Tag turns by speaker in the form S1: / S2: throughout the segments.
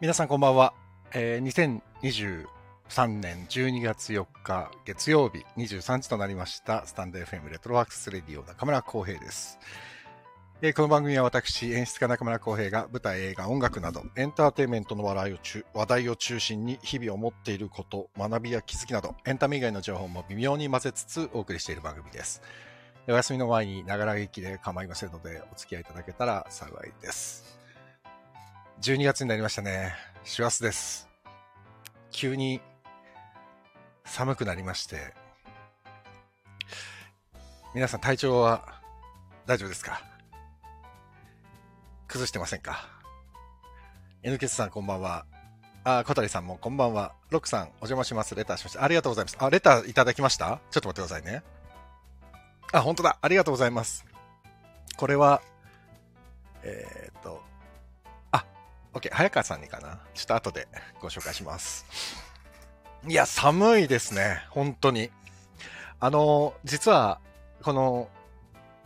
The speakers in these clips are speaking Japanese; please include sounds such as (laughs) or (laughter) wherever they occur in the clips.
S1: 皆さんこんばんは、えー2023年12月4日月曜日23時となりましたスタンド FM レトロワークスレディオ中村浩平です、えーこの番組は私演出家中村浩平が舞台映画音楽などエンターテインメントの話題を中話題を中心に日々思っていること学びや気づきなどエンタメ以外の情報も微妙に混ぜつつお送りしている番組ですお休みの前にながら聞きで構いませんのでお付き合いいただけたら幸いです12月になりましたね師走です急に寒くなりまして皆さん体調は大丈夫ですか崩してませんか N ケツさんこんばんはあ小谷さんもこんばんはロックさんお邪魔しますレターしましたありがとうございますあレターいただきましたちょっと待ってくださいねあ本当だありがとうございますこれはえーっとあ OK 早川さんにかなちょっと後でご紹介しますいや寒いですね本当にあの実はこの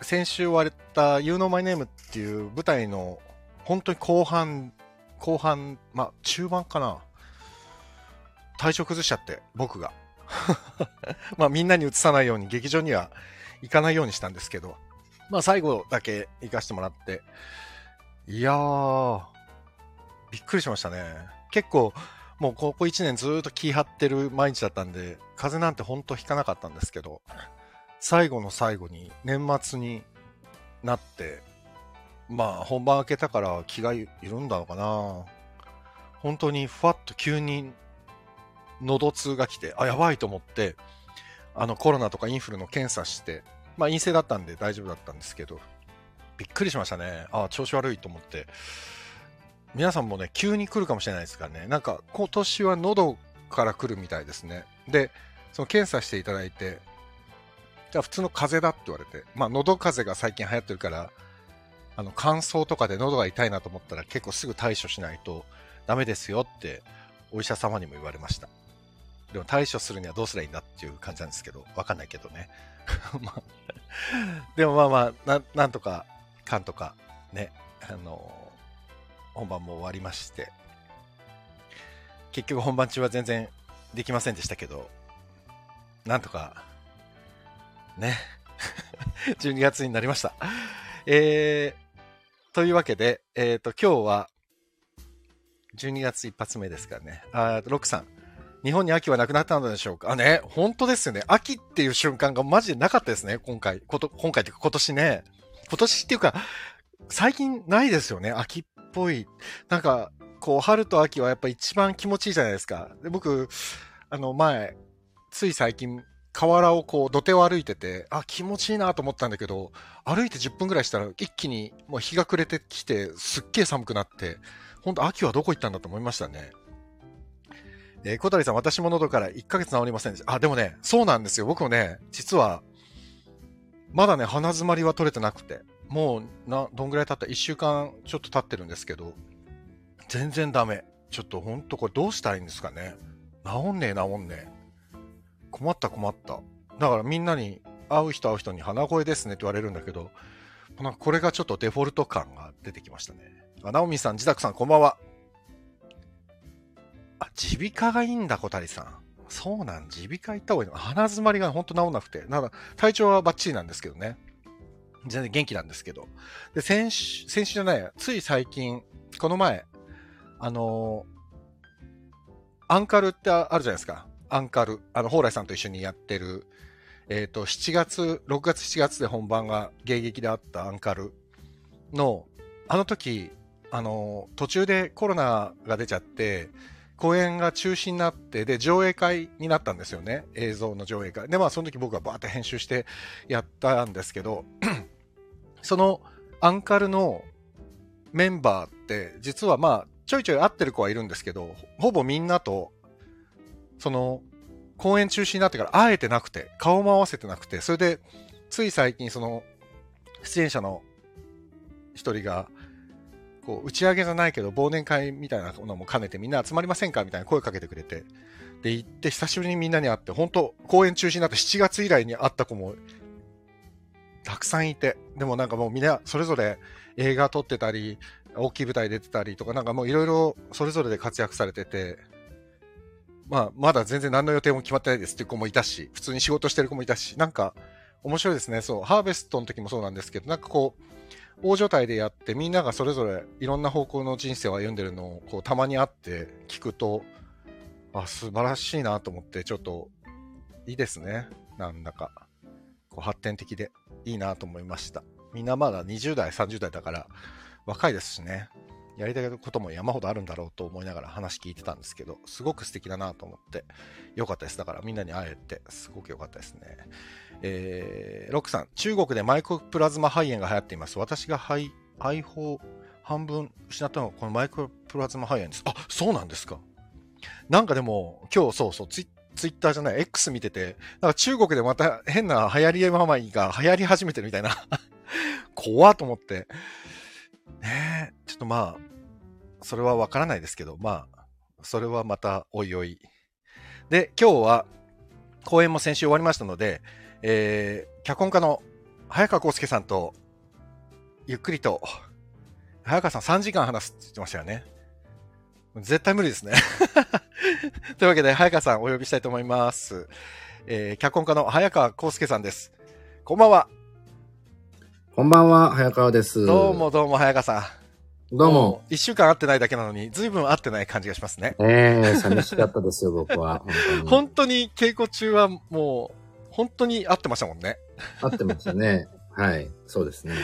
S1: 先週終われた「You Know My Name」っていう舞台の本当に後半後半まあ中盤かな体調崩しちゃって僕が (laughs) まあみんなに移さないように劇場には行かないようにしたんですけどまあ最後だけ行かせてもらっていやーびっくりしましたね結構もうここ1年ずーっと気張ってる毎日だったんで風邪なんてほんとひかなかったんですけど最後の最後に年末になってまあ本番明けたから気が緩んだのかな本当にふわっと急に喉痛が来てあやばいと思ってあのコロナとかインフルの検査してまあ陰性だったんで大丈夫だったんですけどびっくりしましたねあ調子悪いと思って皆さんもね急に来るかもしれないですからねなんか今年は喉から来るみたいですねでその検査していただいてじゃあ普通の風邪だって言われて、まあ喉風邪が最近流行ってるから、あの乾燥とかで喉が痛いなと思ったら結構すぐ対処しないとダメですよってお医者様にも言われました。でも対処するにはどうすりゃいいんだっていう感じなんですけど、わかんないけどね。 (laughs) まあ、でもまあまあ、ななんとか、かんとか、ね、あの本番も終わりまして、結局本番中は全然できませんでしたけど、なんとかね。12月になりました。えー、というわけで、えっ、と、今日は、12月一発目ですからね。あー、ロックさん。日本に秋はなくなったのでしょうかあ、ね、本当ですよね。秋っていう瞬間がマジでなかったですね、今回。こと、今回というか今年ね。今年っていうか、最近ないですよね、秋っぽい。なんか、こう、春と秋はやっぱ一番気持ちいいじゃないですか。で僕、あの、前、つい最近、河原をこう土手を歩いててあ気持ちいいなと思ったんだけど歩いて10分ぐらいしたら一気にもう日が暮れてきてすっげえ寒くなって本当秋はどこ行ったんだと思いましたね、えー小谷さん私も喉から1ヶ月治りませんでしたあでもねそうなんですよ僕もね実はまだね鼻づまりは取れてなくてもうなどんぐらい経った1週間ちょっと経ってるんですけど全然ダメちょっと本当これどうしたらいいんですかね治んねえ治んねえ困った困っただからみんなに会う人会う人に鼻声ですねって言われるんだけどなんかこれがちょっとデフォルト感が出てきましたねあナオミさん自宅さんこんばんはあ耳鼻科がいいんだ小谷さんそうなん耳鼻科行った方がいいの鼻づまりがほんと治んなくてなら体調はバッチリなんですけどね全然元気なんですけどで先週先週じゃないつい最近この前あのーアンカルってああるじゃないですか。アンカル。あの、蓬莱さんと一緒にやってる、えっ、と、7月、6月、7月で本番が迎撃であったアンカルの、あの時、あの、途中でコロナが出ちゃって、公演が中止になって、で、上映会になったんですよね。映像の上映会。で、まあ、その時僕はバーって編集してやったんですけど、そのアンカルのメンバーって、実はまあ、ちょいちょい会ってる子はいるんですけど、ほぼみんなと、その、公演中止になってから会えてなくて、顔も合わせてなくて、それで、つい最近、その、出演者の一人が、こう、打ち上げじゃないけど、忘年会みたいなのも兼ねて、みんな集まりませんかみたいな声かけてくれて、で、行って、久しぶりにみんなに会って、本当公演中止になって7月以来に会った子も、たくさんいて、でもなんかもうみんな、それぞれ映画撮ってたり、大きい舞台出てたりとか、なんかもういろいろそれぞれで活躍されてて、まあ、まだ全然何の予定も決まってないですっていう子もいたし、普通に仕事してる子もいたし、なんか、面白いですね。そう、ハーベストの時もそうなんですけど、なんかこう、大所帯でやって、みんながそれぞれいろんな方向の人生を歩んでるのを、こう、たまに会って聞くと、あ、素晴らしいなと思って、ちょっと、いいですね。なんだか、こう、発展的でいいなと思いました。みんなまだ20代、30代だから、若いですしね。やりたいことも山ほどあるんだろうと思いながら話聞いてたんですけど、すごく素敵だなと思って、よかったです。だからみんなに会えて、すごく良かったですね。えー、ロックさん、中国でマイコプラズマ肺炎が流行っています。私が肺、肺胞半分失ったのがこのマイコプラズマ肺炎です。あ、そうなんですか。なんかでも、今日そうそう、ツイツイッターじゃない、X 見てて、なんか中国でまた変な流行り病が流行り始めてるみたいな。 (laughs) 怖っと思って。ねえ、ちょっとまあ、それはわからないですけど、まあ、それはまたおいおい。で、今日は、公演も先週終わりましたので、えー脚本家の早川康介さんと、ゆっくりと、早川さん3時間話すって言ってましたよね。絶対無理ですね。 (laughs) というわけで、早川さんお呼びしたいと思います。えー脚本家の早川康介さんです。こんばんは。
S2: こんばんは、早川です。
S1: どうも。どうも早川さん。
S2: どうも。。
S1: 一週間会ってないだけなのに、ずいぶん会ってない感じがしますね。
S2: ええ寂しかったで
S1: (laughs)
S2: すよ、僕は。本
S1: 本当に稽古中はもう、本当に会ってましたもんね。
S2: 当に。合ってましたね。はい、そうですね。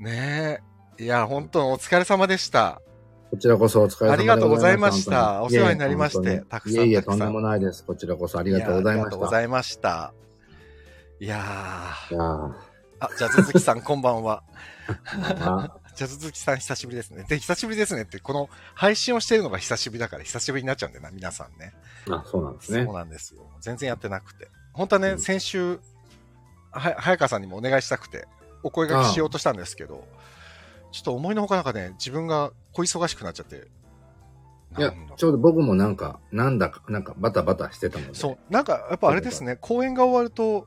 S1: ねえ。いや、本当お疲れ様でした。
S2: こちらこそお疲れ様でございます。
S1: ありがとうございました
S2: 本当に
S1: お世話になりまして
S2: いえいえ
S1: たくさん
S2: いえいえ、
S1: たくさん
S2: とんでもないです。こちらこそありがとうござい
S1: やあり
S2: ま
S1: がとう
S2: し
S1: ご
S2: た。
S1: ざいました。いや
S2: い
S1: ー
S2: やー
S1: あ、じゃあ、鈴木さん、こんばんは。 (laughs)
S2: ま
S1: じゃあ、鈴木さん、久しぶりですね。で、久しぶりですねって、この配信をしてるのが久しぶりだから、久しぶりになっちゃうんだよな、皆さんね。
S2: あ、あそうなんです
S1: そう
S2: ね。
S1: なんですよ。全然やってなくて。本当はね、
S2: うん
S1: 先週は、早川さんにもお願いしたくて、お声掛けしようとしたんですけど、ちょっと思いのほかなんかね、自分が小忙しくなっちゃって。
S2: いや
S1: なんだ、
S2: ちょうど僕もなんか、なんだか、なんかバタバタしてたので。
S1: そう、なんかやっぱあれですね、公演が終わると、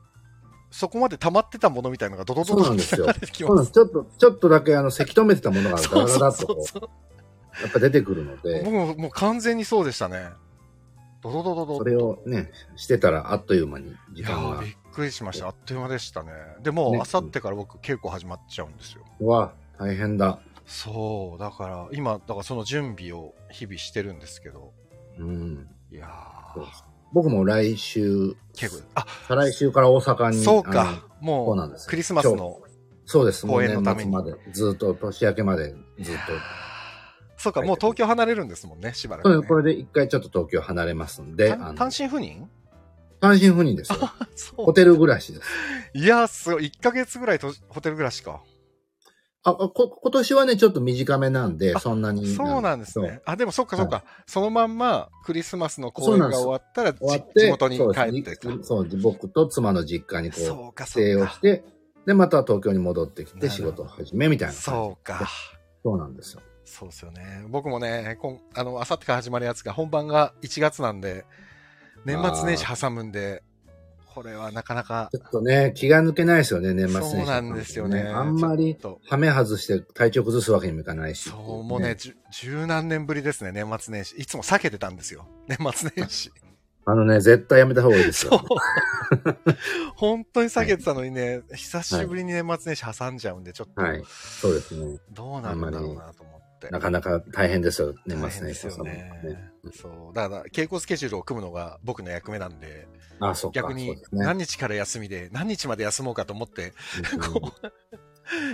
S1: そこまで溜まってたものみたいなのがドドド
S2: そう
S1: ド
S2: なん
S1: っ
S2: で
S1: て
S2: す
S1: 流
S2: よ
S1: れてき
S2: そう
S1: ま
S2: なん
S1: す
S2: です。。ちょっと、ちょっとだけあの、せき止めてたものがダ
S1: そう
S2: ラダ
S1: そう
S2: ラ
S1: そ
S2: とこ
S1: うそう。
S2: う、やっぱ出てくるの
S1: 僕
S2: で、
S1: ももう完全にそうでしたね。ドドドドド
S2: それをね、してたらあっという間に
S1: い
S2: 時
S1: や
S2: 間
S1: ー
S2: が
S1: びっくりしました。あっという間でしたね。でも、
S2: ね
S1: あさってから僕、稽古始まっちゃうんですよ。
S2: うわ、大変だ。
S1: そう、だから、今、だからその準備を日々してるんですけど、
S2: うん。
S1: いや
S2: そうで
S1: ー
S2: す、僕も来週、
S1: 結構、あ、
S2: 再来週から大阪に。
S1: そう
S2: あの
S1: か。、
S2: そう
S1: も
S2: なん
S1: う
S2: です、よ
S1: クリスマスの、
S2: そうです。もう
S1: 公演の
S2: 年
S1: ため
S2: 末
S1: に
S2: まで、ずっと、年明けまでずっと。
S1: そうか、もう東京離れるんですもんね、しばら
S2: そうで
S1: く、ね
S2: すこ。れで一回ちょっと東京離れますんで、あ
S1: 単
S2: の
S1: 単身赴任 (laughs)
S2: 単身赴任ですよ。
S1: そ
S2: ホ
S1: う。
S2: テル暮らしです。
S1: いやー、すごい。1ヶ月ぐらいとホテル暮らしか。
S2: あ、あこ、今年はね、ちょっと短めなんで、
S1: あ
S2: そんなに。
S1: そうなんですね。あ、でもそっかそっか。そのまんま、クリスマスの公演が終わったら、
S2: そう。終わっ
S1: じ
S2: て、
S1: 地元に
S2: そう
S1: 帰って
S2: です
S1: か。
S2: そう、僕と妻の実家にこう、
S1: そうか、そ
S2: 帰
S1: う
S2: 省を
S1: か
S2: し。て、で、また東京に戻ってき
S1: なる
S2: て
S1: ほど
S2: 仕事を始めみたいな感じ。
S1: そうか。
S2: そうなんですよ。
S1: そうですよね。僕もね、こんあの、あさってから始まるやつが、本番が1月なんで、年末年始挟むんで、これはなかなか
S2: ち、ょっとね、気が抜けないですよね、年末年始、
S1: そうなんですよね。
S2: あんまり
S1: ち、ょっと
S2: はめ外して体調崩すわけにもいかないし。
S1: そう、もうね、。じゅ十何年ぶりですね、年末年始。いつも避けてたんですよ。 (laughs) 年末年始。
S2: あのね、絶対やめた方がいいです
S1: そ
S2: (laughs) よ
S1: う。。本当に避けてたのにね、久しぶりに年末年始挟んじゃうんで、ちょっと、
S2: はい。そうですね。
S1: どうなるんだろうなと思って。
S2: なかなか大変ですよ、年
S1: 大
S2: 末
S1: 変
S2: 年
S1: で
S2: 始
S1: すよね
S2: 朝もね。
S1: そう。だから、稽古スケジュールを組むのが僕の役目なんで、
S2: あ、そっか。
S1: 逆に
S2: そうですね
S1: 何日から休みで何日まで休もうかと思って、
S2: うん
S1: (laughs) こう、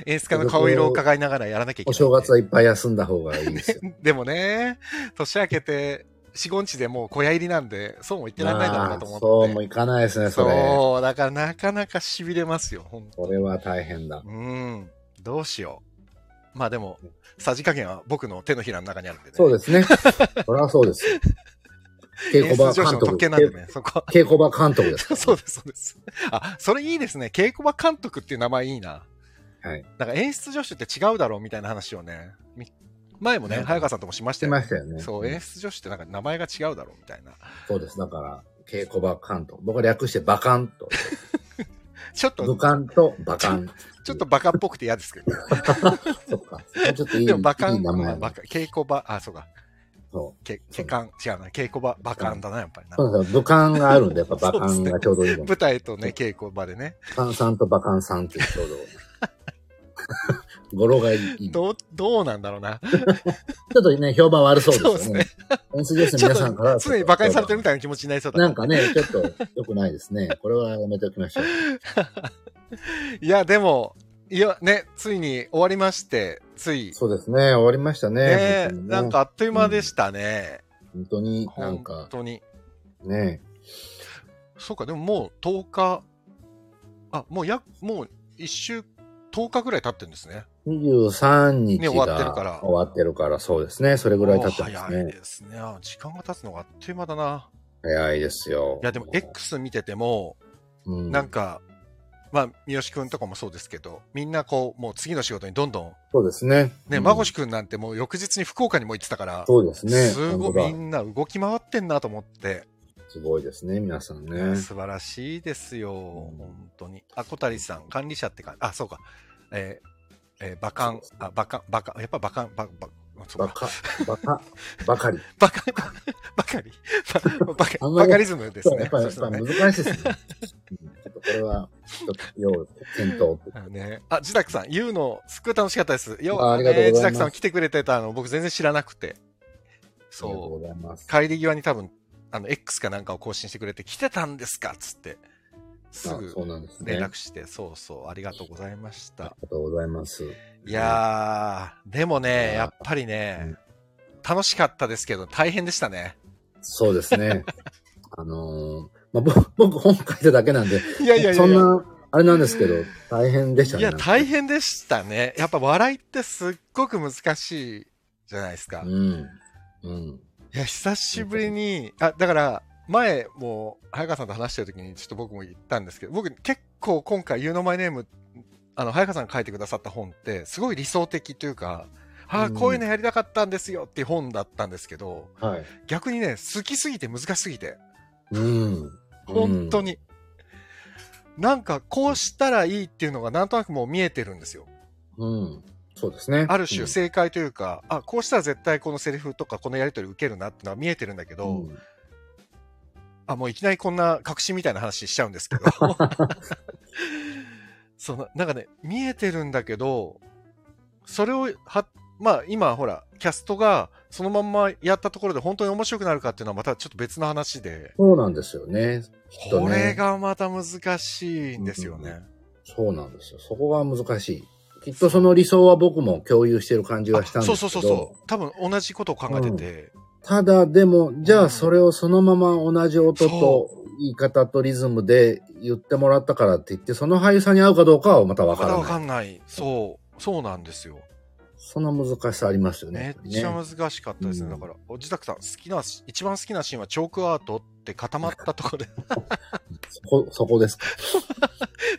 S1: 演出家の顔色を伺いながらやらなきゃいけ
S2: お
S1: ないんで。
S2: 正月はいっぱい休んだ方がいいですよ。
S1: でもね、年明けて、四五日でもう小屋入りなんで、そうも言ってられないだろうなと思っ
S2: あー
S1: て。
S2: そうもいかないですね、それ。
S1: そうだからなかなか痺れますよ、ほんと
S2: これは大変だ。
S1: うん、どうしよう。まあでも、さじ加減は僕の手のひらの中にあるんでね。
S2: そうで
S1: (laughs)
S2: すね。それはそうですよ。稽古場
S1: 演出上司
S2: 監
S1: の特権
S2: 督。
S1: なんでね、そこ (laughs) は。
S2: 稽古場監督で
S1: (laughs)
S2: す。
S1: そうです、そうです。あ、それいいですね。稽古場監督っていう名前いいな。
S2: はい。
S1: なんか演出助手って違うだろうみたいな話をね、み前もね、
S2: うん
S1: 早川さんともしまし
S2: したて
S1: よね
S2: ましたよね。
S1: そう、演出助手ってなんか名前が違うだろうみたいな。 (laughs)
S2: そうです。だから、稽古場監督。僕は略してバカンと。
S1: ちょっと、
S2: 武漢と馬
S1: ちょ
S2: 漢。
S1: ちょっとバカっぽくて嫌です
S2: (laughs)
S1: けど。
S2: そっか。ちょっといい。
S1: でも馬
S2: い
S1: 鹿、
S2: い名前。
S1: バカ、稽古場、あ、そうか。
S2: そ
S1: け、けかん、違うな。稽古場、馬鹿だな、やっぱりな
S2: う。。そうなんですよ。武漢があるんで、やっぱ馬
S1: そうです
S2: 漢
S1: ね
S2: がちょうどいいの。
S1: 舞台とね、稽古場でね。
S2: 武漢さんと馬漢さんっていうちょうど。
S1: (laughs)
S2: 語呂がいい。ちょ
S1: どう、どうなんだろうな。
S2: っとね、評判悪そうですよね。NCS
S1: ち
S2: の
S1: ょっ
S2: 皆さんから
S1: と、常に馬鹿にされてるみ
S2: たい
S1: たいな気持ちになりそうだ
S2: なんかね、ちょっと良くないですね。これはやめておき
S1: (laughs)
S2: ましょう。
S1: いや、でも、いや、ね、ついに終わりまして、つい、
S2: そうですね、終わりましたね。
S1: ね、
S2: 本当にね
S1: なんかあっという間でしたね。
S2: 本当になん
S1: 本
S2: か
S1: 当に。
S2: ね、
S1: そうか、でももう10日、あ、もうや、もう1週、10日ぐらい経ってるんですね。
S2: 23日
S1: ね
S2: が
S1: 終わってるから
S2: 終わってるから、そうですね。それぐらい経ってます
S1: 早い
S2: ね。
S1: ですね。あ時間が経つのがあっという間だな。
S2: 早いですよ。
S1: いや、でも X 見てても、
S2: うん
S1: なんか、まあ、三好くんとかもそうですけど、みんなこう、もう次の仕事にどんどん、
S2: そうですね。
S1: ね、
S2: うん
S1: まごしくんなんてもう翌日に福岡にも行ってたから、
S2: そうですね。
S1: すご
S2: 本当だ
S1: い、みんな動き回ってんなと思って、
S2: すごいですね、皆さん
S1: いや
S2: ね。
S1: 素晴らしいですよ、
S2: うん
S1: 本当に。あ、小谷さん、管理者ってか、あ、そうか、えー、えー、バカン、あ、バカン、バカン、やっぱバカン、バ、バ、そう
S2: バ
S1: か
S2: カ、バカ、ば
S1: (laughs)
S2: かり。
S1: バカン、バカ
S2: (laughs)
S1: リ、ババカ
S2: あんま
S1: バ
S2: り
S1: カリズムですね。
S2: やっぱり、
S1: そうそ
S2: やっぱ
S1: うね
S2: り難しいですね。うんちょっとこれは、ちょっと、要検討って。
S1: あのね、あ、ジダクさん、言うの、すっごい楽しかったです。よ
S2: あありがとうございます
S1: ジダクさん来てくれてたの、僕全然知らなくて。
S2: ありがとう
S1: そ
S2: ございます
S1: う。。帰り際に多分、あの、X かなんかを更新してくれて、来てたんですかっつって、す
S2: あ
S1: ぐ
S2: そうなんですね。
S1: 連
S2: あり
S1: 絡して、そうそう、ありがとうございました。
S2: がとうございます。
S1: いやー、でも
S2: い
S1: ね、
S2: やー
S1: やっぱりね、楽しかったですけど、大変でしたね。
S2: そうですね。あのーまあ、僕、 (laughs) 僕本書いただけなんで、
S1: いやいやいや
S2: そ
S1: い
S2: ん
S1: や。
S2: な、あれなんですけど、大変でした
S1: い
S2: ね。
S1: や、大変でしたね。やっぱ笑いってすっごく難しいじゃないですか。
S2: うん。うん。
S1: いや、久しぶりに、あ、だから、前も、早川さんと話してる時に、ちょっと僕も言ったんですけど、僕結構今回、You Know My Name、あの、早川さんが書いてくださった本って、すごい理想的というか、ああ、
S2: うん
S1: こういうのやりたかったんですよっていう本だったんですけど、
S2: はい。
S1: 逆にね、好きすぎて難しすぎて、
S2: うん。
S1: 本当
S2: に。
S1: に。なんか、こうしたらいいっていうのがなんとなくもう見えてるんですよ。
S2: うん。そうですね。
S1: ある種正解というか、あ、こうしたら絶対このセリフとかこのやりとり受けるなってのは見えてるんだけど、
S2: うん、
S1: あ、もういきなりこんな確信みたいな話しちゃうんです
S2: (laughs)
S1: けど。その、なんかね、見えてるんだけど、それを、は、まあ今ほら、キャストがそのまんまやったところで本当に面白くなるかっていうのはまたちょっと別の話で、
S2: そうなんですよね。きっとね
S1: これがまた難しいんですよね。
S2: そうなんですよ。そこが難しい。きっとその理想は僕も共有してる感じ
S1: あ
S2: はしたんですけ
S1: そうそ
S2: ど。
S1: うそうそう。多分同じことを考えてて、
S2: ただでも、じゃ
S1: うん
S2: あそれをそのまま同じ音と
S1: そ
S2: 言い方とリズムで言ってもらったからって言って、その俳優さんに合うかどうかはまたわ
S1: ま
S2: か
S1: だ
S2: ら
S1: わか
S2: ない。
S1: んない。そう、そうなんですよ。
S2: その難しさありますよ
S1: めっ
S2: ね。
S1: ちゃ
S2: ね
S1: 難しかったですね。
S2: うん
S1: だから、お自宅さん、好きな、一番好きなシーンはチョークアートって固まったところで、 (laughs)
S2: そこ、そこですか。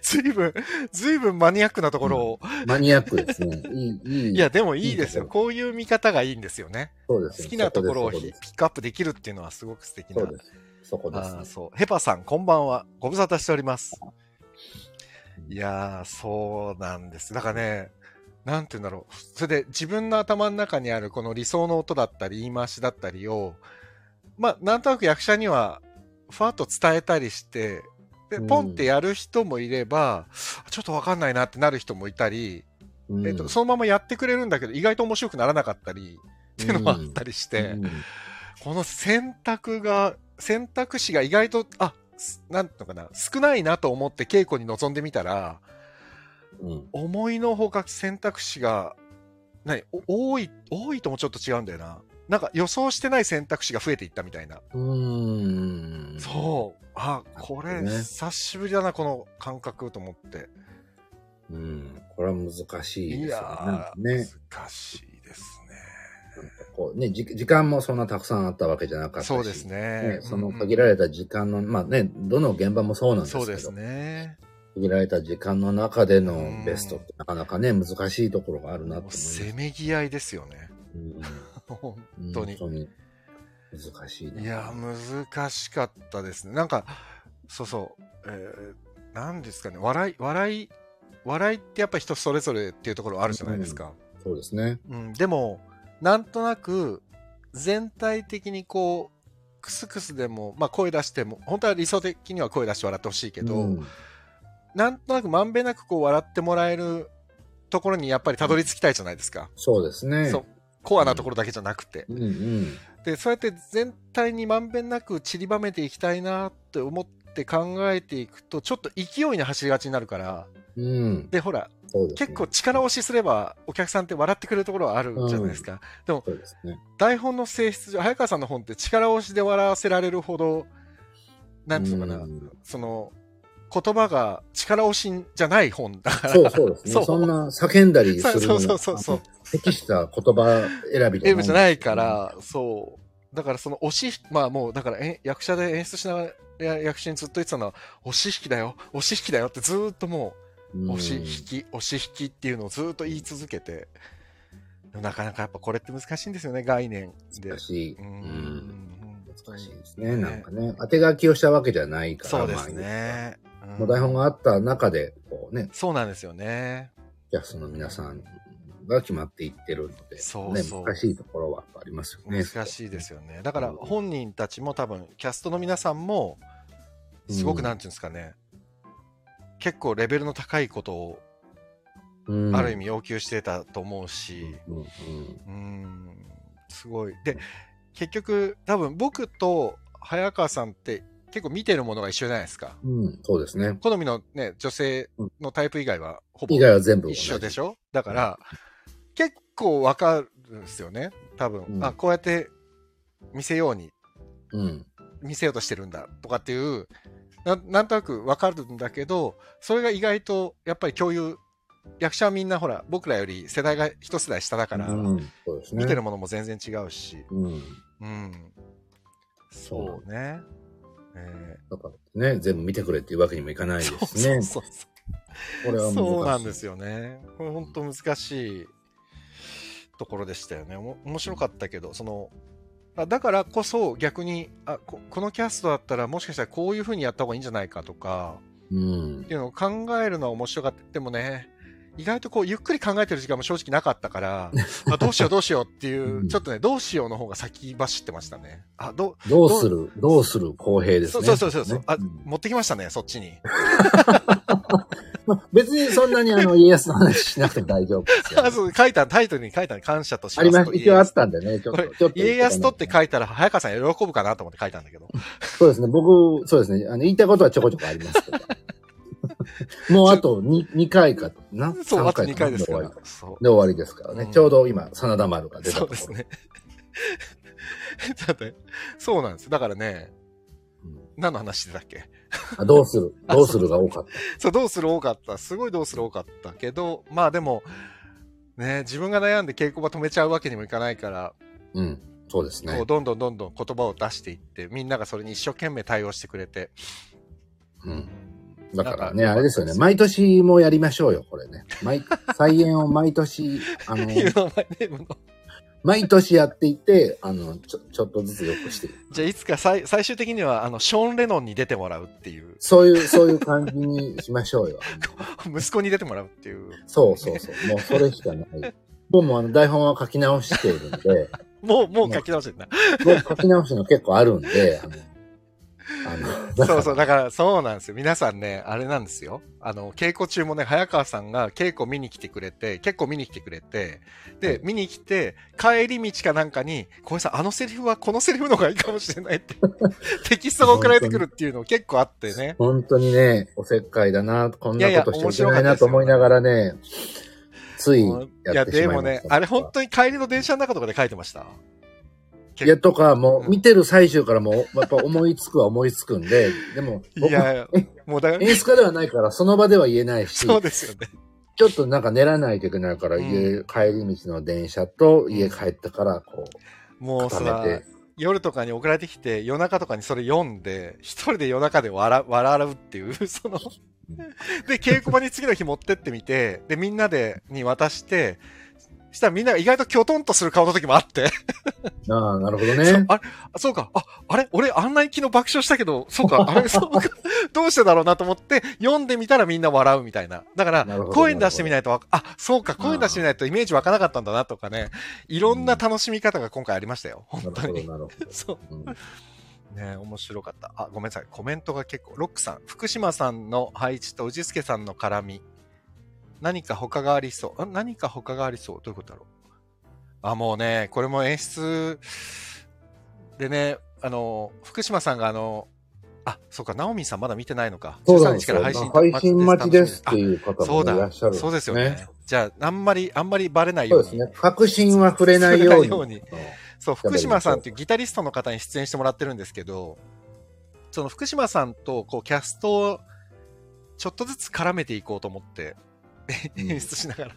S1: ずいぶん、ずいぶんマニアックなところを。
S2: マニアックですね。いい、いい。
S1: いや、でもいいですよ。
S2: いいと
S1: こういう見方がいいんですよね。
S2: そうです
S1: 好
S2: ね
S1: きなところを
S2: そ
S1: ひ
S2: です
S1: ピックアップできるっていうのはすごく素敵な。
S2: そうです。そこで
S1: あー
S2: す。
S1: そう。ヘパさん、こんばんは。ご無沙汰しております。いやー、そうなんです。だからね、なんて言うんだろう。それで自分の頭の中にあるこの理想の音だったり、言い回しだったりを、まあ、なんとなく役者には、ふわっと伝えたりして、で、
S2: うん
S1: ポンってやる人もいれば、ちょっとわかんないなってなる人もいたり、
S2: うん
S1: えっと、そのままやってくれるんだけど、意外と面白くならなかったり、っていうのもあったりして、
S2: うん
S1: この選択が、選択肢が意外と、あ、すなんていうのかな、少ないなと思って稽古に臨んでみたら、
S2: うん
S1: 思いのほか選択肢が、何、お多い、多いともちょっと違うんだよな。なんか予想してない選択肢が増えていったみたいな。
S2: うん。
S1: そう。あ、こ
S2: な
S1: れ、
S2: るほどね
S1: 久しぶりだな、この感覚と思って。
S2: うん。これは難しいで
S1: い
S2: すよね。
S1: やー、
S2: ね。
S1: 難しいです
S2: こうね、じ時間もそんなたくさんあったわけじゃなか
S1: ね。
S2: ったし。
S1: そうです
S2: ね
S1: ね。
S2: その
S1: うん
S2: 限られた時間の、まあね、どの現場もそうなんですけ
S1: そ
S2: ど、
S1: うですね。
S2: 限られた時間の中で
S1: うん
S2: のベストってなかなかね、難しいところがあるな
S1: も
S2: と思い
S1: う
S2: ます。
S1: せめぎ合いですよね。 (laughs)
S2: うん
S1: 本
S2: うん
S1: 当に。
S2: 難しいな。
S1: いや、難しかったですね。なんか、そうそう、えーなんですかね、笑い、笑い、笑いってやっぱり人それぞれっていうところあるじゃないですか。
S2: そうですね。
S1: うん、でも、なんとなく、全体的にこう、クスクスでも、まあ声出しても、本当は理想的には声出して笑ってほしいけど、
S2: うん
S1: なんとなくまんべんなくこう笑ってもらえるところにやっぱりたどり着きたいじゃないですか。
S2: そうですね。
S1: そう。コアなところだけじゃなくて。
S2: うんうん。
S1: で、そうやって全体にまんべんなく散りばめていきたいなって思って考えていくと、ちょっと勢いに走りがちになるから、
S2: うん。
S1: で、ほら、
S2: そうですね
S1: 結構力押しすればお客さんって笑ってくれるところはあるじゃないですか。
S2: そうですね。
S1: 台本の性質上、早川さんの本って力押しで笑わせられるほど、なんていうのかな、
S2: うん
S1: その、言葉が力押しじゃない本だから。
S2: そうそうですね。
S1: そ。
S2: そうんな叫んだりするのに
S1: そうそうそうそう
S2: あの適した言葉選びじゃない。
S1: エムじゃないか。ら、そう。だからその押し、まあもう、だからえ役者で演出しながら、や役者にずっと言ってたのは、押し引きだよ、押し引きだよってずーっとも
S2: うん
S1: う、押し引き、押し引きっていうのをずーっと言い続けて、でもなかなかやっぱこれって難しいんですよね、概念で
S2: 難。しい。
S1: う
S2: うんん。難しいです
S1: ね
S2: ね。なんかね、当て書きをしたわけじゃないから。
S1: そうです
S2: まあ。
S1: ね。うん
S2: もう台本があった中で、こうね、
S1: そうなんですよね。
S2: キャストの皆さんが決まっていってるので、
S1: そうそう
S2: ね、難しいところはありますよね。
S1: 難しいですよね。だから本人たちも多分、キャストの皆さんも、すごくなんていうんですかね、結構レベルの高いことを、
S2: うん
S1: ある意味要求してたと思うし、
S2: うんうん
S1: うん、すごい。で、結局、多分僕と早川さんって結構見てるものが一緒じゃないですか。
S2: うんうんそうですね。
S1: 好みのね、女性のタイプ以外は、ほぼ
S2: 以外は全部同
S1: 一
S2: じ
S1: 緒でしょだから、結構わかるんですよね。多分、
S2: うん
S1: あ、こうやって見せように、
S2: うん。
S1: 見せようとしてるんだとかっていう、ななんとなくわかるんだけど、それが意外とやっぱり共有、役者はみんなほら、僕らより世代が一世代下だから、
S2: うんそうですね。
S1: 見てるものも全然違うし、
S2: うん。
S1: うん。そうね。え
S2: だからね、全部見てくれっていうわけにもいかない
S1: ー
S2: ですね。
S1: そうそうそう
S2: これは難しい。
S1: そうなんですよね。これ本当難しいところでしたよね。おも面白かったけど、その、あだからこそ逆にあこ、このキャストだったらもしかしたらこういう風にやった方がいいんじゃないかとか、
S2: うん
S1: って。いうのを考えるのは面白かった。でもね、意外とこうゆっくり考えてる時間も正直なかった
S2: (laughs)
S1: から、あどうしようどうしようっていう、
S2: うん
S1: ちょっとね、どうしようの方が先走ってましたね。あ、どう、
S2: どうする、どうする公平です
S1: そう
S2: ね。
S1: そうそうそうそう、
S2: ね
S1: あ、
S2: ん
S1: 持ってきましたね、そっちに。
S2: まあ別にそんなにあの、家康の話しなくても大丈夫です
S1: (laughs)
S2: よ。
S1: あそう書いた、タイトルに書いた感謝とし
S2: あり
S1: ま
S2: ますす。
S1: と
S2: 一応あったんでね、ちょっ
S1: これ
S2: と。ちょっと
S1: 家康とって書いたら、早川さん喜ぶかなと思って書いたんだけど。
S2: そうですね。僕、そうですね。あの、言いたいことはちょこちょこあります
S1: (laughs)
S2: けど。もうあと 2, 二回かな。
S1: そう、あ
S2: 三
S1: と
S2: 回
S1: 2回ですから
S2: で終わ。り
S1: そ
S2: で終わりですからね。
S1: うん
S2: ちょうど今、真田丸が
S1: う。
S2: 出た
S1: そ
S2: と
S1: う
S2: こ
S1: で
S2: ろ。
S1: すね。 (laughs) だって、そうなんです。だからね、
S2: うん
S1: 何の話してたっけ
S2: あど
S1: (laughs)
S2: うするどうするが多かった。
S1: そう、どうする多かった。すごいどうする多かったけど、まあでも、ね、自分が悩んで稽古場止めちゃうわけにもいかないから、
S2: うん。そうです
S1: こ
S2: ね
S1: う。どんどんどんどん言葉を出していって、みんながそれに一生懸命対応してくれて。
S2: うん。だからね、
S1: なん
S2: あれですよね。毎年もやりましょうよ、これね。
S1: (laughs)
S2: 毎、再演を毎年、あの、
S1: You know my name の
S2: 毎年やっていって、あの、ちょ、ちょっとずつ良くしていく。
S1: (laughs) じゃあいつか最最終的にはあのショーン・レノンに出てもらうっていう
S2: そういう、そういう感じにしましょうよ。
S1: 息子に出てもらうっていう
S2: そうそうそう。もうそれしかない。僕もあの台本は書き直しているので、
S1: もうもう書き直してんな
S2: 僕書き直しの結構あるんで、あの、あ
S1: (laughs)
S2: の
S1: そうそう、だからそうなんですよ。皆さんね、あれなんですよ。あの、稽古中もね、早川さんが稽古見に来てくれて、結構見に来てくれて、で、
S2: はい
S1: 見に来て、帰り道かなんかに、小林さん、あのセリフはこのセリフの方がいいかもしれないって、 (laughs) テキストが送られてくるっていうの結構あってね。
S2: 本当にね、おせっかいだな、こん
S1: いや
S2: ない
S1: や
S2: ことしちゃいけないなと思いながらね、ついやってし
S1: で
S2: まい
S1: も
S2: ました。
S1: ね、あれ本当に帰りの電車の中とかで書いてました。
S2: いや、とか、もう、見てる最中からもう、やっぱ思いつくは思いつくんで、 (laughs) でも、
S1: い
S2: 僕、演
S1: や、もう
S2: (laughs)
S1: だから、
S2: 出家ではないから、その場では言えないし、
S1: そうですよね。
S2: ちょっとなんか寝らないといけないから、
S1: うん
S2: 家、帰り道の電車と家帰ったから、こ
S1: も
S2: う、
S1: う
S2: 固
S1: さ、
S2: めて。
S1: 夜とかに送られてきて、夜中とかにそれ読んで、一人で夜中で笑笑うっていう、 (laughs) その、で、稽古場に次の日持ってってみて、で、みんなで、に渡して、したらみんなが意外ときょとんとする顔の時もあって、
S2: ああ、なるほど
S1: そう
S2: ね。
S1: あれ、あそうか、あ、あれ俺あんな昨日爆笑したけど、そう
S2: (laughs)
S1: か、あれ、そうか、どうしてだろうなと思って、読んでみたらみんな笑うみたいな。だから、
S2: なるほど
S1: 声に出してみないとわか、あ、そうか、声に出してみないとイメージわかなかったんだなとかね、いろんな楽しみ方が今回ありましたよ。本
S2: な
S1: 当
S2: るほど、
S1: に。
S2: なるほ (laughs)
S1: そう。
S2: ど。
S1: (laughs)
S2: うん
S1: ね面白かった。あ、ごめんなさい。コメントが結構。ロックさん、福島さんの配置と氏助さんの絡み。何か他がありそう。ん何か他がありそう。どういうことだろう。あ、もうね、これも演出でね、あの、福島さんがあの、あ、そうか、ナオミンさんまだ見てないのか。
S2: そうな
S1: 13
S2: んで
S1: 日
S2: す
S1: から
S2: よ。
S1: 配信
S2: 配信待ちですって
S1: あ
S2: いう方
S1: そう
S2: もいら
S1: だ
S2: っしゃるん、
S1: そうですよね。。じゃあ、あんまり、あんまりバレない
S2: そ
S1: よう
S2: うで
S1: に。
S2: すね。確信は触れないように。
S1: 触れないよそう、福島さんっていうギタリストの方に出演してもらってるんですけど、その福島さんとこうキャストをちょっとずつ絡めていこうと思って、
S2: うん
S1: 演出しながら、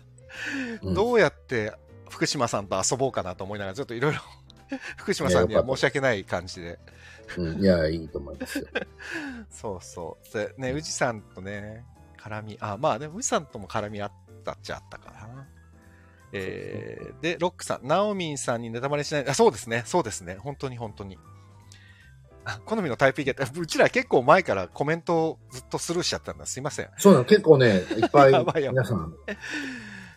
S2: う
S1: (laughs)
S2: ん
S1: どうやって福島さんと遊ぼうかなと思いながら、ちょっといろいろ福島さんには申し訳ない感じで、
S2: うんいや、いいと思いますよ。
S1: そうそう。で、ね、宇治さんとね、絡み、あ、まあね、宇治さんとも絡みあったっちゃあったかな。えーで、ロックさん、ナオミンさんにネタバレしない、あ、そうですね、そうですね、本当に本当に。あ好みのタイプ意見、うちら結構前からコメントをずっとスルーしちゃったんだ、すいません。
S2: そうなの、結構ね、いっぱ
S1: やばい
S2: い
S1: やばい
S2: 皆さん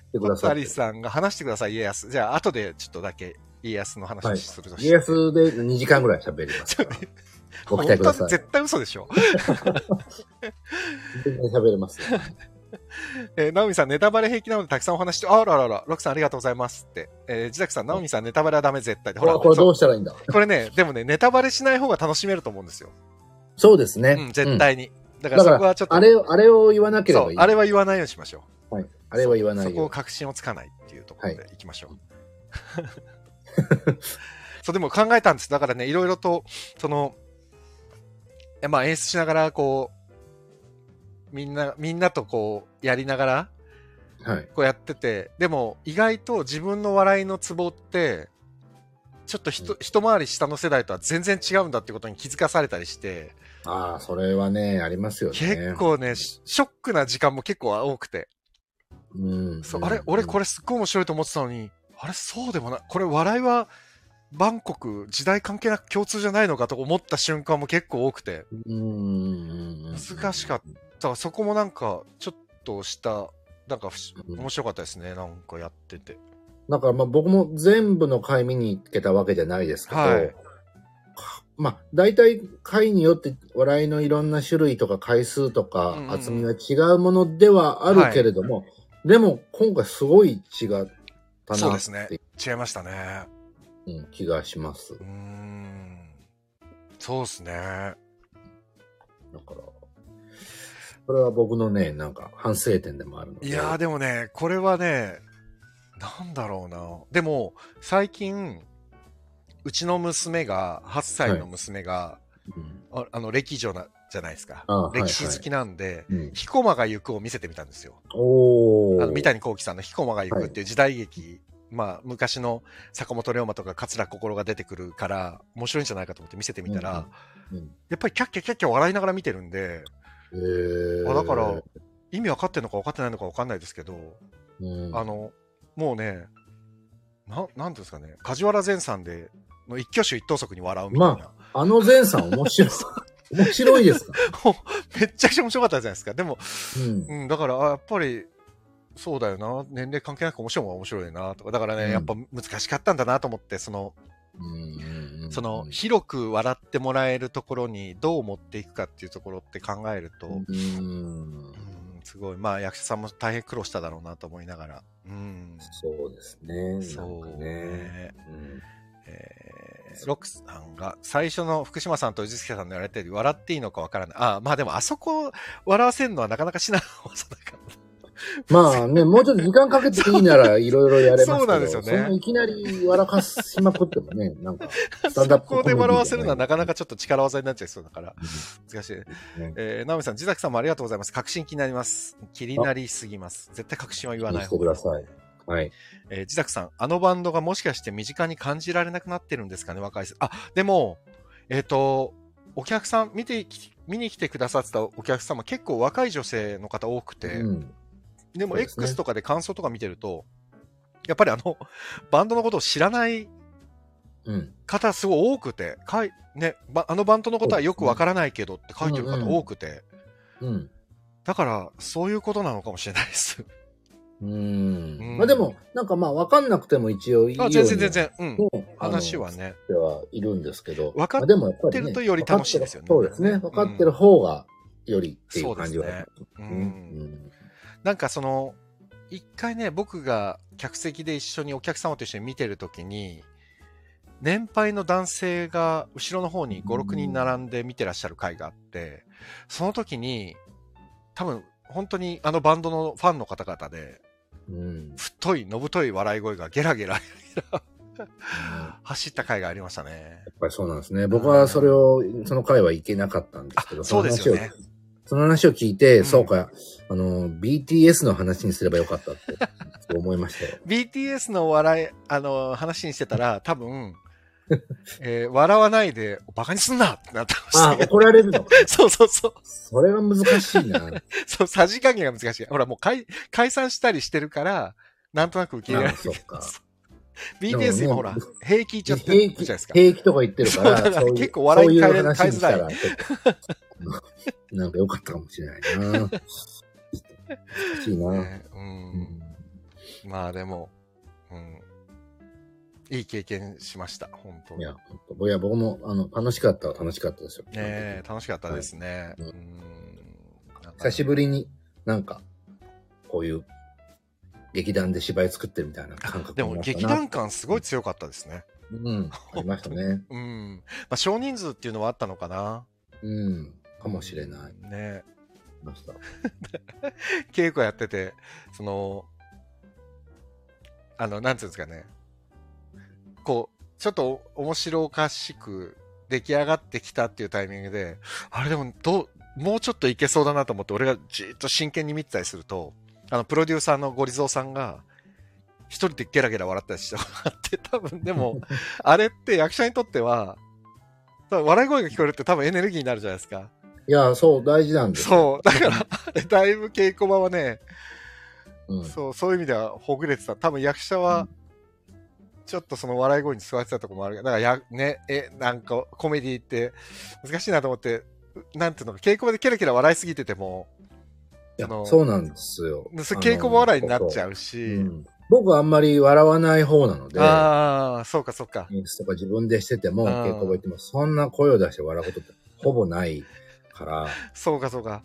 S2: 来てくださ
S1: ア
S2: っ
S1: リ
S2: て。
S1: さんが話してください、家康。じゃあ、後でちょっとだけ家康の話をするとして。
S2: 家康で2時間ぐらい喋りま
S1: (laughs)
S2: す
S1: ちょ
S2: か
S1: っ
S2: ら
S1: と。
S2: ご期待く
S1: (laughs) 本当
S2: ださ
S1: に
S2: い。
S1: 絶対嘘でしょ。
S2: 全然喋れますよ。
S1: えー、ナオミさん、ネタバレ平気なのでたくさんお話しして、あららら、ロクさんありがとうございますって。えー、ジザクさん、ナオミさん、ネタバレはダメ絶対で。ほ
S2: これ
S1: ら、
S2: これ
S1: そ
S2: ど
S1: う
S2: うしたらいいんだ
S1: これね、でもね、ネタバレしない方が楽しめると思うんですよ。
S2: そうです
S1: う
S2: ね
S1: ん、。絶対に。だか
S2: うん。
S1: ら
S2: だ
S1: そ
S2: か
S1: こは
S2: ら
S1: ちょっ、と、
S2: あれを、あれを言わなけれ
S1: そ
S2: ば
S1: う
S2: いい。、
S1: あれは言わないようにしましょう。
S2: はいあれは言わない
S1: そこを
S2: よ。
S1: 確信をつかないっていうところでいきましょう。 (laughs)
S2: は
S1: そう、でも考えたんです。だからね、いろいろと、その、えまあ演出しながら、こう、みんな、みんなとこう、やりながら、
S2: はい。
S1: こうやってて、でも意外と自分の笑いのツボって、ちょっとひと、
S2: うん
S1: 一回り下の世代とは全然違うんだってことに気づかされたりして、
S2: ああ、それはね、ありますよね。
S1: 結構ね、シショックな時間も結構多くて、
S2: うん。
S1: そうあれ、俺こ
S2: れ。
S1: れすっごい面白いと思ってたのに、あれ、そうでもない、これ笑いは、バンコク、時代関係なく共通じゃないのかと思った瞬間も結構多くて、
S2: うん。
S1: 難しかっだからそこもなんか、ちょっとした、なんかふし、
S2: うん
S1: 面白かったですね、なんかやってて。
S2: だからまあ僕も全部の回見に行けたわけじゃないですけど、
S1: はい
S2: まあ大体回によって笑いのいろんな種類とか回数とか
S1: うんうん
S2: 厚みは違うものではあるけれども、でも今回すごい違った
S1: そう
S2: な
S1: で
S2: っ
S1: すね
S2: てい。
S1: 違いましたね。
S2: う気がします。
S1: うーんそうですね。
S2: だから、これは僕のね、なんか反省点でもあるので。
S1: いやー、でもね、これはね、なんだろうな。でも、最近、うちの娘が、8歳の娘が、
S2: うん
S1: ああの、歴女な、じゃないですか。
S2: あー
S1: 歴史好きなんで、
S2: うん、
S1: ヒコマが行くを見せてみたんですよ。
S2: お
S1: あ
S2: ー。
S1: の三谷幸喜さんの「彦間が行く」っていう時代劇、まあ昔の坂本龍馬とか桂心が出てくるから面白いんじゃないかと思って見せてみたら、
S2: うんうん
S1: やっぱりキャッキャキャッキャ笑いながら見てるんで
S2: えー
S1: あだから意味分かってんのか分かってないのか分かんないですけど、
S2: うん
S1: あのもうねななんていうんですかね梶原善さんでの一挙手一投足に笑うみたいな、
S2: あの前さん面白い。面白いですか、
S1: めっちゃくちゃ面白かったじゃないですかでも
S2: うん
S1: うん、だから、あやっぱり、そうだよな。年齢関係なく面白いもん面白いな。とか、だからね、
S2: うん
S1: やっぱ難しかったんだなと思って、その、その、広く笑ってもらえるところにどう持っていくかっていうところって考えると、うん、
S2: うん、
S1: すごい、まあ役者さんも大変苦労しただろうなと思いながら、うん、
S2: そうですね。
S1: そう
S2: なんかね。
S1: ね。
S2: うん
S1: えーロックさんが最初の福島さんと宇治助さんの言われてる笑っていいのかわからない。ああ、まあでもあそこ笑わせるのはなかなかしな幼かった
S2: まあね、もうちょっと時間かけていいならいろいろやれますけど。
S1: そうなんですよね
S2: そないきなり笑かしまくっても
S1: (laughs)
S2: ね、なんか、スタンダップ
S1: ここで笑 (laughs) わせるのはなかな
S2: か。
S1: かちょっと力技になっちゃいそうだから、難しい。
S2: ね
S1: えー、ナオミさん、自宅さんもありがとうございます。確信気になります。気になりすぎます。絶対確信は言わない方が
S2: 気にしてください。はい。
S1: えー、自宅さん、あのバンドがもしかして身近に感じられなくなってるんですかね、若い世あ、でも、えっ、と、お客さん、見てき、見に来てくださってたお客様、結構若い女性の方多くて、
S2: うん。
S1: でも
S2: そうですね
S1: X とかで感想とか見てると、やっぱりあの、バンドのことを知らない
S2: うん。
S1: 方すごい多くて、かいね、ばあのバンドのことはよくわからないけどって書いてる方多くて、
S2: うん。
S1: だから、そういうことなのかもしれないです。
S2: う
S1: うん
S2: ん。まあでも、なんかまあ、わかんなくても一応いいよう
S1: あ
S2: に
S1: 全然全然、うん。
S2: もう
S1: 話は。
S2: あの
S1: ね。
S2: ではいるんですけど。
S1: 分かっ
S2: まあでもやぱりね
S1: てるとより楽しいですよね
S2: そうですね。分かってる方がよりっていう感じはあります
S1: う
S2: ね。
S1: ん。なんかその、一回ね、僕が客席で一緒にお客様と一緒に見てるときに、年配の男性が後ろの方に5、6人並んで見てらっしゃる回があって、その時に、多分、本当にあのバンドのファンの方々で、
S2: うん。うん。
S1: 太い、のぶとい笑い声がゲラゲラ (laughs) 走った回がありましたね。
S2: やっぱりそうなんですね。僕はそれを、その回はいけなかったんですけど、
S1: あそうですよね
S2: その話を。その話を聞いて、
S1: うん
S2: そうか、あの、BTS の話にすればよかったってそう思い
S1: (laughs)
S2: ましたよ。
S1: BTS の笑い、あの、話にしてたら、多分、えー笑わないで、バカにすんなってなってまし
S2: あ
S1: た
S2: あ、
S1: けど。
S2: 怒られるの。
S1: (laughs) そうそうそう。
S2: それが難しいな。
S1: そう、さじ加減が難しい。ほら、もう解解散したりしてるから、なんとなく受け (laughs) 入れられる
S2: あそっか。
S1: BTS
S2: で
S1: 今
S2: も
S1: ほら、平気いっちゃってるじゃ
S2: 平
S1: ない
S2: 気、
S1: ですか。
S2: 平気とか言ってるか
S1: そうだ
S2: ら、
S1: から
S2: そういう
S1: 結構笑い
S2: そうう
S1: 変えれ
S2: 話にしたら
S1: 変
S2: ちょっと (laughs) なんか良かったかもしれないな。難しい
S1: (laughs)
S2: な。
S1: ねう
S2: うん
S1: ん。まあでも、うん。いい経験しました、本当
S2: い
S1: に。
S2: や
S1: ね、
S2: ほんといや、僕も、あの、楽しかったは楽しかったですよ。
S1: え楽しかったですね。
S2: うん
S1: うん
S2: 久しぶりになんか、こういう、劇団で芝居作ってるみたいな感覚
S1: で
S2: あ
S1: も
S2: りました
S1: 劇団感すごい強かったですね。
S2: うん、ありましたね。
S1: うん。まあ少人数っていうのはあったのかな。
S2: うん、かもしれない。あ
S1: ね。
S2: りました。
S1: 稽古やってて、その、あの、なんていうんですかね。こう、ちょっと面白おかしく出来上がってきたっていうタイミングで、あれでもどう、もうちょっといけそうだなと思って、俺がじーっと真剣に見てたりすると、あの、プロデューサーのゴリゾウさんが、一人でゲラゲラ笑ったりしてもらって、多分で
S2: (laughs)
S1: も、あれって役者にとっては、多分笑い声が聞こえるって多分エネルギーになるじゃないですか。
S2: いや、そう、大事なんです
S1: そ
S2: よ。
S1: う。だから、あれだいぶ稽古場はね、
S2: うん。
S1: そう、そういう意味ではほぐれてた。多分役者は、ちょっとその笑い声に座ってたとこもあるけど、だからや、ね、え、なんかコメディって難しいなと思って、うなんていうのか、稽古場でキラキラ笑いすぎてても、
S2: いや
S1: あの
S2: そうなんですよ。
S1: むす稽古場笑いになっち
S2: う
S1: ゃうし、
S2: うん僕はあんまり笑わない方なので、
S1: ああ、そうかそうか。
S2: ニュースとか自分でしてても、
S1: うん
S2: 稽古場行っても、そんな声を出して笑うことってほぼないから、
S1: そうかそうか。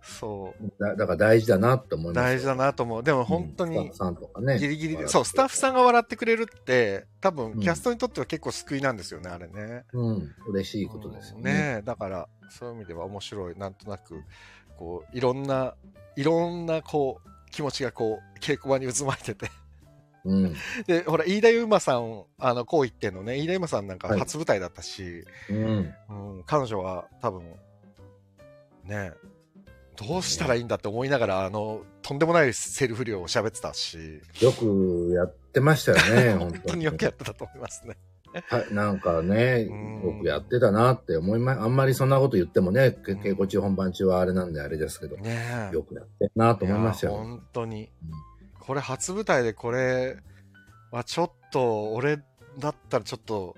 S1: そう。
S2: だだから大事だなって思いますよ。
S1: 大事だなと思う。でも本当
S2: うんス
S1: に
S2: タッフさんとかね。
S1: ギリギリで、そう、スタッフさんが笑ってくれるって、多分キャストにとっては結構救いなんですよね、あれね。
S2: うん、嬉しいことですよ
S1: うん
S2: ね。
S1: ねえだからそういう意味では面白いなんとなくこういろんないろんなこう気持ちがこう稽古場に渦巻いてて (laughs)
S2: うん。
S1: でほら飯田悠馬さんあのこう言ってんのね飯田悠馬さんなんか
S2: はい
S1: 初舞台だったし、
S2: うん。
S1: うん、彼女は多分ねえどうしたらいいんだって思いながらあのとんでもないセルフ量を喋ってたし
S2: よくやってました
S1: (laughs)
S2: よね、
S1: 本
S2: 本
S1: 当
S2: 当
S1: に
S2: に。
S1: よくやってたと思いますね。
S2: はい、なんかね
S1: うん、
S2: よくやってたなって思いま、あんまりそんなこと言ってもね、け稽古中本番中はあれなんであれですけど、
S1: ねえ
S2: よくやってるなと思いました
S1: いや
S2: よ。
S1: 本当に
S2: うん。
S1: これ初舞台でこれはちょっと、俺だったらちょっと、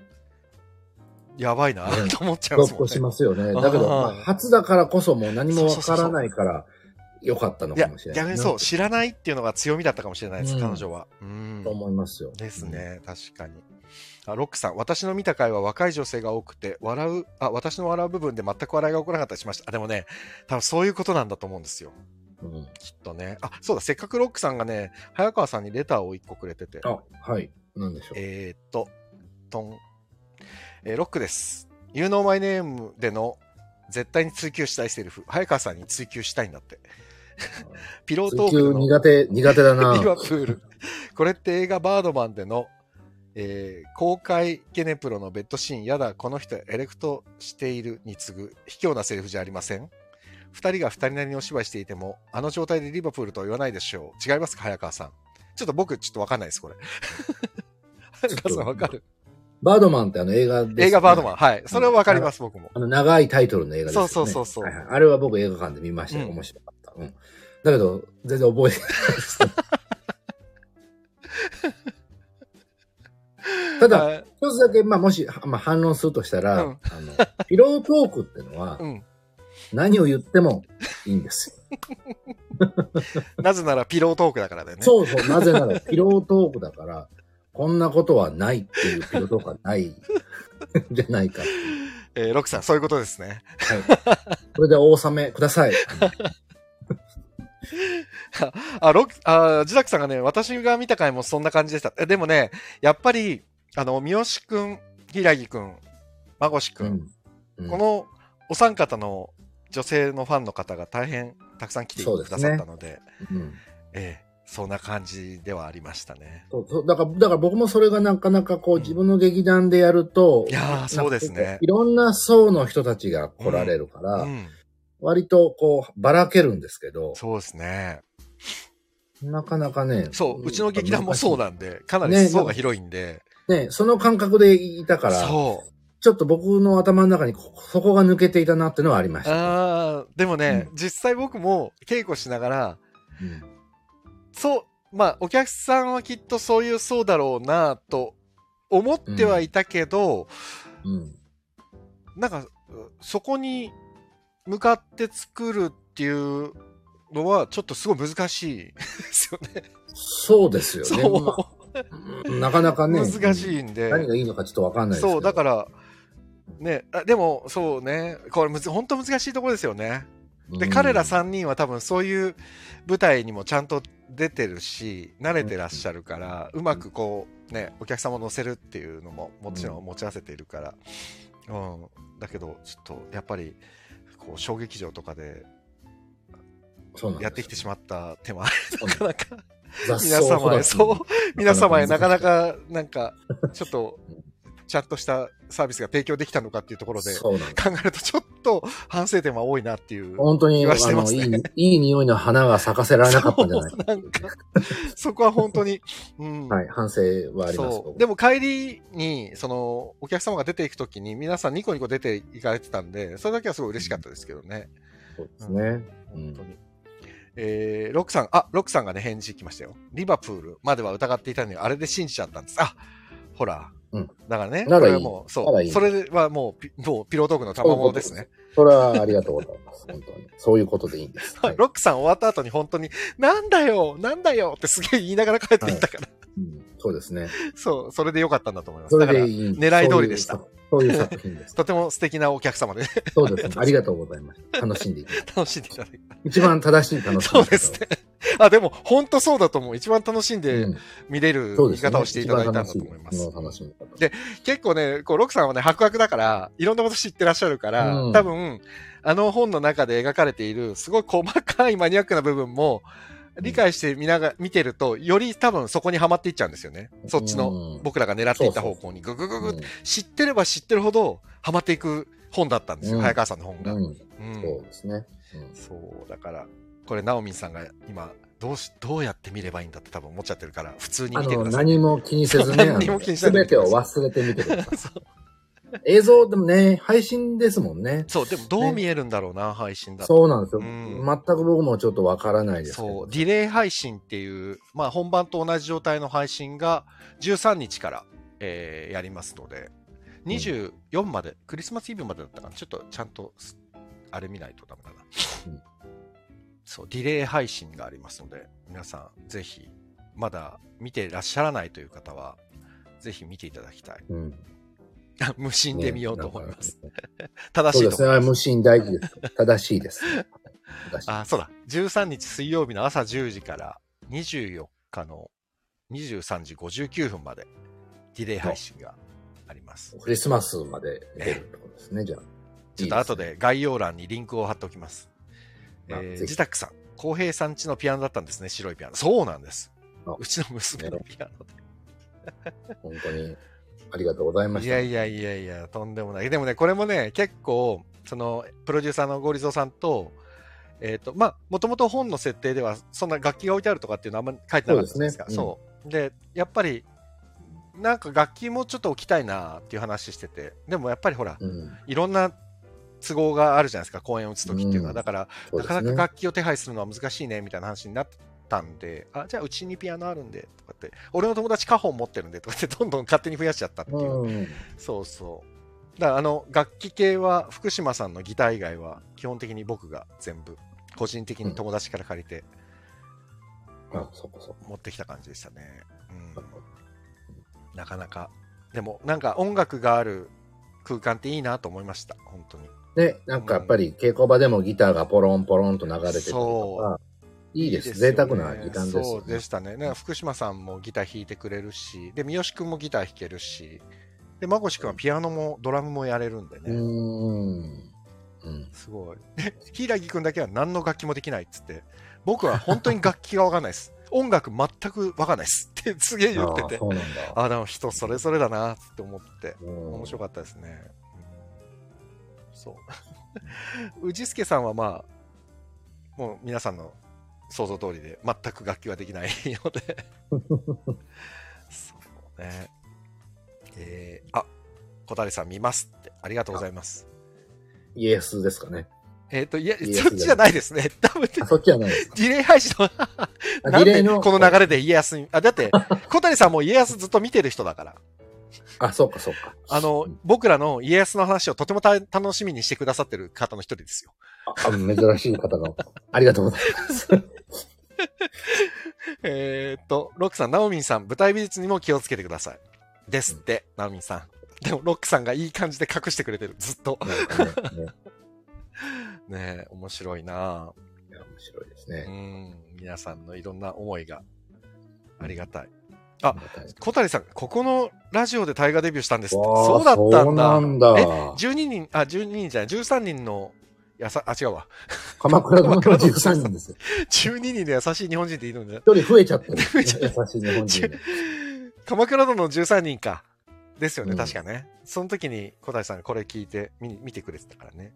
S1: やばいな、
S2: ね
S1: と思っちゃい
S2: ゾ
S1: ます
S2: ッ
S1: もんね。
S2: としますよね。だけど、
S1: あ
S2: ま
S1: ー
S2: あ、初だからこそもう何もわからないから、よかったの
S1: い
S2: か
S1: や
S2: もしれ、ない。
S1: 逆にそう、知らないっていうのが強みだったかもしれないです、彼女は。うん
S2: と。思いますよ。
S1: ですね、確かに。あロックさん、私の見た回は若い女性が多くて、笑う、あ、私の笑う部分で全く笑いが起こらなかったりしました。あ、でもね、多分そういうことなんだと思うんですよ。
S2: うん。うん
S1: きっとね。あ、そうだ、せっかくロックさんがね、早川さんにレターを1個くれてて。
S2: あ、はい。なんでしょう。
S1: えー、っと、トン、えーロックです。You know my name での絶対に追求したいセリフ、早川さんに追求したいんだって。ピロートー
S2: 追
S1: クで
S2: 求
S1: の
S2: 苦手、苦手
S1: (laughs)
S2: だな。
S1: リバプール。これって映画バードマンでの、えー公開ゲネプロのベッドシーン、やだ、この人エレクトしているに次ぐ卑怯なセリフじゃありません二人が二人なりにお芝居していても、あの状態でリバプールとは言わないでしょう。違いますか、早川さん。ちょっと僕、ちょっとわかんないです、
S2: (laughs)
S1: これ。早川さんわかる
S2: バードマンってあの映画です、
S1: 映画バードマン。
S2: ン。
S1: はい。それはわかります、僕も。
S2: あの長いタイトルの映画ですよね。
S1: そうそうそうそう
S2: はいはいあれは僕映画館で見ましたよ。
S1: うん
S2: 面白かった。うん。だけど、全然覚えてないです。
S1: (laughs)
S2: ただ、
S1: あ
S2: 一つだけ、まあ、もし、はまあ、反論するとしたら、
S1: うん
S2: あの、ピロートークってのは
S1: う、ん。
S2: 何を言ってもいいんですよ。
S1: なぜならピロートークだからだよね。
S2: そうそう、なぜなら、ピロートークだから、こんなことはないっていうピロートークはない、
S1: (laughs)
S2: じゃないか。
S1: えー、ロックさん、そういうことですね。
S2: はい。これでお納めください。
S1: あ、ロック、あー、ジダクさんがね、私が見た回もそんな感じでした。えでもね、やっぱり、あの、三好くん、平木くん、孫志くん、
S2: うん
S1: このお三方の女性のファンの方が大変たくさん来て
S2: そう
S1: く
S2: です
S1: だ
S2: ね
S1: さったので、
S2: うん
S1: ええ、そんな感じではありましたね。
S2: そうそうだから、だから僕もそれがなかなかこう、自分の劇団でやると、
S1: いやーそうですね
S2: いろんな層の人たちが来られるから、
S1: うん、
S2: 割とこう、ばらけるんですけど、
S1: そうですね。
S2: なかなかね。
S1: そう、うちの劇団もそうなんで、かな
S2: ね
S1: り層が広いんで、
S2: ね、その感覚でいたから、
S1: そう。
S2: ちょっと僕の頭の中にこそこが抜けていたなっていうのはありました。
S1: ああ、でもね、
S2: う
S1: 実際僕も稽古しながら、
S2: うん
S1: そう、まあ、お客さんはきっとそういうそうだろうなと思ってはいたけど、
S2: うん
S1: なんか、そこに向かって作るっていうのは、ちょっとすごい難しいですよね。
S2: そうですよね。
S1: (laughs) そう、
S2: まあなかなかね。
S1: 難
S2: い。
S1: しいんで。
S2: 何がいいのかちょっとわかんないですけど。
S1: そう、だから、ね、あでも、そうね、これむず、本当難しいところですよね。
S2: うん、
S1: で、彼ら3人は多分そういう舞台にもちゃんと出てるし、慣れてらっしゃるから、うまくこう、ね、お客様を乗せるっていうのももちろ
S2: うん
S1: 持ち合わせているから、うん、だけど、ちょっとやっぱり、こう、小劇場とかで
S2: そうなんですよ
S1: やってきてしまった手もある。
S2: そう
S1: な
S2: なん
S1: かなか、
S2: 雑草
S1: 皆様へ、
S2: 育
S1: そう、皆様へなかな
S2: 難し
S1: か、なんか、ちょっと、ちゃんとしたサービスが提供できたのかっていうところ
S2: い
S1: で、
S2: そうなんです。
S1: 考えるとちょっと反省点は多いなっていう。
S2: 本当に、
S1: 言
S2: あ
S1: わしてま
S2: の、
S1: す
S2: い
S1: ね
S2: い、いい匂いの花が咲かせられなかったんじゃな
S1: (laughs)
S2: い
S1: そうなんか、そこは本当
S2: (laughs)
S1: に、うん。
S2: はい、反省はあります。
S1: そう。でも帰りに、その、お客様が出ていくときに、皆さんニコニコ出ていかれてたんで、それだけはすごい嬉しかったですけどね。
S2: そうですね。
S1: 本当に。えー、ロックさん、あ、ロックさんがね、返事来ましたよ。リバプールまでは疑っていたのに、あれで信じちゃったんです。あ、ほら。
S2: うん
S1: だからね、
S2: なら
S1: これ
S2: いい
S1: はもう、
S2: な
S1: そ
S2: ら
S1: う。
S2: いい
S1: それはもうピ、もうピロートークの賜物ですね。
S2: それはありがとうございます。本当に。そういうことでいいんです。はい
S1: ロックさん終わった後に本当に、なんだよなんだよってすげえ言いながら帰っていったから、
S2: うんそうですね。
S1: (laughs) そう、それで良かったんだと思います。
S2: それ
S1: だから
S2: で、いい。
S1: 狙い通りでした
S2: そういう。そういう作
S1: (laughs)
S2: 品です。
S1: とても素敵なお客様で (laughs)
S2: そうですね。ありがとうございます。楽しんでいきます。
S1: 楽しんでいただいて。
S2: 一番正しい楽しみ方
S1: そ
S2: を。
S1: うですね。 (laughs) あ、でも、本当そうだと思う。一番楽しん
S2: う
S1: で
S2: ん。
S1: 見れる
S2: そう
S1: 見
S2: ですね。
S1: 方をしていただいたんだと思います。
S2: 一番楽しい楽しみ方。
S1: で結構ね、こう、ロックさんはね、白白だから、いろんなこと知ってらっしゃるから、
S2: うん
S1: 多分、あの本の中で描かれている、すごい細かいマニアックな部分も、理解して見ながら、見てると、より多分そこにはまっていっちゃうんですよね。そっちの
S2: の
S1: 僕らが狙っていた方向にググググって知ってれば知ってるほどハマっていく本だったんですよ、
S2: うん
S1: 早川さんの本が。
S2: う
S1: うん
S2: ん。そうですね。うん
S1: そうだからこれナオミンさんが今どうしどうやって見ればいいんだって多分思っちゃってるから普通に
S2: あ
S1: 見てく
S2: の、
S1: ださい。
S2: 何も気にせず
S1: (laughs)
S2: ね、
S1: 何も気にせず
S2: すべてを忘れてみてくださ
S1: そう
S2: い。映像でもね、配信ですもん
S1: (laughs)
S2: ね。
S1: そうでもどう見えるんだろうな、配信だと。
S2: そうなんですよ。
S1: うん
S2: 全く僕もちょっとわからないですけど。
S1: そうディレイ配信っていう、まあ、本番と同じ状態の配信が13日から、えーやりますので24まで、クリスマスイブまでだったかなちょっとちゃんとすあれ見ないとダメだな、
S2: うん
S1: そうディレイ配信がありますので皆さんぜひまだ見てらっしゃらないという方はぜひ見ていただきたい (laughs)
S2: うん。
S1: 無心で見ようと思います、
S2: ね。
S1: 正
S2: そ
S1: し
S2: う
S1: い
S2: で
S1: と
S2: す
S1: 思い
S2: ね。
S1: ま
S2: あれ
S1: す
S2: 無心大事です。正し
S1: (laughs)
S2: いです。正しい。
S1: あ、そうだ。13日水曜日の朝10時から24日の23時59分までディレイ配信があります。
S2: クリスマスまで出るってことですね、じゃあ。
S1: ちょっと後で概要欄にリンクを貼っておきます。
S2: まあ
S1: えー、
S2: ぜひ
S1: 自宅さん、浩平さん家のピアノだったんですね、白いピアノ。そうなんです
S2: あ。
S1: うちの娘のピアノ
S2: 本当にありがとうございま
S1: い
S2: した。
S1: やいやいやいや、とんでもない。でもね、これもね、結構、その、プロデューサーのゴリゾーさんと、えっ、と、まあ、もともと本の設定では、そんな楽器が置いてあるとかっていうのはあんまり書いてなかったんですが、そ,、
S2: そう
S1: で、やっぱり、なんか楽器もちょっと置きたいなっていう話してて、でもやっぱりほら、
S2: うん、
S1: いろんな都合があるじゃないですか、公演を打つときっていうのは。
S2: うん
S1: だから、
S2: そう
S1: な
S2: で
S1: か
S2: す
S1: な
S2: ね。
S1: か楽器を手配するのは難しいねみたいな話になったんで、あ、じゃあうちにピアノあるんで、とかって、俺の友達カホン持ってるんで、とかって、どんどん勝手に増やしちゃったっていう。
S2: うん。
S1: そうそう。だからあの楽器系は福島さんのギター以外は基本的に僕が全部個人的に友達から借りて
S2: あ、そこそこ。
S1: 持ってきた感じでしたね。うん、なかなか。でもなんか音楽がある空間っていいなと思いました、本当に。
S2: ね、なんかやっぱり稽古場でもギターがポロンポロンと流れてたりと
S1: そ
S2: か、いいです。
S1: よ
S2: 贅
S1: ね
S2: 沢な時間です
S1: そ
S2: よ
S1: うで
S2: ね。
S1: したね。なんか福島さんもギター弾いてくれるし、で、三好くんもギター弾けるし、で、まこしくんはピアノもドラムもやれるんで
S2: うー
S1: ね。
S2: ん。うん。
S1: すごい。 (laughs) 柊木君だけは何の楽器もできないっつって、僕は本当に楽器が分かんないです。 (laughs) 音楽全く分かんないです (laughs) ってすげえ言って
S2: あー
S1: て
S2: そ、うなんだ。
S1: ああ、でも人それぞれだなって思って、面
S2: 面
S1: 白
S2: かっ
S1: かったですね。うんそう。宇 (laughs) 治助さんはまあ、もう皆さんの想像通りで、全く楽器はできないので。
S2: (laughs)
S1: そうね。えー、あ小谷さん見ますって、ありがとうございます。
S2: た。イエスですかね。
S1: えっ、と、いや、
S2: いや
S1: そっちじゃないですね。 (laughs) 多分、
S2: あそっちはないですか。
S1: ディレイ配信の、
S2: あ
S1: (laughs) なん
S2: ディレ
S1: で
S2: イの。
S1: この流れで家康に、あ、だって、小谷さんも家康ずっと見てる人だから、
S2: あ、そうかそうか。
S1: あの
S2: う、
S1: 僕らの家康の話をとてもた楽しみにしてくださってる方の一人ですよ。 (laughs)
S2: あ珍しい方が。 (laughs) ありがとうございます。
S1: えーっと、ロックさん、ナオミンさん、舞台美術にも気をつけてください。ですって、ナオミンさん。でも、ロックさんがいい感じで隠してくれてる、ずっ (laughs) と。
S2: なんかねね
S1: ねえ、面白いなぁ。
S2: いや面白いです
S1: う
S2: ね。
S1: ん、皆さんのいろんな思いが、ありがたい。
S2: あ
S1: あ小谷さん、ここのラジオで大河デビューしたんですって。
S2: わあ
S1: そうだった
S2: そ
S1: ん
S2: う
S1: だ。
S2: なんだ
S1: え、12人、あ、12人じゃない、13人の、やさ、あ、違うわ。 (laughs)
S2: 鎌倉殿の13人ですよ。
S1: 12人で優しい日本人っているんだ。
S2: 一人増えちゃったんです
S1: 増え
S2: ね。
S1: ちゃ
S2: 優しい日本人が。
S1: 鎌倉殿の13人か。ですよね、
S2: うん
S1: 確かね。その時に小谷さんがこれ聞いて、見に見てくれてたからね。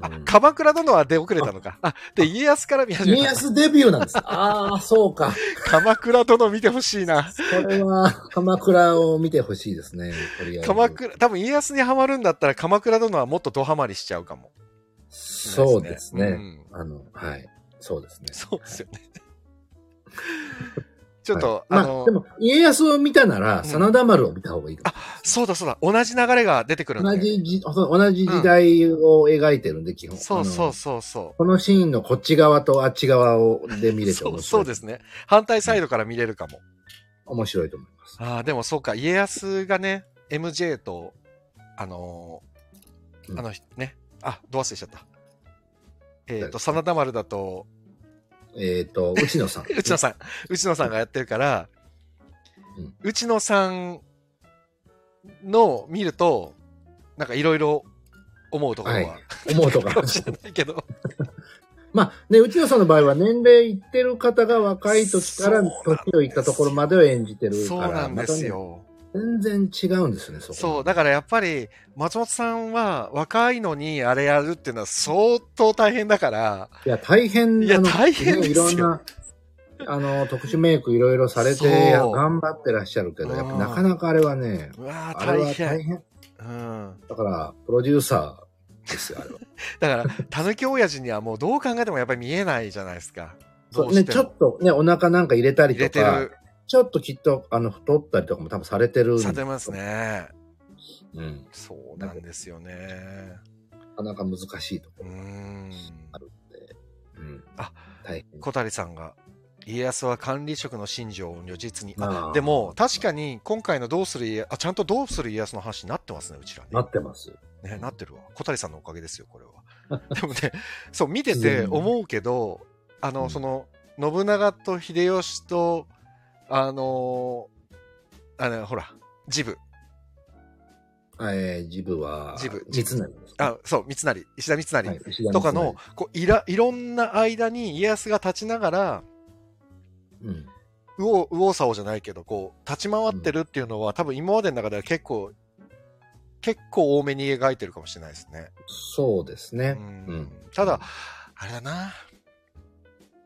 S1: あ、
S2: うん
S1: 鎌倉殿は出遅れたのか。あ、で、家康から見始
S2: 家
S1: めた。
S2: 康デビューなんです。ああ、そうか。
S1: 鎌倉殿見てほしいな。
S2: これは、鎌倉を見てほしいですね。とりあえず。
S1: 鎌倉、多分家康にハマるんだったら鎌倉殿はもっとドハマりしちゃうかも。
S2: そうです
S1: う
S2: ね。
S1: ん
S2: あの、はい。そうですね。
S1: そうですよね。 (laughs) ちょっと、
S2: はい
S1: あの、
S2: まあ、でも、家康を見たなら、
S1: ん
S2: 真田丸を見た方がいいかも
S1: そうだそうだ、同じ流れが出てくるん
S2: 同
S1: で。
S2: じじ、同じ時代を描いてるんで、基本。
S1: そう
S2: あ
S1: そ
S2: の
S1: う。そうそ
S2: このシーンのこっち側とあっち側をで見
S1: う。
S2: れて
S1: そ
S2: 面白
S1: う
S2: い。
S1: そうですね。反対サイドから見れるかも。
S2: 面白いと思います。
S1: ああ、でもそうか、家康がね、MJ と、あのー
S2: うん
S1: あの人ね、あ、ど忘れしちゃった。えっ、
S2: 誰
S1: と、
S2: ですか
S1: 真田丸だと、
S2: え
S1: (laughs)
S2: っ、と、内野さん。
S1: 内野さん、内野さんがやってるから
S2: うん、
S1: 内野さんの見ると、なんかいろいろ思うところは、
S2: はい思うと
S1: か
S2: か
S1: も。しれないけど。
S2: まあね、内野さんの場合は年齢いってる方が若い時から年をいったところまでを演じてるから。
S1: そうなんですよ。
S2: またね全然違うんですね、そこ。
S1: そう、だからやっぱり、松本さんは若いのにあれやるっていうのは相当大変だから、
S2: いや、大変
S1: いや
S2: あの
S1: 大変ですよ
S2: ねいろんな、あの、特殊メイクいろいろされ
S1: そう
S2: て、や頑張ってらっしゃるけど、やっ
S1: う
S2: ぱ
S1: ん
S2: なかなかあれはね、
S1: うわ
S2: あ
S1: ー
S2: れ
S1: 大
S2: は大
S1: 変。
S2: 変。
S1: うん。
S2: だから、プロデューサーですよ、
S1: (laughs)
S2: あれは。
S1: だから、たぬき親父にはもうどう考えてもやっぱり見えないじゃないですか。
S2: そ
S1: ど
S2: う
S1: うし
S2: ね、
S1: て
S2: ち
S1: も
S2: ょっとね、お腹なんか入れたり
S1: 入れ
S2: と
S1: て
S2: か
S1: る、、
S2: ちょっときっと、あの、太ったりとかも多分されてるん
S1: さてます。ね。
S2: うん。
S1: そうなんですよね。
S2: なかなか難しいとこ
S1: うーん。
S2: あるんで。うん。
S1: あ、
S2: 大変。
S1: 小谷さんが、家康は管理職の信条を如実に。
S2: まあ
S1: でも、確かに今回のどうする家、あ、ちゃんとどうする家康の話になってますね、うちらね。
S2: なってます。
S1: ね、なってるわ。小谷さんのおかげですよ、これは。 (laughs) でもね、そう、見てて思うけど、あ
S2: う
S1: の、
S2: ん
S1: その、信長と秀吉と、あのーあの、ほら、ジブ、
S2: えー、ジブは、
S1: ジブ
S2: 三成です。
S1: あ、そう、三成、石田三成、
S2: はい、石田三成
S1: とかの、、こういら、いろんな間に家康が立ちながら、
S2: うん。
S1: 右往右往左往じゃないけど、こう、立ち回ってるっていうのは、多分今までの中では結構、結構多めに描いてるかもしれないですね。
S2: そうですね。
S1: う
S2: うんん、
S1: ただ、あれだな。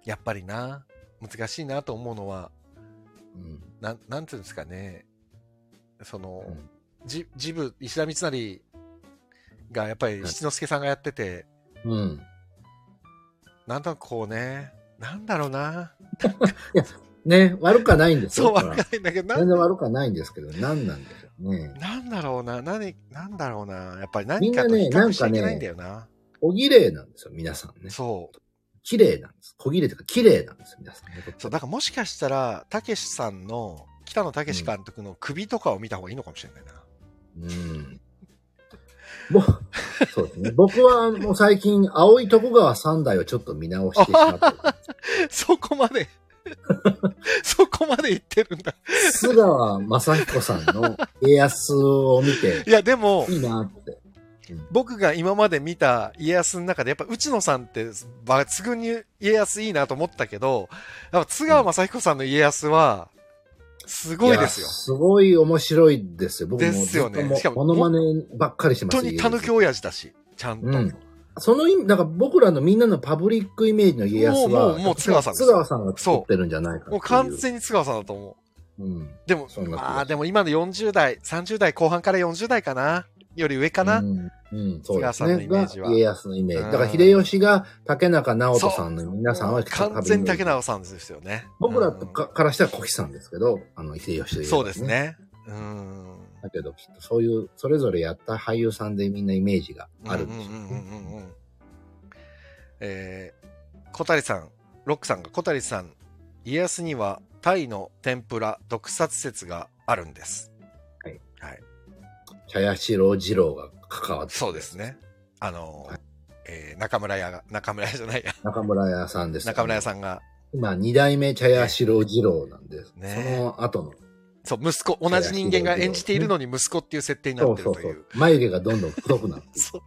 S1: やっぱりな。難しいなと思うのは、
S2: うん。
S1: なん、なんていうんですかね。その、
S2: うん
S1: じ、ジブ、石田三成がやっぱり
S2: はい
S1: 七之助さんがやってて、
S2: うん。
S1: なんとなくこうね、なんだろうな。
S2: ね、悪くはないんです
S1: そう、
S2: よ。
S1: 悪くないんだけど、な
S2: 全
S1: ん
S2: 然悪くはないんですけど、何なんでしょうね。
S1: なんだろうな。何、なんだろうな。やっぱり何
S2: みん
S1: か
S2: な
S1: と比
S2: ね
S1: 較しちゃいけないんだよな。
S2: 小綺麗なんですよ、皆さんね。
S1: そう。
S2: 綺麗なんです。小綺麗というか、綺麗なんですよ、皆さんね。
S1: そう、だからもしかしたら、たけしさんの、北野たけし監督の首とかを見た方がいいのかもしれないな。 (laughs)
S2: うん。もう、そうですね。僕はもう最近、青い徳川三代をちょっと見直してしまった。
S1: そこま
S2: (laughs)
S1: で、そこまで言ってるんだ。 (laughs)
S2: 須川正彦さんの家康を見て、
S1: いや、でも、
S2: いいなって。
S1: 僕が今まで見た家康の中で、やっぱ内野さんって抜群に家康いいなと思ったけど、やっぱ津川雅彦さんの家康は、すごいですよ
S2: や。すごい面白いですよ。僕
S1: で
S2: も
S1: すよね
S2: ずっともう
S1: しかも
S2: モノマネばっかりしてます
S1: 本当に狸親父だし、ちゃんと。
S2: うんその意味、なんか僕らのみんなのパブリックイメージの家
S1: も
S2: 康は、
S1: うもうもう津川さんです
S2: 津川さんが作ってるんじゃないかっていう。
S1: もう完全に津川さんだと思う。
S2: うん。
S1: でも
S2: そん、な気が
S1: まあでも今の40代、30代後半から40代かなより上かな、
S2: うん、うん、そう
S1: 菅
S2: です
S1: さんの
S2: ね。
S1: イメージは
S2: が家康のイメージ。
S1: うん
S2: だから秀吉が竹中直人さんの皆さんは
S1: 完全に竹
S2: 直
S1: 直さんですよね。
S2: 僕ら
S1: うん
S2: かからしたら小木さんですけど、あの、秀吉といえば
S1: そうです。ね。うん。
S2: だけど、きっとそういう、それぞれやった俳優さんでみんなイメージがあるん
S1: うん
S2: で
S1: う
S2: しょうん
S1: うんうんうん
S2: ね。
S1: うん。えー、小谷さん、ロックさんが小谷さん、家康にはタイの天ぷら、毒殺説があるんです。
S2: 茶屋四郎二郎が関わって、
S1: そうです。ね。あのー
S2: はい
S1: えー中村屋が、中村屋じゃないや、
S2: 中村屋さんです、
S1: 中村屋
S2: ん。
S1: さんが、
S2: 今、二代目茶屋四郎二郎なんです。
S1: ね
S2: その後の。
S1: そう、息子、同じ人間が演じているのに息子っていう設定にな
S2: そ
S1: っ
S2: う
S1: て
S2: そ
S1: る
S2: う
S1: と
S2: そ
S1: いう
S2: う。。眉毛がどんどん太くなってい
S1: そう
S2: く。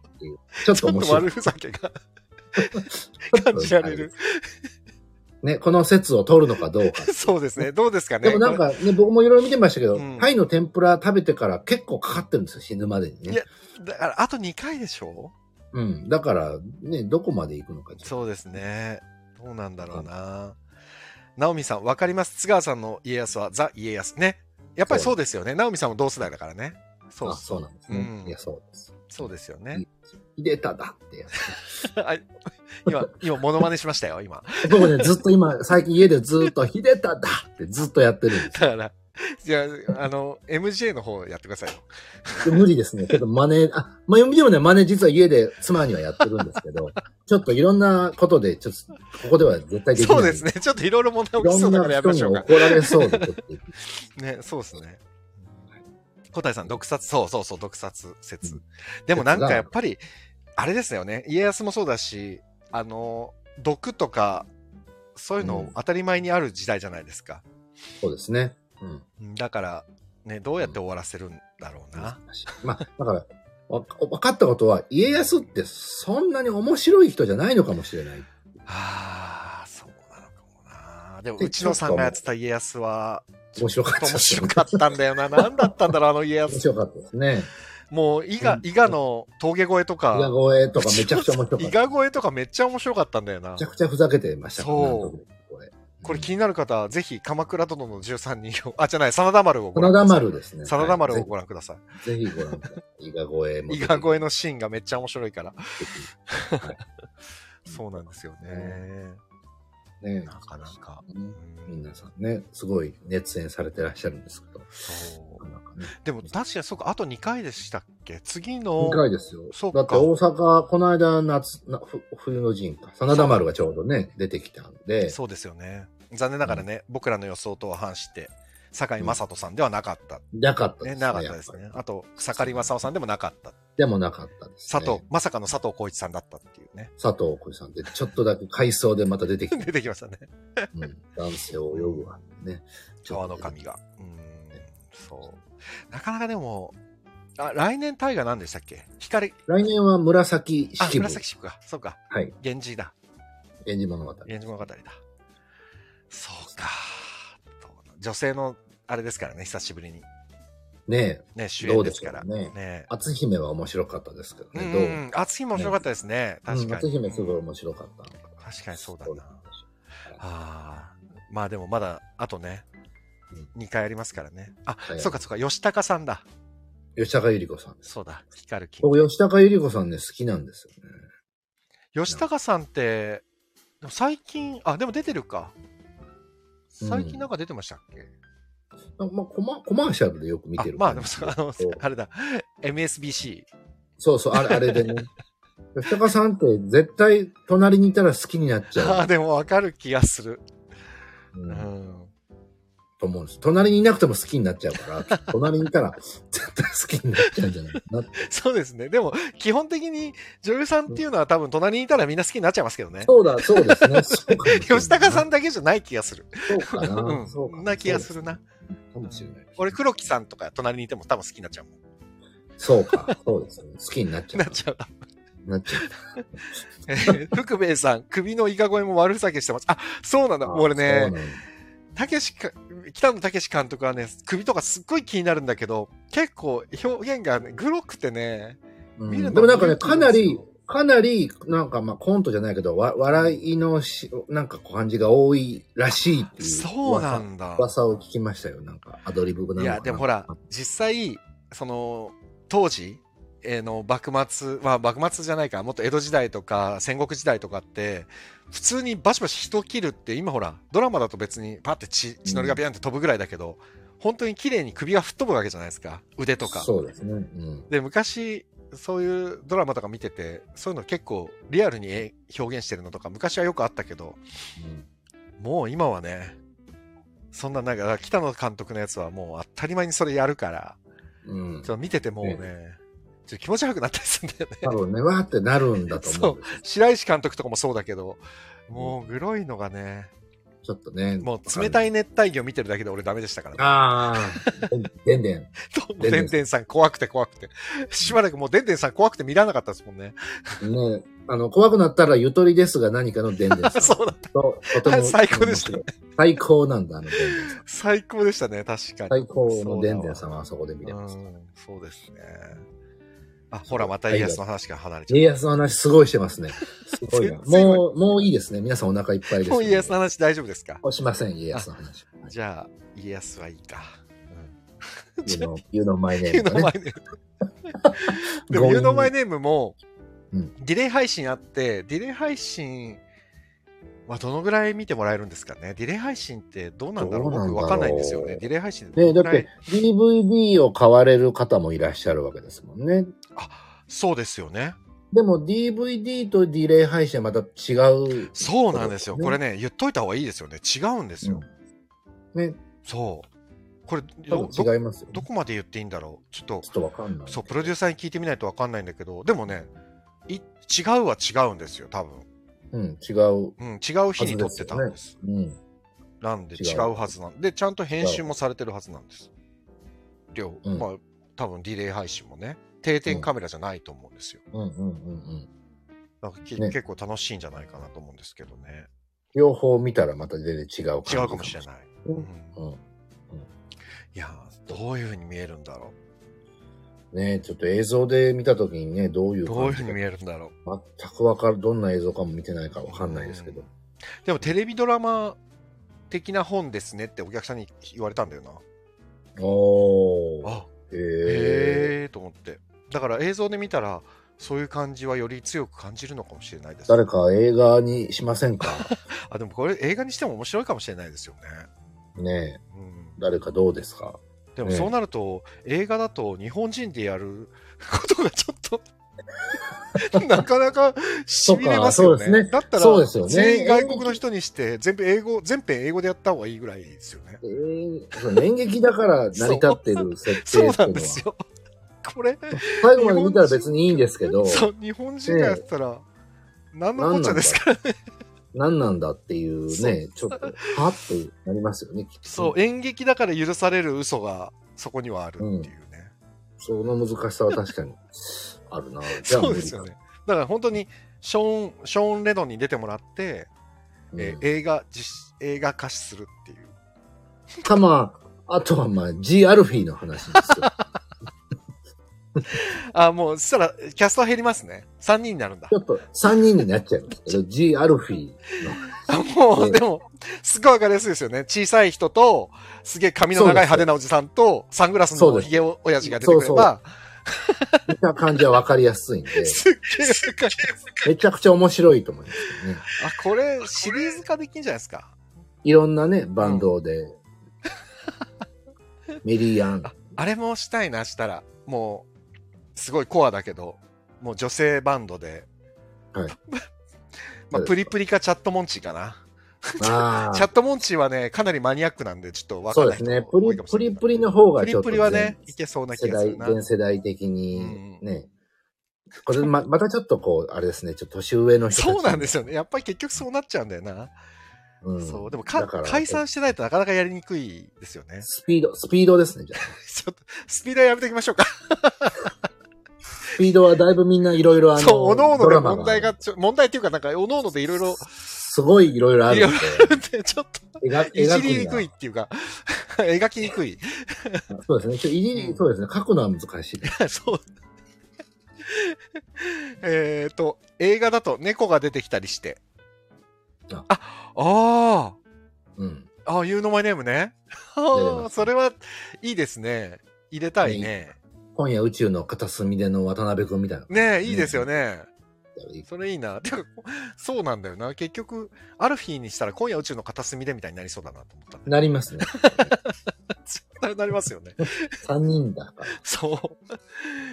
S2: ちょ
S1: (laughs)
S2: っ
S1: ち
S2: と
S1: ょっ
S2: 面
S1: と
S2: 白い。
S1: 悪ふざけが (laughs) 感じられる。
S2: ね、この説を取るのかどうか。
S1: そうですね。どうですかね。
S2: でもなんかね、僕もいろいろ見てましたけど、
S1: うん
S2: タイの天ぷら食べてから結構かかってるんですよ、死ぬまでに
S1: いや
S2: ね。
S1: だから、あと2回でしょ
S2: うん。だから、ね、どこまで行くのか。
S1: そうですね。どうなんだろうな。ナオミさん、わかります。津川さんの家康はザ・家康ね。やっぱりそうですよね。ナオミさんも同世代だからね。そう
S2: あ、そうなんですね。
S1: うん
S2: いや、そうです。
S1: そうですよね。
S2: 入れただってやつ。
S1: (laughs) あ今、今、モノマネしましたよ、今。
S2: 僕ね、ずっと今、最近家でずっと、秀でただってずっとやってるんで
S1: だから、じゃあ、あの、MJ の方やってくださいよ。
S2: すよ。無理ですね。ちょっと真似、あ、まあ、でもね、真似実は家で妻にはやってるんですけど、ちょっといろんなことで、ちょっと、ここでは絶対できない。
S1: そうです。ね。ちょっといろいろ問題
S2: い
S1: 起き
S2: ろ
S1: そうんだから
S2: な
S1: やめま
S2: 人に
S1: しょうか。
S2: 怒られそうで、ちょっと言って
S1: ね、そうですね。小谷さん、毒殺、そうそうそう、毒殺
S2: う
S1: 説
S2: ん。
S1: でもなんかやっぱり、あれですよね、家康もそうだし、あの、毒とか、そういう
S2: う
S1: の
S2: ん
S1: 当たり前にある時代じゃないですか。
S2: そうですね。うん。
S1: だから、ね、どうやって終わらせるんだろうな。
S2: まあ、だから、わ分かったことは、家康ってそんなに面白い人じゃないのかもしれない。
S1: はあ、そうなのかもな。でも、
S2: で
S1: 内野さんがやってた家康は、
S2: 面白かった
S1: 面
S2: ですね
S1: 白かったんだ (laughs) よな。何だったんだろう、あの家
S2: 面
S1: 康。
S2: 白かったですね。
S1: もう、伊賀、伊賀の峠越えと
S2: 伊賀
S1: か、
S2: 越えとかめちゃくちゃ面白か
S1: 伊
S2: った。
S1: 賀越えとかめっちゃ面白かったんだよな
S2: めちゃ。くちゃふざけてましたからね
S1: そう
S2: あの時これ。
S1: これ
S2: うん
S1: 気になる方は、ぜひ、鎌倉殿の13人を、あ、じゃない、真田丸をご覧
S2: 真
S1: くだ
S2: 田
S1: さい。
S2: 丸ですね。
S1: 真田丸
S2: は
S1: を
S2: い
S1: ご覧くださ
S2: ぜひぜひご覧ください。伊賀越えも。
S1: い。伊賀越え
S2: の。
S1: のシーンがめっちゃ面白いから。
S2: はい
S1: そうなんですよね。
S2: ね
S1: なかなか。うん
S2: 皆さんね、すごい熱演されてらっしゃるんですけど。
S1: そう
S2: なんかね
S1: でも、確かにそうか、あと2回でしたっけ次の
S2: 2、回ですよ。
S1: そうか
S2: だって大阪、この間夏、なふ冬の陣か。真田丸がちょうどね、出てきたんで。
S1: そうですよね。残念ながらね、僕らの予想とは反して、堺井雅人さんではなかった。
S2: なかった
S1: ね、
S2: です
S1: なかったです
S2: や
S1: ね
S2: っ。ぱ
S1: あと、草刈正雄さんでもなかった。
S2: りでもなかったです、
S1: 佐
S2: ね。
S1: 藤、まさかの佐藤浩市さんだったっていうね。
S2: 佐藤小さんで、ちょっとだけ海藻でまた
S1: (laughs)
S2: 出てきて、
S1: 出てきましたね。
S2: うん、男性を泳ぐわ。ね。ちょ
S1: 川
S2: っと
S1: の神が。うーん、そう。なかなかでも、あ来年大河何でしたっけ光、
S2: 来年は紫
S1: あ、
S2: 式部。
S1: 紫色か。そうか。
S2: はい。
S1: 源氏だ。
S2: 源氏物語。
S1: 源氏物語だ。そうか。どうな女性の、あれですからね、久しぶりに。
S2: ねえ、
S1: ね、主
S2: ど
S1: 演
S2: う
S1: で
S2: ですす
S1: か。
S2: からね
S1: ね。
S2: 篤姫は面白かったですけど
S1: うん
S2: ね。
S1: う
S2: どう、
S1: ん、厚日も面白かったですね。確
S2: うん
S1: かに。
S2: 篤姫すごい
S1: うん
S2: 面白かった。
S1: 確かにそうだ
S2: ど
S1: な。
S2: なんでしょ
S1: ああ。まあでもまだ、あとね
S2: うん、
S1: 2回ありますからね。あ、
S2: はい
S1: そうかそうか、吉高さんだ。
S2: う吉高由里子さんです。
S1: そうだ、光る金。
S2: 僕、吉高由里子さんね、好きなんですよね。
S1: 吉高さんって、でも最近、あ、でも出てるか。最
S2: う
S1: 近
S2: ん
S1: なんか出てましたっけ、
S2: まあ、コマコマーシャルでよく見
S1: あ
S2: てる
S1: まあ
S2: 感
S1: でも
S2: じ
S1: そうあの
S2: そう、
S1: あれだ、MSBC。
S2: そうそう、あれ、あ
S1: (laughs)
S2: れでね。吉高さんって絶対隣にいたら好きになっち
S1: あ
S2: ゃ
S1: あ、でもわかる気がする。
S2: う、う、
S1: (laughs) うんん。
S2: と思うんです。隣にいなくても好きになっちゃうから、隣にいたら絶対好きになっちゃうんじゃないかなって。
S1: そうですね。でも、基本的に女優さんっていうのは多分隣にいたらみんな好きになっちゃいますけどね。
S2: そうだ、そうですね。そうかもしれない
S1: 吉高さんだけじゃない気がする。
S2: そうか
S1: う
S2: な。
S1: ん。
S2: そ
S1: そう
S2: か
S1: んな気がするな。。
S2: かもしれない。
S1: 俺、黒木さんとか隣にいても多分好きになっちゃうもん。
S2: そうか、そうですね。好きになっちゃ
S1: なっ
S2: う。
S1: ち
S2: (laughs)
S1: ゃう。
S2: なっちゃう。
S1: えー福兵衛さん、首のイカ声も悪ふざけしてます。あ、そうなんだ。俺
S2: そうな
S1: ね
S2: ん、だ。
S1: たけしか、北野武監督はね、首とかすっごい気になるんだけど、結構表現がね、グロくてね、
S2: うん
S1: 見るの
S2: でもなんかね、
S1: 勇気
S2: かな
S1: です
S2: り
S1: よ、
S2: かなり、なんかまあコントじゃないけど、わ笑いのし、なんかこう感じが多いらしいっていう噂。
S1: そうなんだ。
S2: 噂を聞きましたよ。なんかアドリブなのか
S1: い
S2: な
S1: や、でもほら、実際、その、当時、えーの幕末、まあ幕末じゃないか、もっと江戸時代とか戦国時代とかって、普通にバシバシ人切るって、今ほら、ドラマだと別にパって血血のりがビャンって飛ぶぐらいだけど、本当に綺麗に首が吹っ飛ぶわけじゃないですか、腕とか。
S2: そうですね。うん。
S1: で、昔、そういうドラマとか見てて、そういうの結構リアルにえ表現してるのとか、昔はよくあったけど、もう今はね、そんななんか、北野監督のやつはもう当たり前にそれやるから、
S2: うん。うん
S1: ちょっと見ててもうね、ちょっと気持ち悪くなったりするんだよね。
S2: 多分ね、わーってなるんだと思うんですよ
S1: 白石監督とかもそうだけど、もうグロいのがね、
S2: ちょっとね。
S1: もう冷た
S2: い。
S1: い熱帯魚見てるだけで俺ダメでしたからね。
S2: ああ、でんでん。
S1: どうも
S2: でんで
S1: (laughs) でん
S2: ん
S1: でんさん怖くて怖くて。しばらくもうでんでんさん怖くて見られなかったですもんね。
S2: ねあの、怖くなったらゆとりですが何かのでんでんさ
S1: (laughs)
S2: ん。
S1: そうだ、
S2: ととても
S1: 最高でしたね
S2: 最高なんだ、あのでんでんさん。
S1: 最高でしたね、確かに。
S2: 最高のでんでんさん
S1: は
S2: はあそこで見れます。
S1: そうですね。あ、ほら、また家康の話から離れちゃ
S2: 家康の話すごいしてますね。すごいな。
S1: (laughs) 全然
S2: もう、もういいですね。皆さんお腹いっぱいで
S1: う。
S2: す。
S1: もう家康の話大丈夫ですか
S2: おしません、家康の
S1: (laughs)
S2: 話。
S1: じゃあ、家康はいいか。
S2: You (laughs) know, you know my
S1: ユ
S2: name
S1: ノ
S2: とか
S1: マ
S2: ね。
S1: イネーム。 (laughs) でも、ユノマイネームも
S2: うん、
S1: ディレイ配信あって、ディレイ配信はどのぐらい見てもらえるんですかねディレイ配信ってどうなんだろう
S2: どうなんだろう
S1: 僕わかんないんですよね。ディレイ配信ど
S2: ね
S1: の
S2: だ
S1: ぐ
S2: っ
S1: らい
S2: て DVD を買われる方もいらっしゃるわけですもんね。
S1: そうですよね。
S2: でも DVD とディレイ配信はまた違う。
S1: そうなんですよ。
S2: ね
S1: これね、言っといた方がいいですよね。違うんですよ。
S2: ね、
S1: そう。これど、
S2: 多
S1: ど
S2: 分違いますよね、
S1: どこまで言っていいんだろうちょっと
S2: ちょっとわかんない。
S1: そう、プロデューサーに聞いてみないと分かんないんだけど、でもね、い違うは違うんですよ、多分。
S2: うん、違う。
S1: うん、違う日に撮ってたんです。
S2: うん。
S1: なんで
S2: 違
S1: 違
S2: う
S1: うはずなんで、ちゃんと編集もされてるはずなんです。両、
S2: うん
S1: まあ、多分ディレイ配信もね、定点カメラじゃないと思うんですよ。
S2: うんうんうんうん。
S1: なんかき
S2: ね
S1: 結構楽しいんじゃないかなと思うんですけどね。
S2: 両方見たらまた全然違う感じ
S1: 違うかもしれない。
S2: うん
S1: うん、
S2: うん。
S1: いやー、どういうふうに見えるんだろ
S2: ねちょっと映像で見たときにね、どういう
S1: う。どういうふ
S2: 感
S1: う
S2: じ
S1: に
S2: か
S1: 見えるんだろう。
S2: 全くわかる、どんな映像かも見てないからわかんないですけど。
S1: でもテレビドラマ的な本ですねってお客さんに言われたんだよな。
S2: おー。
S1: あ
S2: へえ。
S1: へえと思ってだから映像で見たらそういう感じはより強く感じるのかもしれないです
S2: 誰か映画にしませ
S1: (laughs)
S2: んか
S1: あでもこれ映画にしても面白いかもしれないですよね、
S2: ね
S1: うん、
S2: 誰かどうですか
S1: でも
S2: ね
S1: そうなると、映画だと日本人でやること (laughs) がちょっとなかなかしびれますよね
S2: そうかそうですね
S1: だった
S2: そう
S1: ら
S2: ですよね
S1: 全員外国の人にして全部英語全編英語でやった方がいいぐらいですよね
S2: えーそう演劇だから成り立ってる設
S1: そ
S2: 定
S1: う
S2: って
S1: ないん
S2: う
S1: で
S2: の
S1: す
S2: は、
S1: よこれ
S2: 最後まで見たら別にいいんですけど、
S1: そう日本人がやってたら何のこっちゃですから
S2: 何なんだっていうね、ちょっと、はってなりますよね、きっと。
S1: そう、演劇だから許される嘘がそこにはあるっていうね。
S2: その難しさは確かにあるな。じゃあ
S1: (laughs) そうですよね。だから本当にショーン、ショーン・レドンに出てもらって、
S2: 無理
S1: えー
S2: か
S1: 映画実、映画化するっていう。
S2: うんかまあ、あとはまあ、G アルフィーの話ですよ。
S1: あ、もう、そしたら、キャストは減りますね。3人になるんだ
S2: ち。ょっと3人になっちゃうんですけ
S1: (laughs)
S2: ど、G アルフィー
S1: あ (laughs) も
S2: え
S1: う、
S2: え
S1: でも、すごいわかりやすいですよね。小さい人と、すげえ髪の長い
S2: そう
S1: 派
S2: です
S1: 手なおじさんと、サングラス
S2: そう
S1: の
S2: です
S1: ヒゲお親父が出てくれば、
S2: 見た感じはわかりやす
S1: (laughs)
S2: いんで、
S1: すっげえわかる。
S2: めちゃくちゃ面白いと思いますけどね。
S1: あ、これ、シリーズ化できんじゃないですか。
S2: いろんなね、バンドで。
S1: (laughs)
S2: メリーアン。
S1: あれもしたいな、したら。もう、すごいコアだけど、もう女性バンドで。
S2: はい。
S1: (laughs) まあ、プリプリかチャットモンチーかな。
S2: あ
S1: チャ
S2: あ。
S1: ットモンチーはね、かなりマニアックなんで、ちょっとわかん
S2: そう
S1: な
S2: で
S1: い人
S2: すね。
S1: も
S2: プ
S1: 多い
S2: リ
S1: かもし
S2: プ
S1: れ
S2: リ
S1: ない
S2: プリの方が
S1: プ
S2: ち
S1: リ
S2: ょっと
S1: プ
S2: 全
S1: リはね、いけそうな気
S2: 世
S1: がす
S2: 代、
S1: るな。
S2: 全世代的
S1: う
S2: に
S1: ん
S2: ね。これま、またちょっとこう、あれですね、ちょっと年上の人たち
S1: そうなんですよね。やっぱり結局そうなっちゃうんだよな。
S2: うん
S1: そう。でもか
S2: だから
S1: 解散してないとなかなかやりにくいですよね。 (laughs)
S2: スピード、スピードですね、じゃあ。
S1: ちょっと、スピードはやめておきましょうか。
S2: スピードはだいぶみんないろいろあ
S1: (laughs)
S2: の、
S1: そう、おのおの
S2: ド
S1: で
S2: ラマ
S1: 問題が、ちょ問題っていうか、なんか、おのおのでいろい
S2: (laughs)
S1: ろ、
S2: すごいいろいろあるんで、
S1: でちょっと、
S2: 描
S1: い
S2: 描
S1: じ
S2: く
S1: り
S2: に
S1: に
S2: は
S1: くいっていうか、 (laughs) 描きにく
S2: (laughs)
S1: い。
S2: そうですね。ちょいじり、そうですね。書くのは難しいです。
S1: そう。 (laughs) えっと、映画だと猫が出てきたりして。あ
S2: あ、
S1: あ
S2: うん。
S1: あ、ああ、You know my name ね。
S2: やり
S1: あ
S2: ま
S1: あ
S2: す
S1: それはいいですね。入れたいね。
S2: 今夜宇宙の片隅での渡辺くんみたいな。
S1: ねえ、いいですよね。
S2: い
S1: それいいな。てか、そうなんだよな。結局、アルフィーにしたら今夜宇宙の片隅でみたいになりそうだなと思った。
S2: なりま
S1: (laughs)
S2: すね。
S1: 絶対 (laughs) なります
S2: (laughs)
S1: よね。
S2: 3人だから。
S1: そう。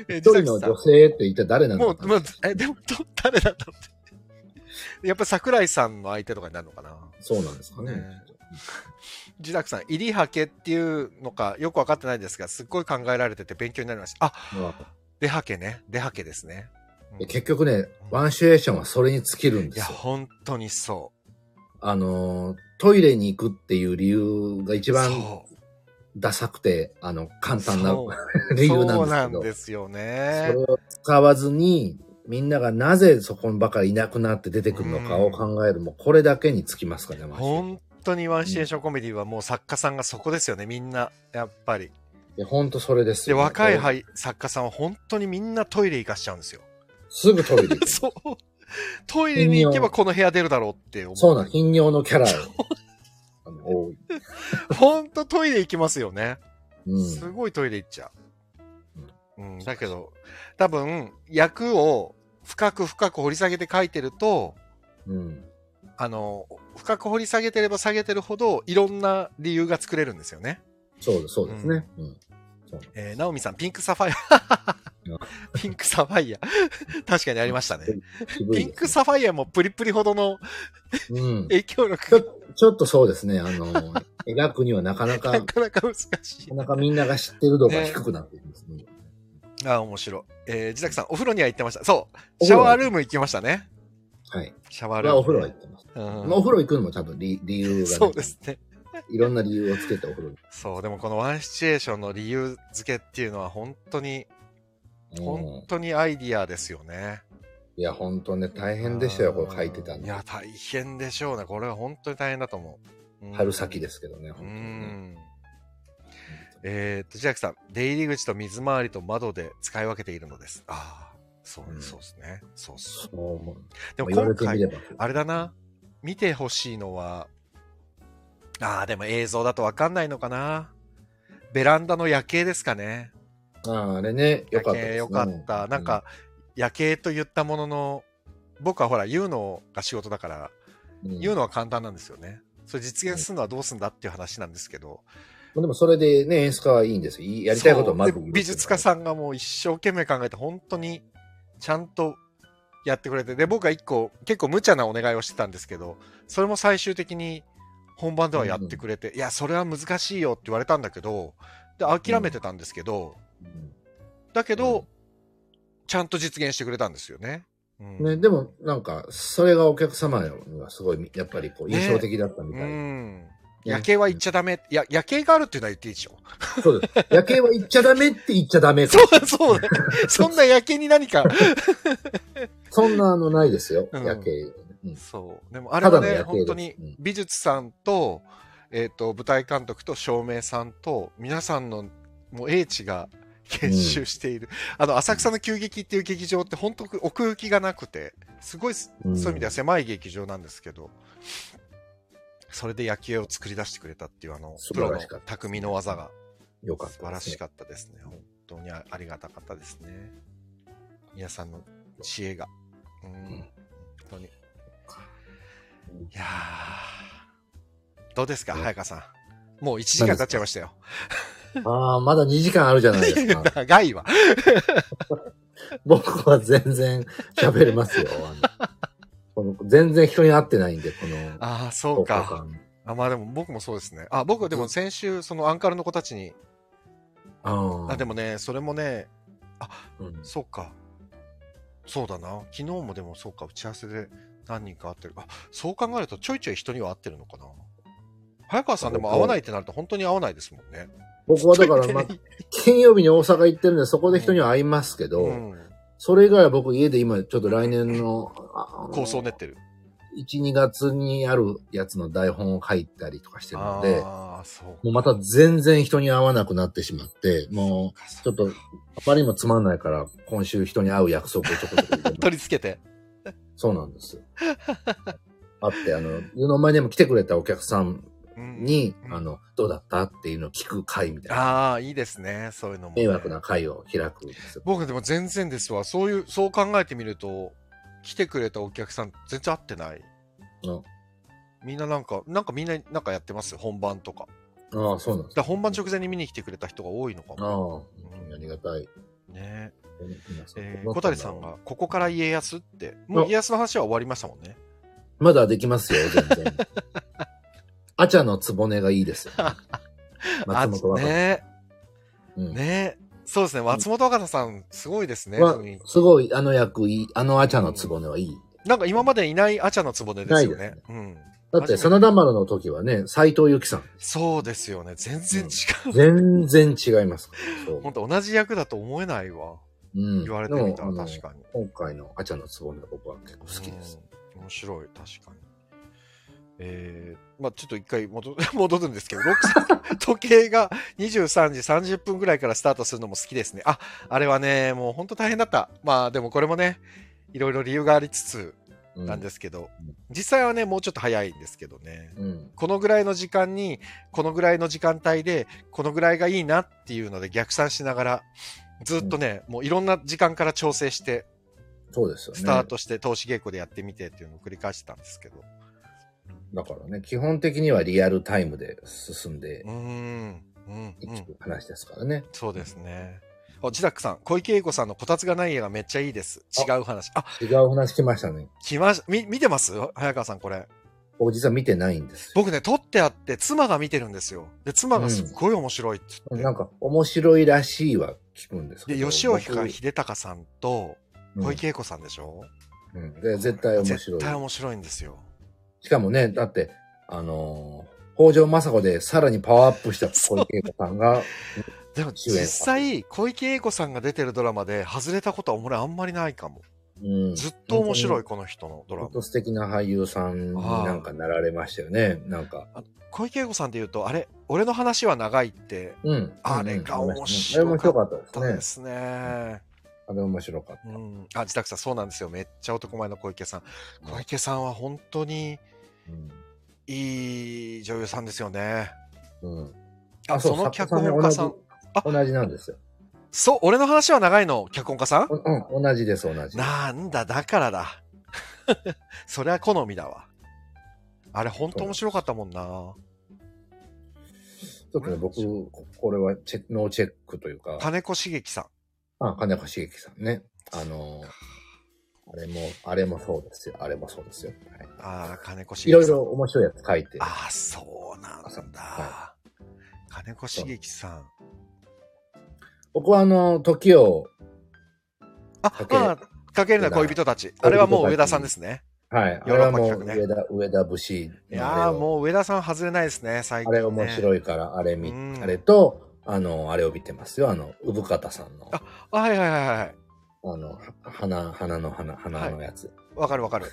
S1: え、
S2: 一人の女性って一体誰な
S1: も
S2: のか
S1: う、
S2: な
S1: もう、え、でも、ど誰なんだろうって。や (laughs) っぱ桜井さんの相手とかになるのかな。
S2: そうなんですかね。
S1: ね自宅さん、入りはけっていうのかよくわかってないですが、すっごい考えられてて勉強になりました。あ、
S2: ま
S1: 出はけね。出はけですね。
S2: あ
S1: うん
S2: で結局ね、ワンシチュエーションはそれに尽きるん
S1: い
S2: です
S1: や、
S2: よ。
S1: 本当にそ
S2: あのー、トイレに行くっていう理由が
S1: う。
S2: 一番
S1: そう
S2: ダサくて、あの、簡単な
S1: そう
S2: (laughs) 理由
S1: そ
S2: な
S1: うなんん
S2: で
S1: ですすよ
S2: けど、
S1: ね
S2: それ。を使わずに、みんながなぜそこばかりいなくなって出てくるのかを考える、もうこれだけに尽きますかね、ワンシチュエーション
S1: 本当にワンシチュエーションコメディはもう作家さんがそこですよね、みんな、やっぱり。
S2: いや、ほんとそれです
S1: で、
S2: よ、
S1: 若い
S2: はい。
S1: 俳作家さんは本当にみんなトイレ行かしちゃうんですよ。
S2: すぐトイレ行
S1: (laughs)
S2: く。
S1: そう。トイレに行けばこの部屋出るだろうって思う。
S2: そうなん、頻尿のキ
S1: (laughs)
S2: ャラあの多い。
S1: ほんとトイレ行きますよね。
S2: う
S1: す
S2: ん。
S1: ごいトイレ行っちゃう。うん、だけど、多分、役を深く深く掘り下げて書いてると、
S2: うん。
S1: あの、深く掘り下げてれば下げてるほど、いろんな理由が作れるんですよね。
S2: そうです、そうですね。うん。
S1: えー、ナオミさん、ピンクサファイ
S2: う
S1: ア。 (laughs) ピンクサファイア。 (laughs) 確かにありましたね。
S2: 渋
S1: ピ
S2: い
S1: ンクサファイアもプリプリほどの
S2: うん。
S1: 影響
S2: ちょ
S1: 力が
S2: ちょっとそうですね、あの、描くにはなかなか、
S1: な
S2: な
S1: かなか難しい
S2: か。なかみんなが知ってる度が低くなっていますね。
S1: あー、面白い。えー、自宅さん、お風呂には行ってました。そう。
S2: お
S1: シャ
S2: 風呂
S1: ワールーム行きましたね。
S2: はい。
S1: シャワールー
S2: は
S1: ム。
S2: お風呂は行ってます。
S1: うん
S2: まあ、お風呂行くのも多分理理由が、ね、
S1: そうですね。
S2: いろんな理由をつけてお風呂に
S1: そう、でもこのワンシチュエーションの理由付けっていうのは本当に、
S2: うん
S1: 本当にアイディアですよね。
S2: いや、本当ね、大変でしたよ、これ書いてた
S1: うんんい
S2: で。
S1: や、大変でしょうね。これは本当に大変だと思う。うん
S2: 春先ですけどね、
S1: う
S2: 本当にね。
S1: ん。えー、っと、千秋さん、出入り口と水回りと窓で使い分けているのです。ああ、そう、
S2: うん
S1: そうですね。そうっす。
S2: そう思う。
S1: でも
S2: 言われ
S1: 今
S2: て
S1: 回
S2: み、れば。
S1: あれだな。見てほしいのは、ああ、でも映像だとわかんないのかな。ベランダの夜景ですかね。
S2: ああ、あれね、よ
S1: 夜
S2: かったです、
S1: 景
S2: ね。
S1: よかった。なんか、、夜景と言ったものの、僕はほら、言うのが仕事だから、
S2: うん
S1: 言うのは簡単なんですよね。それ実現するのはどうすんだっていう話なんですけど。
S2: でもそれでね、演出家はいいんですよ。いやりたいことをまず
S1: そうで美術家
S2: ん。
S1: さんがもう一生懸命考えて、本当にちゃんとやってくれて、で、僕は一個、結構無茶なお願いをしてたんですけど、それも最終的に本番ではやってくれて、いや、それは難しいよって言われたんだけど、で、諦めてたんですけど、だけど、
S2: うん
S1: ちゃんと実現してくれたんですよね。うん
S2: ね、でもなんか、それがお客様にはすごい、やっぱりこう、
S1: ね
S2: 印象的だったみた
S1: う
S2: いな。
S1: ん。夜景は行っちゃダメ。いや、夜景があるっていうのは言っていいで
S2: (laughs)
S1: しょ。
S2: そうです。夜景は行っちゃダメって言っちゃダメ。
S1: そう、そうね。そんな夜景に何か。
S2: そんなあのないですよ、
S1: うん
S2: 夜景。うん
S1: そう。でもあれは
S2: ただの
S1: ね、
S2: 夜景です
S1: 本当に
S2: うん
S1: 美術さんと、えっ、と、舞台監督と照明さんと、皆さんのもう英知が結集している。あの、浅草の急激っていう劇場って本当奥行きがなくて、すごい、そううい
S2: ん
S1: う意味では狭い劇場なんですけど、それで夜景を作り出してくれたっていうあの、
S2: 素
S1: プ
S2: 晴
S1: ロ
S2: ら
S1: の
S2: しかった
S1: 匠の技が
S2: よかった
S1: 素晴らし
S2: か
S1: かったですね。本当にあありがたかったですね。皆さんの知恵が。うん、本当に。いやーどうですか、
S2: うん
S1: 早川さん。もう1時間経っちゃいましたよ。。
S2: ああ、まだ2時間あるじゃないですか
S1: (laughs) 長いわ。
S2: 僕は全然喋れま
S1: (laughs)
S2: すよ。あのこの全然人に会ってないんで、この。
S1: ああ、そう
S2: 10日
S1: か。
S2: 間
S1: あまあでも僕もそうですね。あ、僕はでも先週、そのアンカルの子たちに、
S2: ああ。
S1: あ、でもね、それもね、
S2: うん
S1: そうか。そうだな。昨日もでもそうか、打ち合わせで何人か会ってる。あ、そう考えるとちょいちょい人には会ってるのかな。早川さんでも会わないってなると本当に会わないですもんね。
S2: 僕はだから、まあ、金曜日に大阪行ってるんで、そこで人には会いますけど、
S1: うん。
S2: それ以外は僕家で今、ちょっと来年の、ああの
S1: 構想練ってる。
S2: 1、2月にあるやつの台本を書いたりとかしてるので、
S1: ああ、そう
S2: もうまた全然人に会わなくなってしまって、も
S1: か。
S2: う、ちょっと、あまりにもつまんないから、今週人に会う約束をちょこちょこ
S1: (laughs)
S2: 入れてます
S1: 取り付けて。
S2: そうなんです。あって、あの、湯の前でも来てくれたお客さん
S1: うん
S2: に、
S1: うん
S2: あの、どうだったっていうのを聞く会みたいな、
S1: ああ、いいですね。そういうのも、
S2: 迷惑な会を開くんですよ。
S1: 僕でも全然ですわ。そういう、そう考えてみると、来てくれたお客さん全然会ってない。
S2: うん
S1: みんななんか、なんかみんななんかやってますよ。本番とか。
S2: ああ、そうなんで
S1: だ
S2: す
S1: から本番直前に見に来てくれた人が多いのか
S2: ああ、
S1: も。
S2: 本当にありがたい。
S1: ね
S2: 皆さん
S1: えー小谷さん。が、ここから家康って、もう家康の話は終わりましたもんね。
S2: まだできますよ、全
S1: (laughs)
S2: 然。アチャのつぼねがいいですよ、松本
S1: あ
S2: 若菜、
S1: ね
S2: うん
S1: ねそうですね。松本若菜さん、すごいですね。
S2: は
S1: 雰囲気
S2: すごい、あの役いい、あのアチャのつぼねはいい。
S1: なんか今までいないアチャの壺でですよ
S2: ない
S1: ねう
S2: で。
S1: ん。
S2: だって、真田丸の時はね、斎藤由貴さん。
S1: そうですよね。全然違う。
S2: 全然違いますから。そう
S1: 本当同じ役だと思えないわ。
S2: うん
S1: 言われてみたら
S2: でもあの
S1: 確かに。
S2: 今回のアチャのつぼみが僕は結構好きです。
S1: うん。面白い、確かに。えー、まあちょっと一回戻 (laughs) 戻るんですけど、ロックさん時 (laughs) 計が23時30分ぐらいからスタートするのも好きですね。あ、あれはね、もう本当大変だった。まあでもこれもね、いろいろ理由がありつつ
S2: う
S1: なんですけど、
S2: うん
S1: 実際はね、もうちょっと早いんですけどね。
S2: うん。
S1: このぐらいの時間に、このぐらいの時間帯で、このぐらいがいいなっていうので逆算しながら、ずっとね、もういろんな時間から調整して、
S2: そうですよね。
S1: スタートして投資稽古でやってみてっていうのを繰り返してたんですけど。
S2: だからね、基本的にはリアルタイムで進んで
S1: うーん。うん、う
S2: い
S1: ん。
S2: く話ですからね。
S1: そうですね。お、ジダックさん、小池栄子さんのこたつがない家がめっちゃいいです。違う話。あ、
S2: 違う話来ましたね。
S1: 来まし、み、見てます早川さんこれ。
S2: 僕実は見てないんですよ。
S1: 僕ね、撮ってあって、妻が見てるんですよ。で、妻がすっごい面白いって言
S2: な
S1: っ
S2: んか面白いらしいは聞くんです
S1: て。
S2: け
S1: で、
S2: ど。
S1: 吉岡
S2: 僕
S1: 秀隆さんと小池栄子さんでしょ、
S2: うんうんで、絶対面白
S1: 絶
S2: い。
S1: 対面白いんですよ。
S2: しかもね、だって、あのー、北条政子でさらにパワーアップした小池栄子さんが、
S1: でも
S2: 主演
S1: 実際、小池栄子さんが出てるドラマで外れたことは俺あんまりないかも。
S2: うん
S1: ずっと面白い、この人のドラマ
S2: 本。当素敵な俳優さんになんかなられましたよね。なんか。
S1: 小池栄子さんで言うと、あれ、俺の話は長いって、
S2: うん。
S1: あれが面白
S2: あれ面白
S1: か
S2: かったです
S1: そうで
S2: ね。
S1: すね。
S2: あれ面白かった。
S1: うん。あ、自宅さん、そうなんですよ。めっちゃ男前の小池さん。小池さんは本当にいい女優さんですよね。
S2: うん。うん
S1: あ、そうの脚本家さん。。
S2: 作家同じ同じなんですよ。
S1: そう、俺の話は長いの、脚本家さん
S2: うん、うん同じです、同じ。
S1: なんだ、だからだ。 (laughs) それは好みだわ。あれ、本当面白かったもんな。
S2: ちょっとね、僕、ここれはチェノーチェックというか、
S1: 金子茂樹さん。
S2: あ、金子茂樹さんね。あのー、あれも、あれもそうですよ。あれもそうですよ。はい
S1: ああ、金子茂
S2: い
S1: 樹さん。
S2: ろいろ面白いやつ書いて。
S1: ああ、そうなんだ。
S2: は
S1: 金子茂樹さん。
S2: 僕はあの、時を、
S1: あ、
S2: かけ
S1: ああ、かけるな恋人たち。あれはもう上田さんですね。
S2: はい。あ
S1: ヨー
S2: れ
S1: ロ
S2: は
S1: ッパ
S2: も
S1: 企
S2: う、
S1: 画ね
S2: 上田、上田節
S1: い
S2: のあれ
S1: や
S2: を。
S1: ーもう上田さん外れないですね、最近、
S2: あ
S1: ね。
S2: れ面
S1: い。
S2: 白いから、あれ見、
S1: うん
S2: あれと、あの、あれを見てますよ。あの、産方さんの、あ
S1: はいはいはいはい。
S2: の、は花、花の花、花のやつ。
S1: わかるわかる。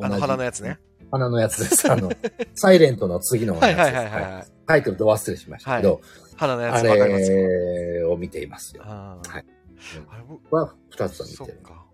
S1: あの
S2: 同じ
S1: 花のやつね。。
S2: 花のやつです。
S1: (laughs)
S2: あの、サイレントの次のやつです。
S1: はいはいはいはい
S2: はタイトルと忘れしましたけど、
S1: 花のや
S2: あ
S1: つわかりますよ。
S2: れを見ていますよ。
S1: あー
S2: はい
S1: あれ僕
S2: は、二つは見
S1: そ
S2: て
S1: っ
S2: る。
S1: か。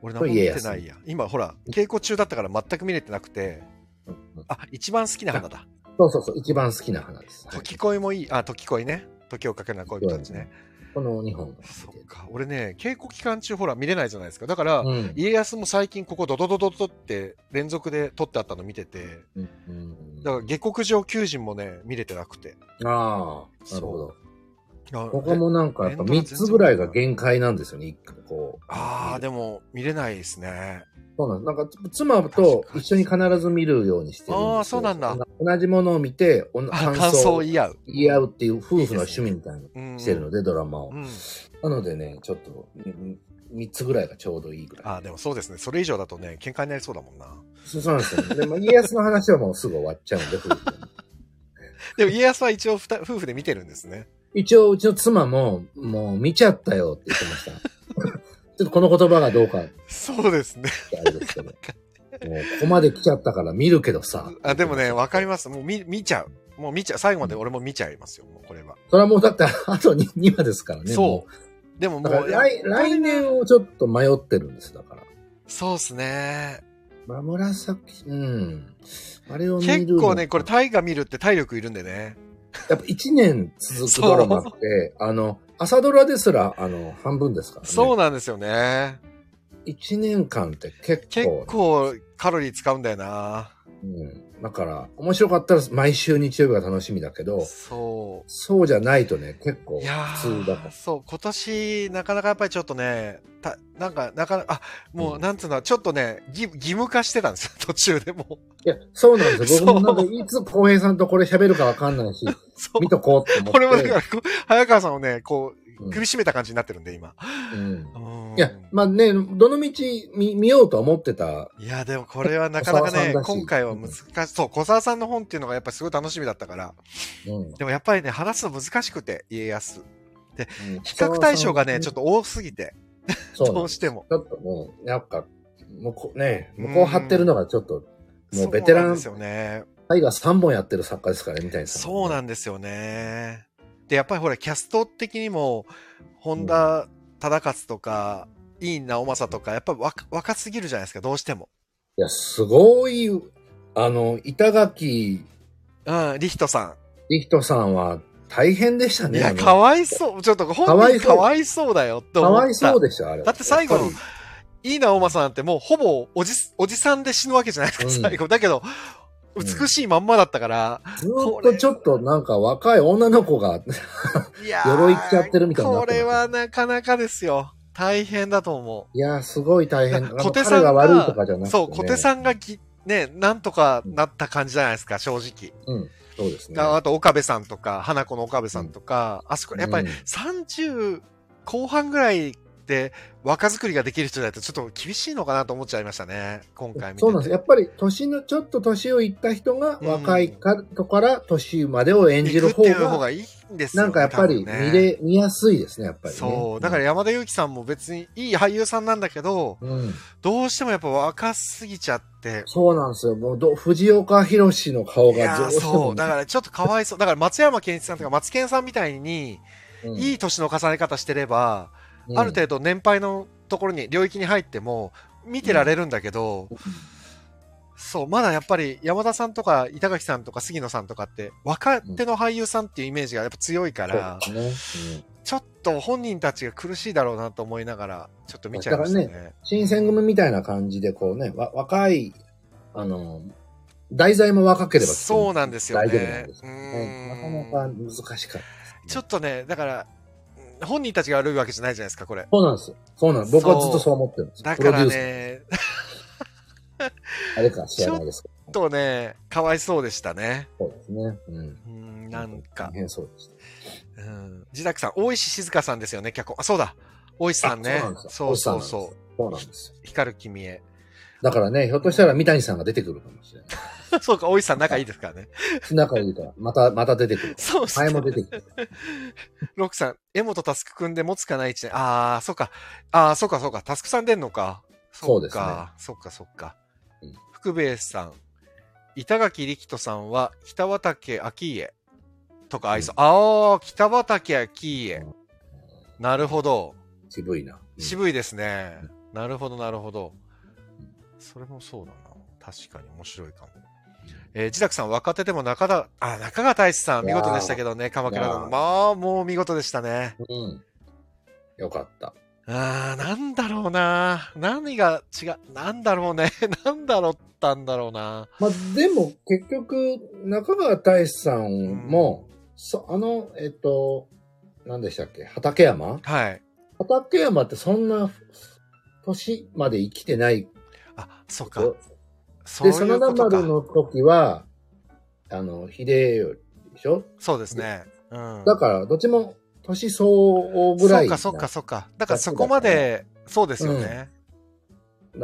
S1: 俺何
S2: こ
S1: も
S2: れ
S1: 見
S2: 家
S1: て
S2: 康
S1: ないや。今ほら、稽古中だったから全く見れてなくて。
S2: うん
S1: あ、一番好きな花だ。
S2: そうそうそう、一番好きな花です。はい
S1: 時恋もいい。あ、時恋ね。時をかけるな恋人たちね。
S2: この2本を見て
S1: そ
S2: る
S1: っか。俺ね、稽古期間中ほら見れないじゃないですか。だから、
S2: うん
S1: 家康も最近ここドドドドドって連続で撮ってあったの見てて、
S2: うんうん
S1: だから下克上求人もね、見れてなくて。
S2: ああ、なるほど。
S1: あ
S2: ここもなんかやっぱ3つぐらいが限界なんですよね、一個こう。
S1: ああ、でも見れないですね。
S2: そうなんです。なんか妻と一緒に必ず見るようにしてるんですよ
S1: あーそうなんだ。
S2: 同じものを見て、おな
S1: あ
S2: 感
S1: 感
S2: 想
S1: 想
S2: を
S1: を言い合う。
S2: 言い合うっていう夫婦の趣味みたいなの
S1: うん
S2: してるので、ドラマを
S1: う。ん。
S2: なのでね、ちょっと3つぐらいがちょうどいいぐらい。
S1: ああ、でもそうですね。それ以上だとね、喧嘩になりそうだもんな。
S2: そうそうなんですよ、ね。でも家康の話はもうすぐ終わっちゃうんで、夫
S1: (laughs)
S2: 婦でも
S1: でも家康は一応ふた夫婦で見てるんですね。
S2: 一応、うちの妻も、もう見ちゃったよって言ってました。 (laughs) ちょっとこの言葉がどうかって
S1: そうですね。
S2: あ
S1: (laughs)
S2: れですけど。もうここまで来ちゃったから見るけどさ。
S1: あでもね、わかります。もう見見ちゃう。もう見ちゃう。最後まで俺も見ちゃいますよ、もうこれは。
S2: それはもうだって、あと 2, 話ですからね。も
S1: そう。でも
S2: う
S1: も
S2: だか
S1: う、
S2: ら来来年をちょっと迷ってるんです、だから。
S1: そうですね。
S2: まあ、紫、うん。あれを見る。
S1: 結構ね、これ、大河見るって体力いるんでね。
S2: やっぱ1年続くドラマって、あの、朝ドラですら、あの、半分ですからね。
S1: そうなんですよね。
S2: 1年間って結構。
S1: 結構カロリー使うんだよな。
S2: うん。だから、面白かったら毎週日曜日が楽しみだけど、
S1: そ
S2: そうじゃないとね、結
S1: う。
S2: 構
S1: いや
S2: 普通だか
S1: ー、そう、今年、なかなかやっぱりちょっとね、たなんか、なかなか、あ、もう、
S2: うん
S1: なんつうの、ちょっとね、義義務化してたんですよ、 (laughs) 途中でもう。
S2: ら。いや、そうなんですよ。
S1: そう
S2: 僕もなんか、いつ浩平さんとこれ喋るかわかんないし、
S1: そう
S2: 見。とこうって思って。
S1: これもだから、こう早川さんをね、こ
S2: うん
S1: う、苦しめた感じになってるんで、今。
S2: うん
S1: う。ん
S2: いや、まあね、どの道見見ようとは思ってた。
S1: いや、でもこれはなかなか
S2: 小沢さん
S1: ね
S2: だ、し
S1: 今回は難しい。そう、小沢さんの本っていうのがやっぱすごい楽しみだったから。
S2: うん。
S1: でもやっぱりね、話すの難しくて、家康。比較対象がね、ちょっ
S2: と、
S1: と多すぎて、
S2: そうな
S1: ど
S2: ん
S1: う
S2: です
S1: しても。
S2: ちょっともう、なんか、向こうね、向こう張ってるのがちょっと、もうベ
S1: そ
S2: テ
S1: う
S2: ラ
S1: なん
S2: ン
S1: です、よね。
S2: タイガー3本やってる作家ですからね、みたいな。
S1: そうなんんですよね。で、やっぱりほら、キャスト的にも、本田忠勝とか、井伊直政とか、やっぱ若若すぎるじゃないですか、どうしても。
S2: いや、すごい、あの、板垣
S1: うん、リヒトさ
S2: リヒトさんは大変でした
S1: ん。い
S2: ね。あ
S1: や、
S2: の
S1: かわいそう。ちょっと
S2: か
S1: 本
S2: わい
S1: 人
S2: そう
S1: かわいそうだよって思
S2: か
S1: った。
S2: わいそうでしょ、あれ。
S1: だって最後の
S2: やっぱ
S1: いいな、おまさんってもうほぼおじす、おじさんで死ぬわけじゃないですか、
S2: うん
S1: 最後。だけど、
S2: うん
S1: 美しいまんまだったから。
S2: りずーっとちょっとなんか若い女の子が、
S1: いやー
S2: 鎧着ちゃってるみたいになっ
S1: こ
S2: てま
S1: れ
S2: す
S1: はなかなかですよ。大変だと思
S2: いやー、すごい
S1: う。
S2: 大
S1: だ
S2: 変。
S1: か
S2: あ
S1: ら
S2: の
S1: 小手さん
S2: 彼
S1: が、
S2: が悪いとかじゃなくて、ね。
S1: そう、小手
S2: ん。
S1: さんがぎ、ね、なんとかなった感じじゃないですか、正直。
S2: うん、そうですね。
S1: ああと、岡部さんとか、花子の岡部さんとか、あそこ、やっぱり
S2: うん
S1: 30後半ぐらいで若作りができる人だとちょっと厳しいのかなと思っちゃいましたね、今回見てて
S2: そうなんです。やっぱり、年の、ちょっと年をいった人が、
S1: うん
S2: 若いか、とから年までを演じる
S1: 行く
S2: 方
S1: っていう方
S2: が、
S1: がいいんですよ
S2: なんかやっぱり見
S1: 多分ね
S2: れ、見やすいですね、やっぱり、ね。
S1: そう。だから
S2: ら、
S1: 山田裕貴さんも別にいい俳優さんなんだけど、
S2: うん。
S1: どうしてもやっぱ若すぎちゃって。
S2: そうなんですよ。もうど、藤岡弘の顔
S1: い
S2: が
S1: やー
S2: どしても
S1: そう。だからちょっとかわいそう。だから松山健一さんとか松健さんみたいに、
S2: うん
S1: いい年の重ね方してれば、ある程度年配のところに、領域に入っても、見てられるんだけど、そう、まだやっぱり山田さんとか板垣さんとか杉野さんとかって、若手の俳優さんっていうイメージがやっぱ強いから、
S2: そうですね。うん
S1: ちょっと本人たちが苦しいだろうなと思いながら、ちょっと見ちゃいました
S2: だか
S1: ね。
S2: 新選組みたいな感じで、こうね、わ若い、あの、題材も若ければ
S1: そうなんですよね
S2: 大丈夫なんですよ
S1: うん
S2: ね。なかなか難しかったですね、
S1: ちょっとね、だから、うん本人たちが悪いわけじゃないじゃないですか、これ。
S2: そうなんですよ。そうなんです。僕はずっとそう思ってるんです。
S1: だから
S2: プロデュー
S1: ね、
S2: スあれか知らないですけ
S1: ちょっとね、かわいそうでしたね。
S2: ど。そうですね。うん。
S1: うん、なんか
S2: 大、変そうでした。
S1: うん。自宅さん、大石静香さんですよね、脚本。あ、そうだ。大石さんね
S2: あそうなんです。よ
S1: そうそうそう
S2: 大石さんなんですよそうなんですよ。
S1: 光る君へ。 (laughs)
S2: だからね、ひょっとしたら三谷さんが出てくるかもしれない。
S1: そうか、大石さん仲いいですから
S2: (laughs)
S1: ね。
S2: 仲いいから、また、また出てくる。
S1: そうっす
S2: 前
S1: ね
S2: も出てきて。
S1: ロクさん、江本タスクくんで持つかない一年。ああ、そうか。ああ、そうか、そうか。タスクさん出んのか。
S2: そう
S1: う
S2: ですね
S1: か、そうか、そうか
S2: うん。
S1: 福兵衛さん、板垣力人さんは北畠昭家とか愛想。ああ、北畠昭家。なるほど。
S2: 渋いな。うん
S1: 渋いですね。なるほど、なるほど。それもそうだな。確かに面白いかも。えー、自宅さん、若手でも中田、あ、中川大志さん、見事でしたけどね、鎌倉殿。
S2: いやー
S1: まあ、もう見事でしたね。
S2: うん。よかった。
S1: あー、なんだろうな。何が違う、なんだろうね。 (laughs) なんだろうったんだろうな。
S2: まあ、でも結局、中川大志さんも、そあの、えっと、何でしたっけ畠山
S1: はい。
S2: 畠山ってそんな年まで生きてない
S1: あ、そうか。
S2: よ。
S1: そう
S2: で、
S1: い
S2: 真
S1: うこ
S2: 田
S1: と
S2: 丸
S1: か。
S2: の時は、あの、秀頼でしょ
S1: そうですね。うん。
S2: だから、どっちも年相応ぐらい
S1: そうか、そうか、
S2: だ
S1: そうか。だからそこまで、そうですよね。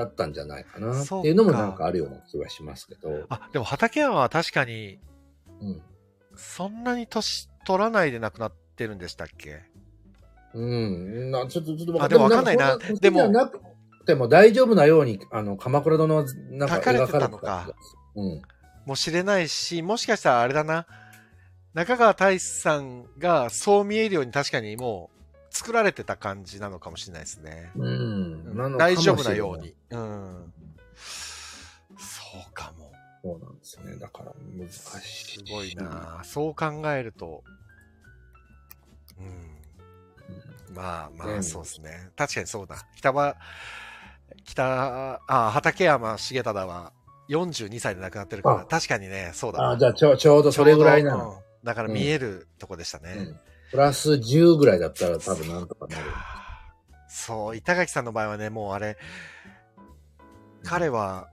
S2: ったんじゃないかなっ
S1: そうか
S2: ていうのもなんかあるような気はしますけど。
S1: あ、でも畠山は確かに、
S2: うん。
S1: そんなに年取らないで亡くなってるんでしたっけ
S2: うん。なちょっと、ちょっと
S1: あでもわかんないなでも。
S2: そん年じゃくても大丈夫なように、あの、鎌倉殿はなんか
S1: 書か
S2: 描か
S1: れ
S2: れ
S1: て
S2: て
S1: た
S2: た
S1: の
S2: の
S1: か
S2: か。うん。
S1: もしれないし、もしかしたらあれだな。中川大志さんがそう見えるように確かにもう作られてた感じなのかもしれないですね。
S2: うん。なのかも
S1: 大
S2: しれ
S1: 丈夫なよう
S2: ない。
S1: に。うん。そうかも。
S2: そうなんですね。だから難し
S1: す
S2: い。
S1: ごいなあそう考えると。うん。まあま
S2: う
S1: あ、
S2: ん
S1: そうですね。確かにそうだ。北場、北、あ、畠山重忠は42歳で亡くなってるか
S2: あ
S1: ら、確かにね、そうだわ。
S2: あじゃあちょう、ちょうどそれぐらいな
S1: ちょう
S2: の。
S1: ど。うんだから見えるとこでした
S2: う
S1: ね。
S2: ん。プラス10ぐらいだったら多分なんとかなる。
S1: そう、板垣さんの場合はね、もうあれ、彼は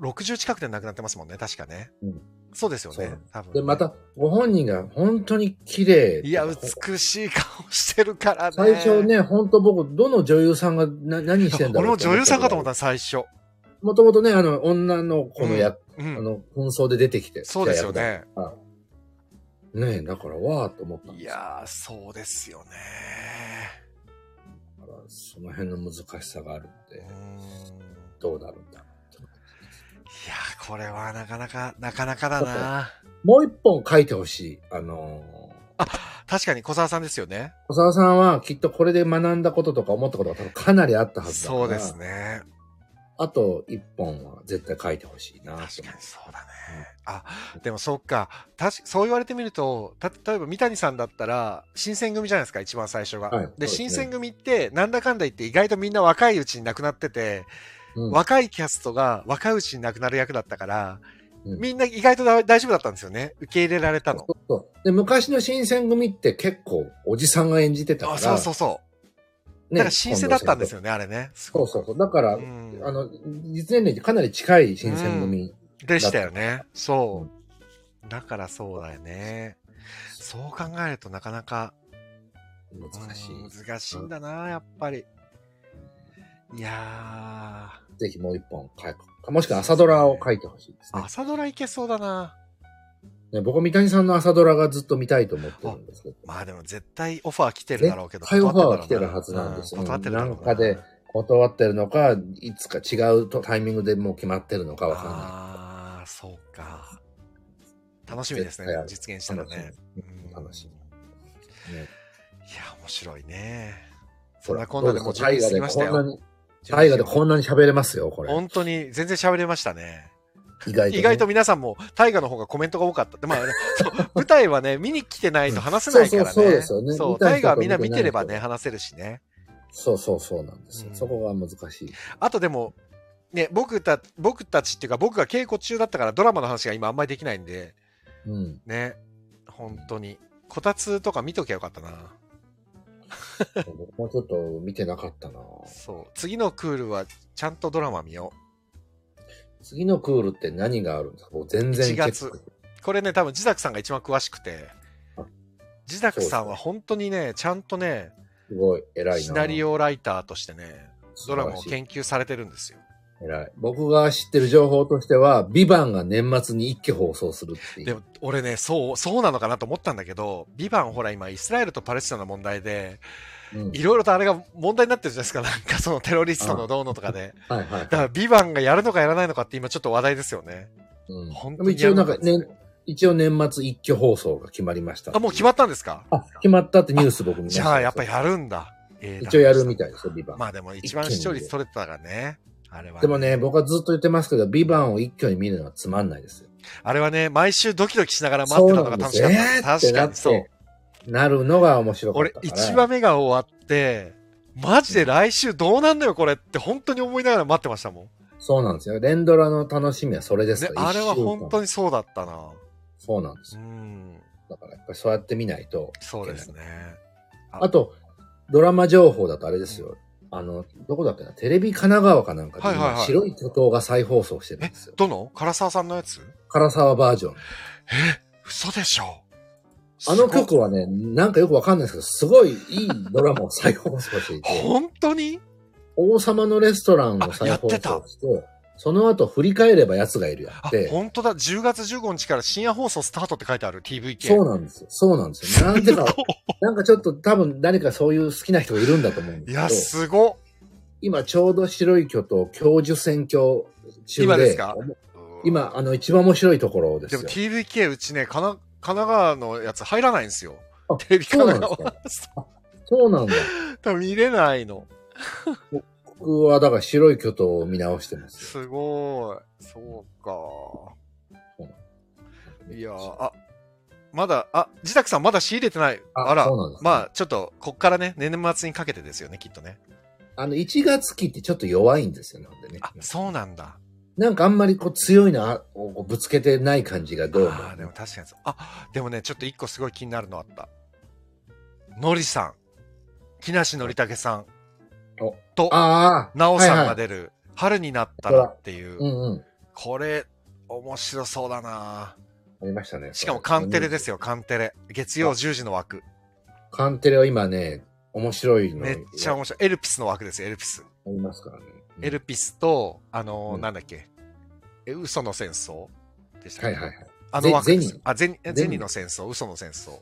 S1: 60近くで亡くなってますもんね、確かね。
S2: うん
S1: そうですよ
S2: そう
S1: ね
S2: なんで、
S1: 多分ね。
S2: で、また、ご本人が本当に綺麗。
S1: いや、美しい顔してるからね。
S2: 最初ね、本当僕、どの女優さんがな何してんだ
S1: 俺も
S2: ろうって
S1: 女
S2: 思
S1: 優さんかと思
S2: っ
S1: ったた、最初。
S2: けど。もともとね、あの、女の子の役、
S1: う
S2: あ
S1: ん。
S2: の、紛争で出てきて。
S1: そうですよね。
S2: ねえ、だから、わーっと思ったん
S1: い
S2: ですよ。
S1: やー、そうですよね。
S2: だからその辺の難しさがあるん
S1: うー
S2: で
S1: ん、
S2: どうなるんだろう。
S1: いやー、これはなかなか、なかなかだな。
S2: もう一本書いてほしい。あのー
S1: 確かに小沢さんですよね。
S2: 小沢さんはきっとこれで学んだこととか思ったことが多分かなりあったはずだから。
S1: そうです。ね。
S2: あと一本は絶対書いてほしいなと思う
S1: 確かにそうだね。あ、でもそっか。確かそう言われてみると、た例えば三谷さんだったら、新選組じゃないですか、一番最初が。
S2: はいそう
S1: で、
S2: ですね
S1: 新選組って、なんだかんだ言って意外とみんな若いうちに亡くなってて、
S2: うん
S1: 若いキャストが若いうちに亡くなる役だったから、
S2: うん
S1: みんな意外とだ大丈夫だったんですよね。受け入れられたの
S2: そ。うそうで昔の新選組って結構おじさんが演じてたから。
S1: あそうそうそう。だ
S2: ね
S1: から新鮮だったんです
S2: よ。
S1: よね、あれね。す
S2: そ
S1: ご
S2: う
S1: く
S2: そうそう。だから、
S1: うん
S2: あの、実年齢にかなり近い新選組。
S1: でしたよね。そう。だからそうだよね。そう考えるとなかなか
S2: 難しい。
S1: うん難しいんだな、やっぱり。いや
S2: ぜひもう一本書く。もしくは朝ドラを書いてほしいです
S1: ー、
S2: ね
S1: 朝ドラいけそうだな。
S2: ね。僕、三谷さんの朝ドラがずっと見たいと思ってるんですけど。
S1: まあでも絶対オファー来てるだろうけど。
S2: 絶対オファーは
S1: 断ってだろう
S2: 来てるはずなんですよ
S1: う断ってるだろう
S2: なんかで断ってるのか、いつか違うとタイミングでもう決まってるのかわかんな
S1: ああ、そうか。楽しみですね
S2: 絶対あ、る
S1: 実現したらね。
S2: い。楽
S1: う
S2: し
S1: ん
S2: み。ね
S1: いや、面白いね。そ
S2: ほ
S1: ん
S2: ら
S1: なこんなでもう
S2: どう
S1: 準備
S2: です
S1: し
S2: か
S1: きました
S2: 大河
S1: よ。
S2: でこんなに、大河でこんなに喋れますよ、これ。
S1: 本当に全然喋れましたね。
S2: 意外とね。
S1: 意外と皆さんも大河の方がコメントが多かった。で
S2: (laughs)
S1: まあ、そう舞台はね、見に来てないと話せないからね。
S2: そうそうそうですよね
S1: そう
S2: 見た人
S1: 大河はみんな
S2: と
S1: 見
S2: 見てない
S1: てればね、話せるしね。
S2: そうそうそうなんですよ。
S1: うん
S2: そこが難しい。
S1: あとでも、ね、僕た僕たちっていうか、僕が稽古中だったからドラマの話が今あんまりできないんで、
S2: うん。
S1: ね、本当に。こたつとか見ときゃよかったな。
S2: 僕もちょっと見てなかったな
S1: そう。次のクールはちゃんとドラマ見よ
S2: 次のクールって何があるんですか僕全然
S1: 4月
S2: チェック
S1: う。これね、多分、自宅さんが一番詳しくて
S2: あ、
S1: 自宅さんは本当にね、ちゃんとね、
S2: すごい偉いな
S1: シナリ
S2: オ
S1: オライターとしてね、ドラマを研究されてるんですよ。
S2: 偉い。僕が知ってる情報としては、ビバンが年末に一期放送するってい
S1: で
S2: う。
S1: も俺ねそうそうなのかなと思ったんだけど「ビバンほら今イスラエルとパレスチナの問題で
S2: うん
S1: いろいろとあれが問題になってるじゃないですかなんかそのテロリストのどうのとかで
S2: はいはい
S1: だ。から「ビバンがやるのかやらないのかって今ちょっと話題ですよね
S2: うん
S1: 本
S2: で
S1: 当
S2: も
S1: に
S2: 一
S1: や
S2: 応
S1: る
S2: な
S1: の
S2: ん
S1: か
S2: かね、一応年末一挙放送が決まりました。
S1: あもう決まったんですか
S2: あ、決まったってニュース僕見ました。
S1: じゃあやっぱやるんだ、えー
S2: 一応やるみたいですよ、ビバン。
S1: まあでも一番視聴率取れてたからねあれは
S2: でもね、僕はずっと言ってますけど、ビバンを一挙に見るのはつまんないですよ。
S1: あれはね毎週ドキドキしながら待ってたのが楽しかった
S2: そうなんですよえーって
S1: 確か
S2: なっ
S1: に
S2: て
S1: そう
S2: なるのが面白かっ
S1: 俺
S2: た、から。
S1: 1話目が終わって、マジで来週どうなんだよ、これって本当に思いながら待ってましたもん。
S2: そうなんですよ。連ドラの楽しみはそれです
S1: ね
S2: か、ら
S1: あれは本当
S2: に。
S1: にそうだったな。
S2: そうなんです
S1: う
S2: よ。
S1: ん、
S2: だから、やっぱりそうやって見ないと。
S1: そうですね。
S2: あと、ドラマ情報だとあれですよ。あの、どこだっけなテレビ神奈川かなんかで、
S1: はいはいはい
S2: 白い巨塔が再放送してるんですよ。
S1: どの唐沢さんのやつ
S2: 唐沢バージョン。
S1: 嘘でしょ。
S2: あの曲はね、なんかよくわかんないですけど、すごいいいドラマを再放送してい
S1: (laughs)
S2: て、
S1: 本当に
S2: 王様のレストランを再放送
S1: あやっ
S2: して、その後振り返れば奴がいるや
S1: あ
S2: っ、て、
S1: 本当だ。10月15日から深夜放送スタートって書いてある TVK。
S2: そうなんですよ。そうなんですよ。なん
S1: (laughs)
S2: でか、なんかちょっと多分誰かそういう好きな人がいるんだと思うん
S1: い
S2: で
S1: や、
S2: すけど、
S1: すごっ。
S2: 今ちょうど白い巨塔、教授選挙中で、
S1: 今ですか
S2: 今、あの、一番面白いところです
S1: で
S2: よ
S1: も。TVK うちね、かな神奈川のやつ入らないんですよ。
S2: あ
S1: テレビ神
S2: そうなん
S1: 奈
S2: です
S1: 川
S2: か。そうなんだ。
S1: 多分見れないの。
S2: 僕はだから白い巨塔を見直してますよ。
S1: すごい。そうか。いやー、あ、まだ、あ、自宅さんまだ仕入れてない。あ
S2: あ
S1: ら
S2: そうなんで、すね
S1: まあ、ちょっと、こっからね、年末にかけてですよね、きっとね。
S2: あの、1月期ってちょっと弱いんですよね。なんでね
S1: あ、そうなんだ。
S2: なんかあんまりこう強いのあをこうぶつけてない感じがどうも。
S1: ああー、でも確かにそう。あ、でもね、ちょっと一個すごい気になるのあった。のりさん、木梨憲武さん
S2: お
S1: と、
S2: ああ、
S1: なおさんが
S2: はいはい
S1: 出る、春になったらっていう、
S2: うんうん。
S1: これ、面白そうだな
S2: ありましたね。
S1: しかもカンテレです
S2: よ。
S1: よ、カンテレ。月曜10時の枠。
S2: カンテレは今ね、面白いの
S1: めっちゃ面白い。エルピスの枠ですよ、エルピス。
S2: ありますからね。
S1: エルピスと、あのー
S2: うん
S1: なんだっけ、え嘘の戦争でしたっ
S2: は
S1: け
S2: いはいはい。
S1: あの枠です
S2: ゼゼニ
S1: あ、ゼニえ
S2: ゼ
S1: ゼ
S2: ニ
S1: ニの戦争、嘘の戦争。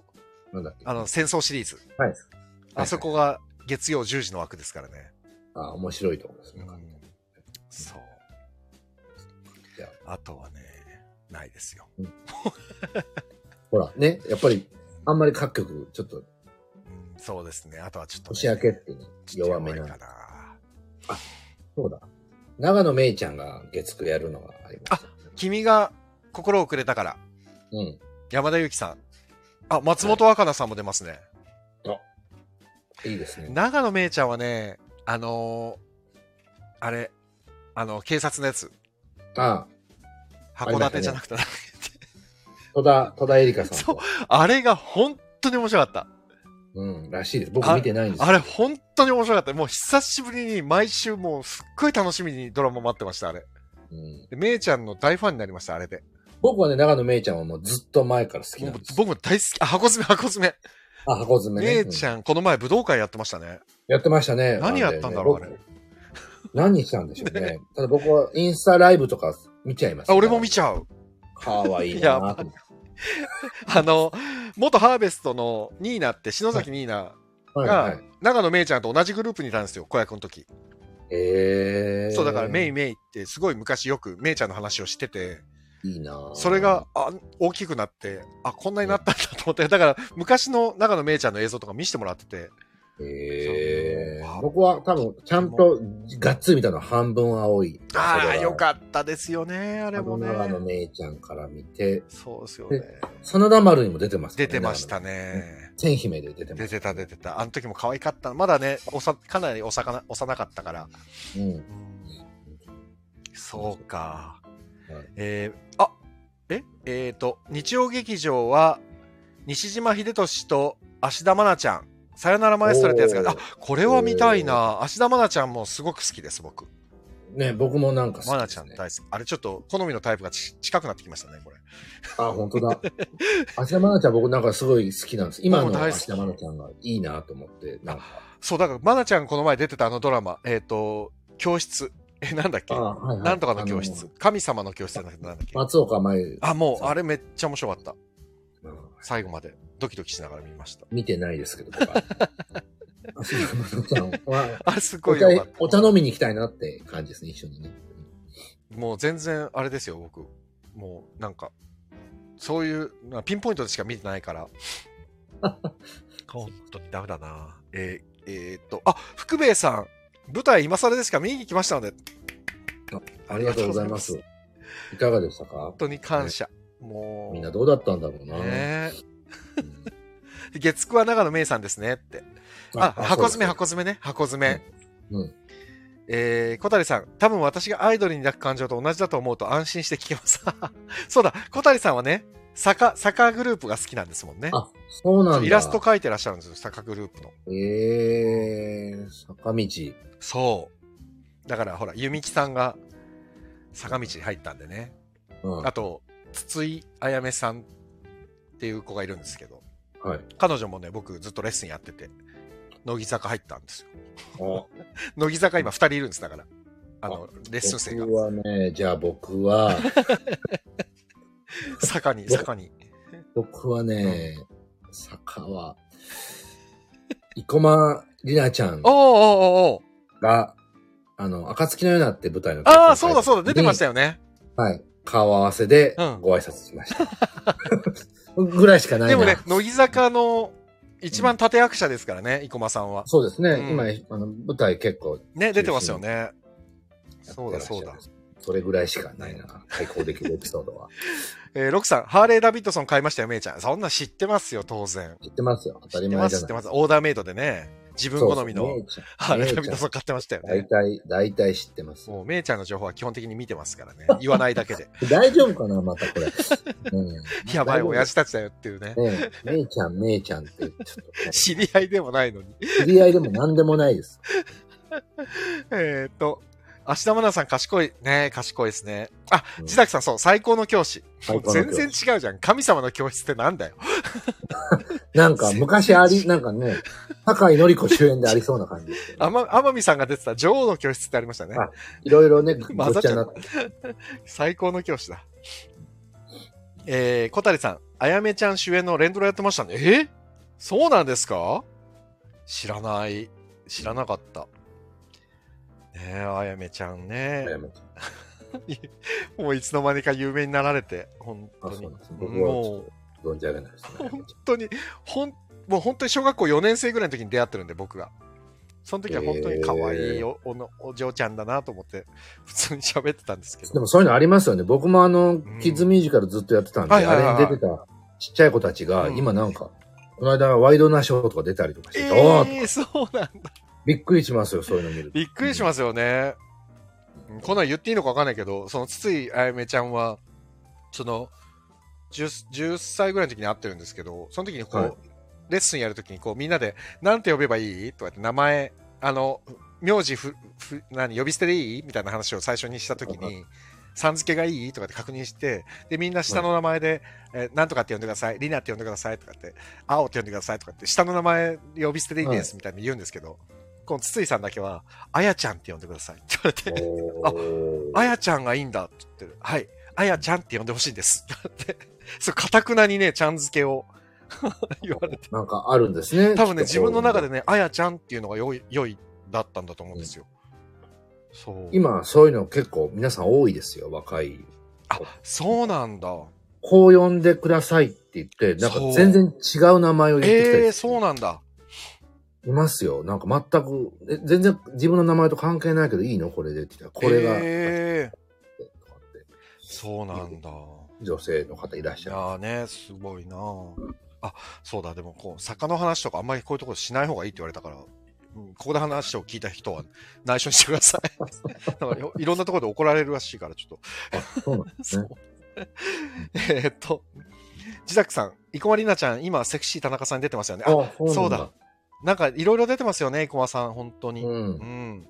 S2: なんだっけ。
S1: あの、戦争シリーズ。
S2: はい。
S1: あそこが月曜10時の枠ですからね。
S2: ああ、面白いところです
S1: う
S2: ね。
S1: ん、そう。
S2: いや
S1: あとはね、ないですよ。
S2: ほら、ね、やっぱり、あんまり各局、ちょっと、
S1: うん、そうですね。あとはちょっとね、
S2: 年明けってね、
S1: ちょっと
S2: 弱め
S1: い
S2: な。
S1: かな。
S2: そうだ。長野めいちゃんが月9やるのがあります。
S1: 君が心をくれたから、
S2: うん。
S1: 山田裕貴さん。あ、松本若菜さんも出ますね。
S2: いいですね。
S1: 長野めいちゃんはね、あのーあれ、あの、警察のやつ、
S2: あ
S1: 函館じゃなくて、 (laughs)
S2: あ、戸田、戸田恵梨香さんと。
S1: あれが本当に面白かった。
S2: うん、らしいです。僕見てないんです
S1: あれ本当に面白かった。もう久しぶりに毎週もうすっごい楽しみにドラマ待ってました、あれ。
S2: うん、
S1: でめいちゃんの大ファンになりました、あれで。
S2: 僕はね、長野めいちゃんはもうずっと前から好き
S1: も
S2: な
S1: うん
S2: です。
S1: 僕も大好き。あ、箱詰め、箱詰め。
S2: あ、箱詰め
S1: め
S2: ね。
S1: いちゃん、この前武道館やってましたね。
S2: うんやってましたね。
S1: 何やったんだろう
S2: あ
S1: あ
S2: れ
S1: れ
S2: ね。僕何したんでしょうね。ただ僕はインスタライブとか見ちゃいます、
S1: あ、俺も見
S2: ゃ
S1: ちゃう。
S2: う。かわいいなぁと思って
S1: あの、元ハーベストのニーナって、篠崎ニーナ
S2: はいは
S1: が
S2: い。、
S1: 長野めいちゃんと同じグループにいたんですよ、子役の時。
S2: えー。
S1: そう、だからメイメイって、すごい昔よくめいちゃんの話をしてて、
S2: いいなぁ
S1: それが、あ大きくなって、あ、こんなになったんだと思って、だから昔の長野めいちゃんの映像とか見せてもらってて、
S2: え
S1: そ
S2: ー、
S1: う
S2: 僕は多分、ちゃんとがっつり見たのは半分青い。
S1: ああ、よ
S2: っ
S1: かったですよね、あ
S2: た
S1: れもね。
S2: 長野めいちゃんから見て、
S1: そうですよね。
S2: 真田丸にも出てます、
S1: 出てました。ね。
S2: 千姫で出てま
S1: 出
S2: した。
S1: てた出てた。あの時も可愛かった。まだね、おさかなりおさかな幼かったから。
S2: うん。
S1: そうか
S2: はい。
S1: えー、あええー、と、日曜劇場は、西島秀俊と芦田愛菜ちゃん、さよならマエストレってやつ
S2: おー
S1: が、あこれは見たいな。芦田愛菜ちゃんもすごく好きです、僕。
S2: ね、僕もなんか
S1: 愛
S2: 好
S1: 菜
S2: き
S1: ち
S2: で
S1: ゃ
S2: す、
S1: ん
S2: ね。
S1: 大好き。あれちょっと好みのタイプがち近くなってきましたね、これ。
S2: あ、本当だ。
S1: (laughs)
S2: 芦田愛菜ちゃん僕なんかすごい好きなんです。今
S1: 僕
S2: の
S1: も大好
S2: 芦
S1: き
S2: 田愛菜ちゃんがいいなと思って、なんか。
S1: そう、だから愛菜ちゃんこの前出てたあのドラマ、えっ、と、教室。え、なんだっけ
S2: あはいはい
S1: なんとかの教
S2: あ
S1: 室
S2: の。
S1: 神様の教室じゃなくてなんだっけ
S2: 松岡前、うん
S1: あ、もう、あれめっちゃ面白かった。最後までドキドキしながら見ました。
S2: 見てないですけど、
S1: (laughs)
S2: 僕は芦田愛菜ちゃんは、
S1: あれすご
S2: お
S1: い
S2: 茶
S1: よかった。
S2: お茶飲みに行きたいなって感じですね、一緒にね。
S1: もう全然あれですよ、僕。もうなんか、そういう、まあピンポイントでしか見てない
S2: (laughs)
S1: から。本当にダメだな。えーえーっと、あ、福兵衛さん、舞台今更でしか見に来ましたので。
S2: ありがとうございます。
S1: 本
S2: いかがでしたか
S1: 当に感謝。もう。
S2: みんなどうだったんだろうな。
S1: ねえ
S2: うん
S1: 月9は長野めいさんですねって。あ、箱詰め、
S2: そう
S1: 箱詰めね、箱詰め。
S2: だうん。
S1: えー、小谷さん、多分私がアイドルに抱く感情と同じだと思うと安心して聞けます。 (laughs) そうだ、小谷さんはね、坂、坂グループが好きなんですもんね。
S2: あ、そうなんだ。
S1: イラスト描いてらっしゃるんですよ、坂グループの。
S2: えー、坂道。
S1: そう。だからほら、弓木さんが坂道に入ったんでね。
S2: うん。
S1: あと、筒井あやめさんっていう子がいるんですけど、
S2: はい。
S1: 彼女もね、僕ずっとレッスンやってて、乃木坂入ったんですよ。
S2: あ
S1: 乃木坂今2人いるんです、だから。あの、レッスン生が
S2: 僕。はね、じゃあ僕は、
S1: (laughs) 坂に、坂
S2: (laughs)
S1: に。
S2: 僕はね、坂は、生駒里奈ちゃん
S1: おーおーおーおー
S2: が、あの、暁のようなって舞台の。
S1: ああ、そうだそうだ、出てました
S2: よ。
S1: よね。
S2: はい。顔合わせで
S1: うん
S2: ご挨拶しました。 (laughs) ぐらいしかないな。
S1: でもね、乃木坂の一番立役者ですからね、生駒さんは。
S2: そうですね。
S1: うん
S2: 今、あの舞台結構
S1: ね、出てますよね。
S2: やってらっしゃる
S1: そうだそうだ。
S2: それぐらいしかないな。対抗できるエピソードは。
S1: えー、ロクさん、ハーレー・ダビッドソン買いましたよ、めいちゃん。そんなん知ってますよ、当然。
S2: 知ってますよ。当た
S1: 知
S2: り
S1: って
S2: 前
S1: ま
S2: じ
S1: す、
S2: ゃ
S1: 知っ
S2: ない
S1: て。ます。オーダーメイドでね、自分好みのハーレー・ダビッドソン買ってましたよ
S2: 大
S1: ね。
S2: 体、大体知ってます。
S1: もう、めいちゃんの情報は基本的に見てますからね。言わないだけ
S2: (laughs)
S1: で。
S2: 大丈夫かなまたこれ。うん
S1: (laughs) やばい、親。
S2: 大
S1: 父たちだよっていうね
S2: 丈。夫ねえ、めいちゃん、めいちゃんって、ちょっと、ね、
S1: 知り合いでもないのに。
S2: 知り合いでも何でもないです。
S1: えーっと、芦田愛菜さん賢い。ね賢いですね。あ、
S2: うん
S1: 地崎さん、そう、最高の教師。
S2: 最高の教
S1: 全
S2: 師
S1: 然違うじゃん。神様の教室ってなんだよ。
S2: なんか、昔あり、なんかね、高井のり子主演でありそうな感じですけど、
S1: あま、天海さんが出てた女王の教室ってありましたね。
S2: あいろいろね、ご
S1: 混ざっ
S2: っち
S1: ちゃ
S2: ゃにな
S1: っ
S2: って。
S1: 最高の教師だ。えー、小谷さん、あやめちゃん主演の連ドラやってましたね。えそうなんですか知らない。知らなかった。ねえ、あやめちゃんね。もういつの間にか有名になられて、本当
S2: あ、そう
S1: に
S2: なん。です。僕はちょ
S1: も
S2: っ
S1: う、
S2: と存じ上げないですね。
S1: 本当に、ほん、もう本当に小学校4年生ぐらいの時に出会ってるんで、僕が。その時は本当に可愛いお,、おのお嬢ちゃんだなと思って、普通に喋ってたんですけど。
S2: でもそういうのありますよね。僕もあの、キッズミュージカルずっとやってたんで、
S1: はいはいはいはい
S2: あれに出てたちっちゃい子たちが、
S1: うん
S2: 今なんか、この間ワイドナショーとか出たりとかしてて、おー
S1: えー、そうなんだ。
S2: びっくりしますよ、そういうの見ると。
S1: びっくりしますよね。うんこんなん言っていいのかわかんないけど、その筒井あやめちゃんは、その10、10歳ぐらいの時に会ってるんですけど、その時にこう、
S2: はい
S1: レッスンやる時にこう、みんなで、なんて呼べばいいとかって名前、あの、名字ふ、ふ、何、呼び捨てでいいみたいな話を最初にした時
S2: は
S1: に、さん付けがいいとかって確認して、で、みんな下の名前で、えーなんとかって呼んでください、リナって呼んでくださいとかって、青って呼んでくださいとかって、下の名前呼び捨てでいいですみたいに言うんですけど、この筒井さんだけは、あやちゃんって呼んでくださいって言われて、
S2: おー
S1: あやちゃんがいいんだって言ってる。はい。あやちゃんって呼んでほしいんです。 (laughs) って。そう、かたくなにね、ちゃん付けを (laughs) 言われて。
S2: なんかあるんですね。
S1: 多分ね、自分の中で
S2: ね。
S1: ね、あやちゃんっていうのが良い、良いだったんだと思うんですよ。そう。
S2: 今、そういうの結構皆さん多いですよ、若い。
S1: あ、そうなんだ。
S2: こう呼んでくださいって言って、なんか
S1: そう
S2: 全然違う名前を言ってきたり、
S1: ええー、そうなんだ。
S2: いますよ。なんか全く、え全然自分の名前と関係ないけどいいのこれでって言ったら、これが、
S1: ええ
S2: とかって
S1: そうなんだ。
S2: 女性の方いらっ
S1: い
S2: しゃ
S1: や
S2: る。
S1: ーね、すごいなあ、そうだ、でもこう、坂の話とかあんまりこういうところしない方がいいって言われたから、うん、ここで話を聞いた人は内緒にしてください。
S2: (laughs)
S1: なんかよいろんなところで怒られるらしいから、ちょっ
S2: そうなんで
S1: と。
S2: す
S1: そう
S2: ね。
S1: えーっと、自宅さん、生駒里奈ちゃん、今、セクシー田中さんに出てますよね。あ、
S2: あ
S1: そうだ。なんかいろいろ出てますよね、生駒さん、本当に。
S2: う。
S1: うんん。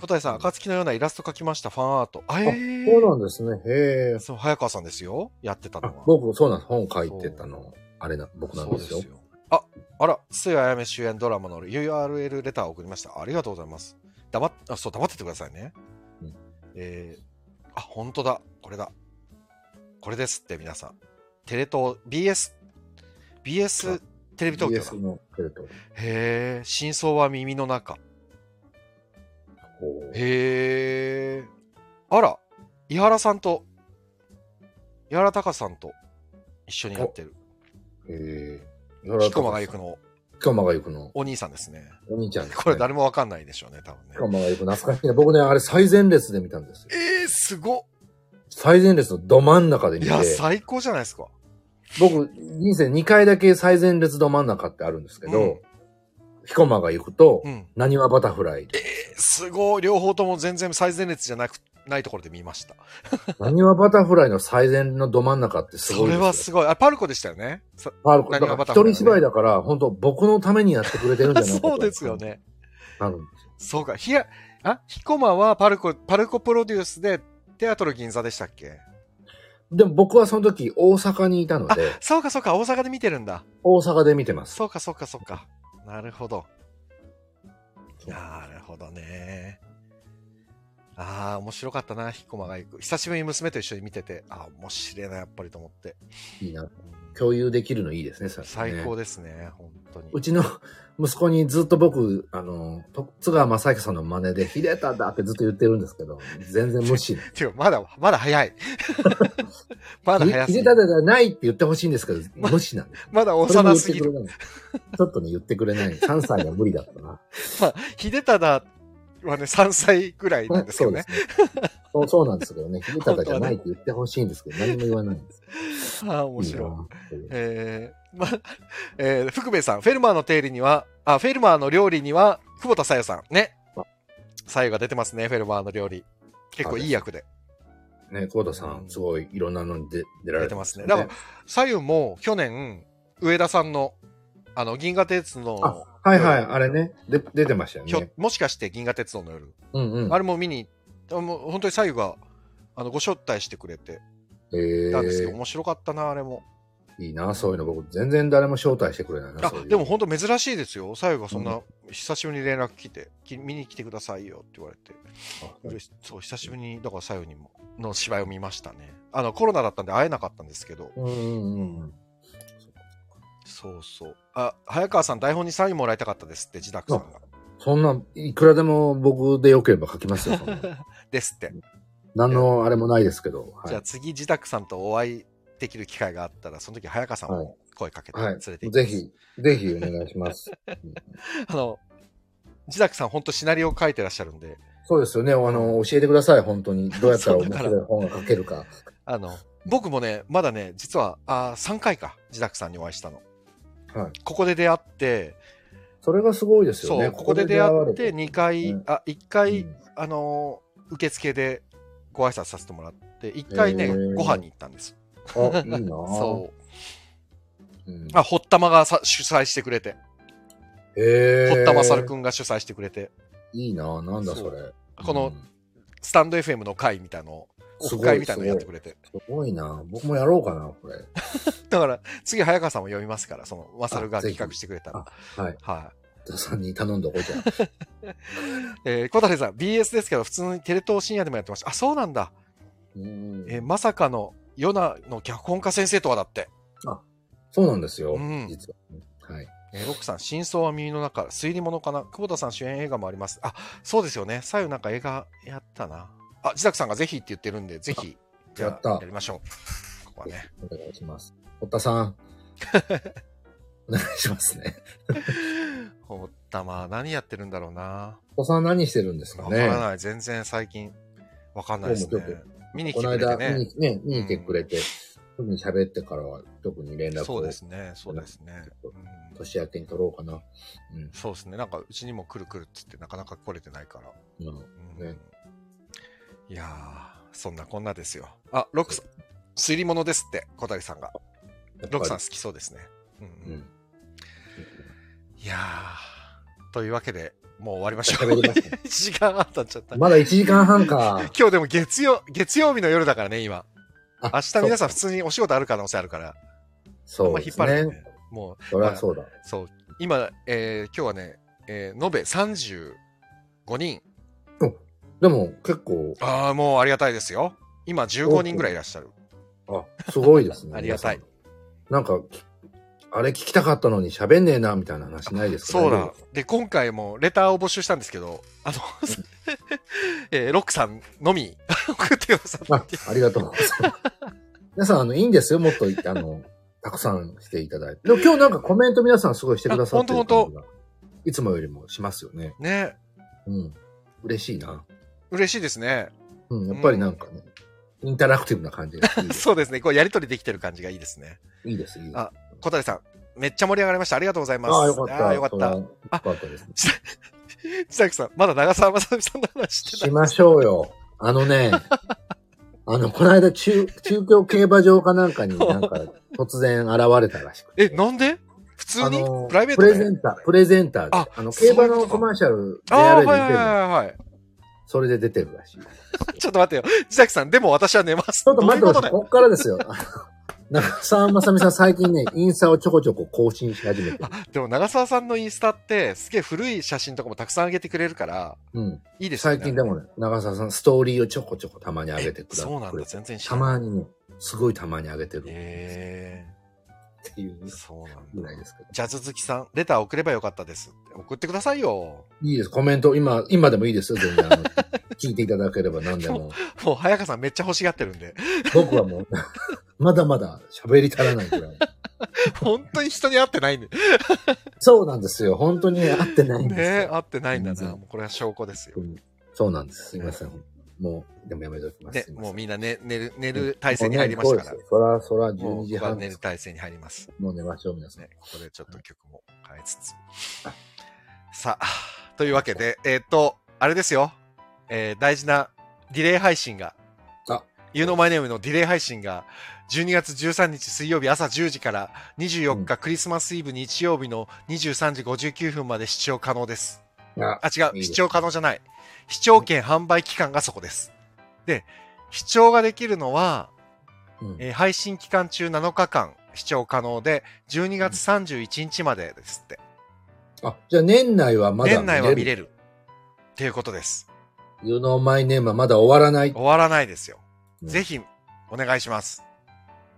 S1: 小谷さん、暁のようなイラスト描きました、ファンアート。あえー
S2: そうなんですね。へえ。
S1: そう、早川さんですよ、やってたの
S2: あ
S1: は。
S2: 僕、そうなんです。本書いてたの、あれな、僕なんですよ。
S1: そうあ、あら、筒井あやめ主演ドラマの URL レターを送りました。ありがとうございます。黙っ、あ、そう、黙っててくださいね。
S2: うん
S1: えーあ、本当だ。これだ。これですって、皆さん。テレ東、BS、BS テレビ東京だ。
S2: BS のテレ東。
S1: へえ、真相は耳の中。
S2: ほう
S1: へえ。あら、伊原さんと、伊原隆さんと一緒にやってる。
S2: へえ。
S1: キコマが行く。の
S2: ピコマが行くの。
S1: お兄さんですね。
S2: お兄ちゃんですね。
S1: これ誰もわかんないでしょうね、多分ね
S2: ピ。コマが行くの。懐かしいね。僕ね、あれ最前列で見たんですよ。
S1: えー、すごっ
S2: 最前列のど真ん中で
S1: い
S2: 見
S1: や、
S2: て、
S1: 最高じゃないですか。
S2: 僕、人生2回だけ最前列ど真ん中ってあるんですけ
S1: うん
S2: ど、彦間が行くと
S1: う、ん。
S2: なにわバタフライ。
S1: すごい、両方とも全然最前列じゃなく、ないところで見ました。
S2: なにわバタフライの最前のど真ん中ってすご
S1: そ
S2: いです
S1: れ
S2: よ。
S1: はすごい。あ、パルコでしたよね。そ
S2: あるだ
S1: なにわ
S2: か
S1: バ
S2: ら
S1: タフラ
S2: 一
S1: イね
S2: 人芝居だから、本当僕のためにやってくれてるんじゃないかと
S1: そ (laughs) うですよ。ね。
S2: なるんです
S1: そ
S2: よ
S1: うか。ひや、あ、ヒコマはパルコ、パルコプロデュースで、テアトル銀座でしたっけ
S2: でも僕はその時大阪にいたので、
S1: そうかそうか、大阪で見てるんだ。
S2: 大阪で見てます。
S1: そうかそうかそうか。なるほど。なるほどね。ああ、面白かったな、ヒコマが行く。久しぶりに娘と一緒に見てて、ああ、面白いな、やっぱりと思って。
S2: いいな。
S1: うん
S2: 共有できるのいいですね、それね
S1: 最高ですね、本当に。
S2: うちの息子にずっと僕、あの、と津川正明さんの真似で、秀太だってずっと言ってるんですけど、全然無視。
S1: てか、まだ、まだ早い。 (laughs) まだ早すぎ
S2: 秀
S1: る
S2: 太じゃないって言ってほしいんです
S1: (laughs)
S2: けど、無視なんです。
S1: まだ
S2: それも
S1: 幼
S2: 言っ
S1: す
S2: て
S1: ぎ
S2: く
S1: る。
S2: れない。ちょっとね、言ってくれない。3歳は無理だったな。
S1: まあ、秀忠はね、3歳ぐらい (laughs) なんですけど
S2: そうで
S1: ね。
S2: すね。そうそうなんですけどね、秀太じゃないって言ってほしいんですけど、何も言わないんです。
S1: ああ、面白い。
S2: いな
S1: えー、まあ、 (laughs) えー、福兵衛さん、フェルマーの定理には、あ、フェルマーの料理には、久保田さゆさん、ね
S2: あ。
S1: さゆが出てますね、フェルマーの料理。結構いい役で
S2: ね、久保田さん、すごいいろんなのに出
S1: 出
S2: 出られ
S1: て
S2: て
S1: ま
S2: ますす
S1: ね。
S2: よね。
S1: だから、さゆも去年、上田さんの、あの、銀河鉄道の、
S2: あ、はいはい、あれね、で出てましたよ
S1: ひょ
S2: ね。
S1: もしかして銀河鉄道の夜、
S2: うんうん。
S1: あれも見に、あもう本当にさゆが、あの、ご招待してくれて
S2: え
S1: たんですけど、
S2: ー、
S1: 面白かったな、あれも。
S2: いいな、そういうの僕、全然誰も招待してくれないな。
S1: あ
S2: そういう
S1: でも、本当珍しいですよ、さゆがそんな、久しぶりに連絡来て、き見に来てくださいよって言われて、嬉しそう久しぶりに、だからさゆにもの芝居を見ましたね。あのコロナだったんで会えなかったんですけど、
S2: うんうんうん。
S1: そうそう。あ早川さん、台本にサインもらいたかったですって、自宅さんが。
S2: そんな、いくらでも僕でよければ書きますよ。
S1: (laughs)
S2: そんな
S1: ですって。
S2: 何のあれもないですけど。はい
S1: じゃあ次、自宅さんとお会いできる機会があったら、その時早川さんも声かけて
S2: は
S1: 連
S2: い。
S1: れて行きます。
S2: ぜひ、ぜひお願いします。
S1: あの、自宅さん、本当シナリオ書いてらっしゃるんで、
S2: そうですよね。あの、教えてください、本当に。どうやったら面白い本が書けるか。
S1: あの、僕もね、まだね、実は、あ3回か、自宅さんにお会いしたの。
S2: はい。
S1: ここで出会って、
S2: それがすごいですよ
S1: そ
S2: ね。
S1: う、ここで出会っ
S2: ここで
S1: て、2回、
S2: うん
S1: あ、1
S2: 出会わ
S1: 回、
S2: れてうん
S1: あのー受付でご挨拶させてもらって、1回ね、
S2: へー
S1: ご飯に行ったんです。
S2: あ、いいな。
S1: (laughs) そう
S2: うん
S1: う。あ、ほったまがさ主催してくれて、
S2: へ
S1: ほったまさる
S2: ん。
S1: くんが主催してくれて、
S2: いいななんだそれ。
S1: この
S2: うん
S1: スタンド FM の会みたいの、オフ
S2: すご
S1: 会
S2: い
S1: みたいのやってくれて。
S2: すごいな僕もやろうかな、これ。
S1: だから、次、早川さんも読みますから、その、まさるが企画してくれたら。
S2: はい。
S1: はい。
S2: 田さんに頼んどこうじゃ。
S1: えー、小谷さん、BS ですけど、普通にテレ東深夜でもやってました。あ、そうなんだ。
S2: うん
S1: えーまさかの、ヨナの脚本家先生とはだって。
S2: そうなんですよ、
S1: うん
S2: 実は。はい。
S1: えー、ロックさん、真相は耳の中、推理物かな。久保田さん主演映画もあります。あ、そうですよね。左右なんか映画やったな。あ、自宅さんがぜひって言ってるんで、ぜひ、じゃあ
S2: やった
S1: やりましょう。ここはね。
S2: お願いします。堀田さん。
S1: (laughs)
S2: お願いしますね。
S1: ほったま、何やってるんだろうな。
S2: 堀田さん何してるんですか
S1: わか
S2: ね。
S1: らない。全然最近、わかんないです
S2: どうもち
S1: ね
S2: ょっ。
S1: 見に来
S2: こ
S1: て
S2: の
S1: くれて
S2: 間、見
S1: ね。
S2: にね、見に来てくれて、特に喋ってからは特に連絡を
S1: そうですね。そうですね。うん
S2: 年明けに取ろうかな。
S1: そうですね。なんか、うちにも来る来るっつって、なかなか来れてないから。
S2: うん。まあ
S1: うん
S2: ね
S1: いやー、そんなこんなですよ。あ、ロックさん、推理物ですって、小谷さんが。ロックさん好。きそうですね。うん
S2: う
S1: うん
S2: ん。
S1: いやー、というわけで、もう終わりましょう。
S2: 喋りましたね
S1: 1 (laughs) 時間半経っちゃった。
S2: まだ1時間半か。
S1: 今日でも月曜、月曜日の夜だからね、今。
S2: あ
S1: 明日皆さん普
S2: そ
S1: 通にお仕事ある可能性あるから、 (laughs) あん
S2: そ
S1: ま
S2: うで
S1: 引っ
S2: す
S1: 張らない、
S2: ね
S1: ね。。もう、
S2: そりゃそうだ。
S1: そう、今、えー今日はね、えー延べ35人。
S2: でも結構、
S1: ああ、もうありがたいですよ。今15人ぐらいいらっしゃる。。
S2: あ、すごいですね
S1: (laughs) ありがたい
S2: 皆さん。なんか、きあれ聞きたかったのに喋んねえな、みたいな話ないですか、ね、
S1: そうだ。で、今回もレターを募集したんですけど、あの、 (laughs) えーロックさんのみ送ってくださ
S2: あ
S1: って。、
S2: ありがとうござい
S1: (laughs)
S2: ます。皆さん、あの、いいんですよ。もっと、あの、たくさんしていただいて。でも今日なんかコメント皆さんすごいしてくださって
S1: あほ
S2: る
S1: んとほ
S2: 感
S1: ん
S2: じがいつもよりもしますよね。
S1: (laughs) ね、
S2: うん。嬉しいな。
S1: 嬉しいですね。
S2: うん。やっぱりなんかね、インタラクティブな感じがいいです
S1: そうですね。こうやりとりできてる感じがいいですね。
S2: いいです、いいです。
S1: あ小谷さん、めっちゃ盛り上がりました。ありがとうございます。
S2: ああ、よかった。
S1: あーよかった。
S2: よかったですね。
S1: 千秋さん、まだ長澤まさみさんの話してない。
S2: しましょうよ。あのね、 (laughs) あの、この間中、中京競馬場かなんかになんか突然現れたらしくて。
S1: え、なんで普通に、
S2: あの
S1: プライベー
S2: プ
S1: ト
S2: レ
S1: で
S2: ゼンター、プレゼンターで、
S1: あ
S2: あの、
S1: そうい
S2: 競
S1: うこと
S2: 馬のコマーシャル、
S1: ああー、
S2: JRA で出
S1: はい
S2: て
S1: は
S2: る
S1: い
S2: の
S1: はいはい。
S2: それで出てるらしい。
S1: ちょっと待ってよ。千秋さん、でも私は寝ます。
S2: ちょっと待ってください。
S1: どういうこ
S2: こっからですよ。 (laughs) 長澤まさみさん最近ね、インスタをちょこちょこ更新し始めてる。
S1: とだよでも長澤さんのインスタって、すげえ古い写真とかもたくさん上げてくれるから、
S2: うん。
S1: いいですよね。
S2: 最近でもね、長澤さんストーリーをちょこちょこたまに上げてくだ
S1: そうなん
S2: く
S1: だ、
S2: れて
S1: 全然知
S2: た
S1: らない。
S2: まにね、すごいたまに上げてるっ
S1: え
S2: ていう
S1: ー、そうなん
S2: ぐ
S1: だ。
S2: らいですけど。
S1: ジャズ好きさん、レター送ればよかったですって。送ってくださいよ。
S2: いいです。コメント、今、今でもいいですよ。全然。
S1: (laughs)
S2: あの聞いていただければ何でも。
S1: もう、早川さんめっちゃ欲しがってるんで。 (laughs)
S2: 僕はもう、 (laughs) まだまだ喋り足らないぐらい。
S1: 本当に人に会ってないんで。
S2: そうなんですよ。本当に会ってないん
S1: ね
S2: です
S1: え、
S2: よ。
S1: 会ってないんだ
S2: 全
S1: な。
S2: 然
S1: もうこれは証拠ですよ。
S2: うんそうなんです。すいません。もう、でもやめときます。
S1: ね
S2: すい、ませ
S1: もうんみんな寝寝る、寝る体勢に入りましたから。
S2: ら。そら、そら、
S1: もう
S2: 12時
S1: ここは
S2: 半
S1: 寝る体勢に入ります。
S2: もう寝ましょう、皆さん。
S1: ね、ここでちょっと曲も変えつつ。さあ、というわけで、えーっ、と、あれですよ。えー大事なディレイ配信が
S2: あ。
S1: You know my name のディレイ配信が12月13日水曜日朝10時から24日クリスマスイブ日曜日の23時59分まで視聴可能です。
S2: あ、
S1: あ、違。
S2: いういです
S1: 視聴可能じゃない。視聴券販売期間がそこです。で、視聴ができるのは、
S2: うん
S1: えー配信期間中7日間視聴可能で、12月31日までですって。
S2: あ、じゃあ年内はまだ
S1: 年内は見
S2: る。
S1: れる。っていうことです。
S2: You know my name はまだ終わらない。
S1: 終わらないですよ。
S2: うん
S1: ぜひ、お願いします。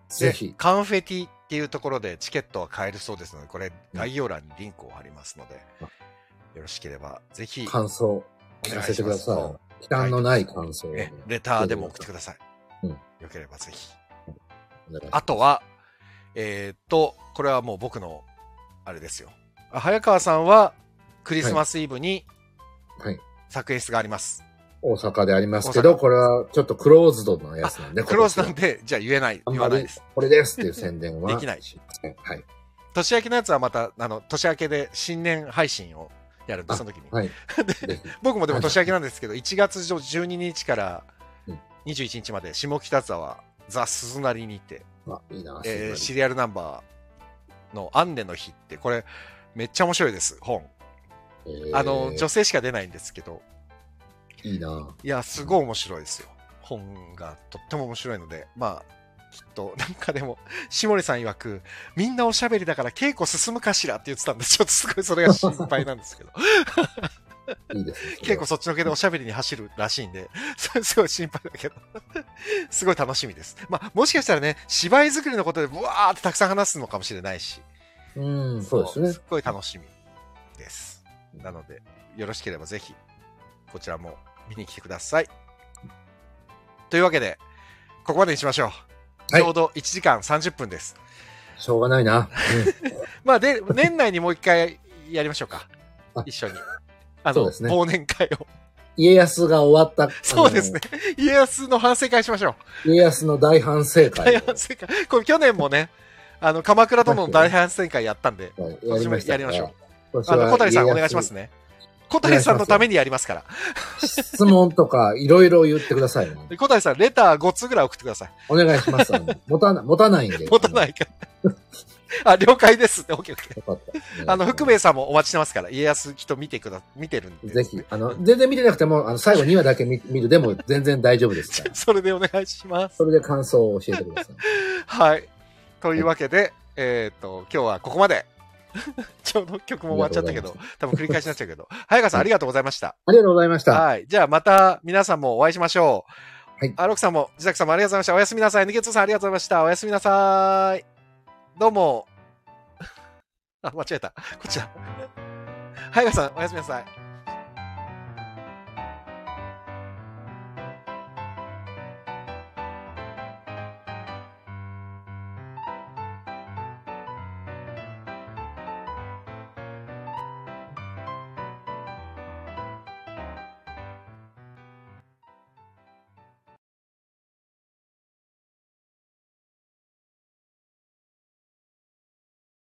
S2: ぜひ
S1: で。カンフェティっていうところでチケットは買えるそうですので、これ、概要欄にリンクを貼りますので、よろしければ、ぜひ、
S2: 感想聞かせてくだ
S1: お願いし
S2: さ
S1: ま
S2: い。忌憚のない感想を
S1: え
S2: ね
S1: レターでも送ってください。
S2: うん
S1: よければぜひ。
S2: お願いします
S1: あとは、えーっと、これはもう僕の、あれですよ。あ早川さんは、クリスマスイブに
S2: はい。
S1: 作演出があります。
S2: 大阪でありますけ
S1: 大
S2: ど、
S1: 阪
S2: これはちょっとクローズドのやつなんで。
S1: クローズ
S2: 今
S1: なん
S2: 年は
S1: で、じゃあ言えない、言わないです。。
S2: これですっていう宣伝は。
S1: できない
S2: しません。はい。
S1: 年明けのやつはまた、あの、年明けで新年配信をやるんで、
S2: あ
S1: その時に。
S2: はい。ぜ
S1: 僕もでも
S2: はい
S1: 年明けなんですけど、1月12日から
S2: うん
S1: 21日まで、下北沢、ザ・鈴なりにて、
S2: ひあ、いいな。
S1: えー
S2: す
S1: シ
S2: ごい
S1: リアルナンバーのアンネの日って、これ、めっちゃ面白いです、本。
S2: えー
S1: あの、女性しか出ないんですけど、
S2: いいな。
S1: いや、すごい面白いですよ。本がとっても面白いので、まあ、きっと、 (laughs) なんかでも、下森さん曰く、みんなおしゃべりだから稽古進むかしらって言ってたんで、ちょっとすごいそれが心配なんですけど、
S2: いいですね。
S1: 結構そっちのけでおしゃべりに走るらしいんで、 (laughs) それすごい心配だけど、 (laughs) すごい楽しみです。まあ、もしかしたらね、芝居作りのことで、ブワーってたくさん話すのかもしれないし、
S2: うん、そうですね
S1: っ。ごい楽しみです。なので、よろしければぜひ、こちらも見に来てください。というわけで、ここまでにしましょう。
S2: はい
S1: ちょうど1時間30分です。
S2: しょうがないな。
S1: まあ、
S2: (laughs)
S1: で、年内にもう一回やりましょうか
S2: あ。
S1: 一緒に。あ
S2: そう
S1: の、
S2: ですね
S1: 忘年会を。
S2: 家康が終わった。あの
S1: (laughs) そうですね。。家康の反省会しましょう。
S2: 家康の大反省会
S1: (laughs) 大
S2: を
S1: 反省会。これ去年もね、あの、鎌倉殿の大反省会やったんで、今
S2: はいやり
S1: 年も
S2: ました
S1: やりましょう。
S2: 今年
S1: あ
S2: は
S1: の、小谷さん
S2: 家
S1: お
S2: 康
S1: 願いしますね。小谷さんのためにやりますから。
S2: 質問とかいろいろ言ってくださいね。
S1: で小谷さん、レター5通ぐらい送ってください。
S2: お願いします。あの持たな持たないんで。。
S1: (laughs) 持たないいから。あ、 (laughs) 了解ですって、オッ
S2: (laughs)
S1: ケーオッケ
S2: よかった。
S1: ー。あの、福兵衛さんもお待ちしてますから、家康きっと見てくだ、見てるんで。
S2: ぜひ。あの、全然見てなくても、あの、最後2話だけ見見るでも全然大丈夫ですから。
S1: (laughs) (laughs) それでお願いします。
S2: それで感想を教えてください。
S1: はい。というわけで、えっ、と、今日はここまで。 (laughs) ちょうど曲も終わっちゃったけ
S2: あ
S1: ど、多分繰り返しになっちゃうけど。早川さん、ありがとうございました。
S2: ありがとうございました。
S1: はい。じゃあ、また皆さんもお会いしましょう。
S2: はい
S1: アロクさんも、自宅さんもありがとうございました。おやすみなさい。NK2 さん、ありがとうございました。おやすみなさい。どう (laughs) も。あ、間違えた。こっちだ。早川さん、おやすみなさい。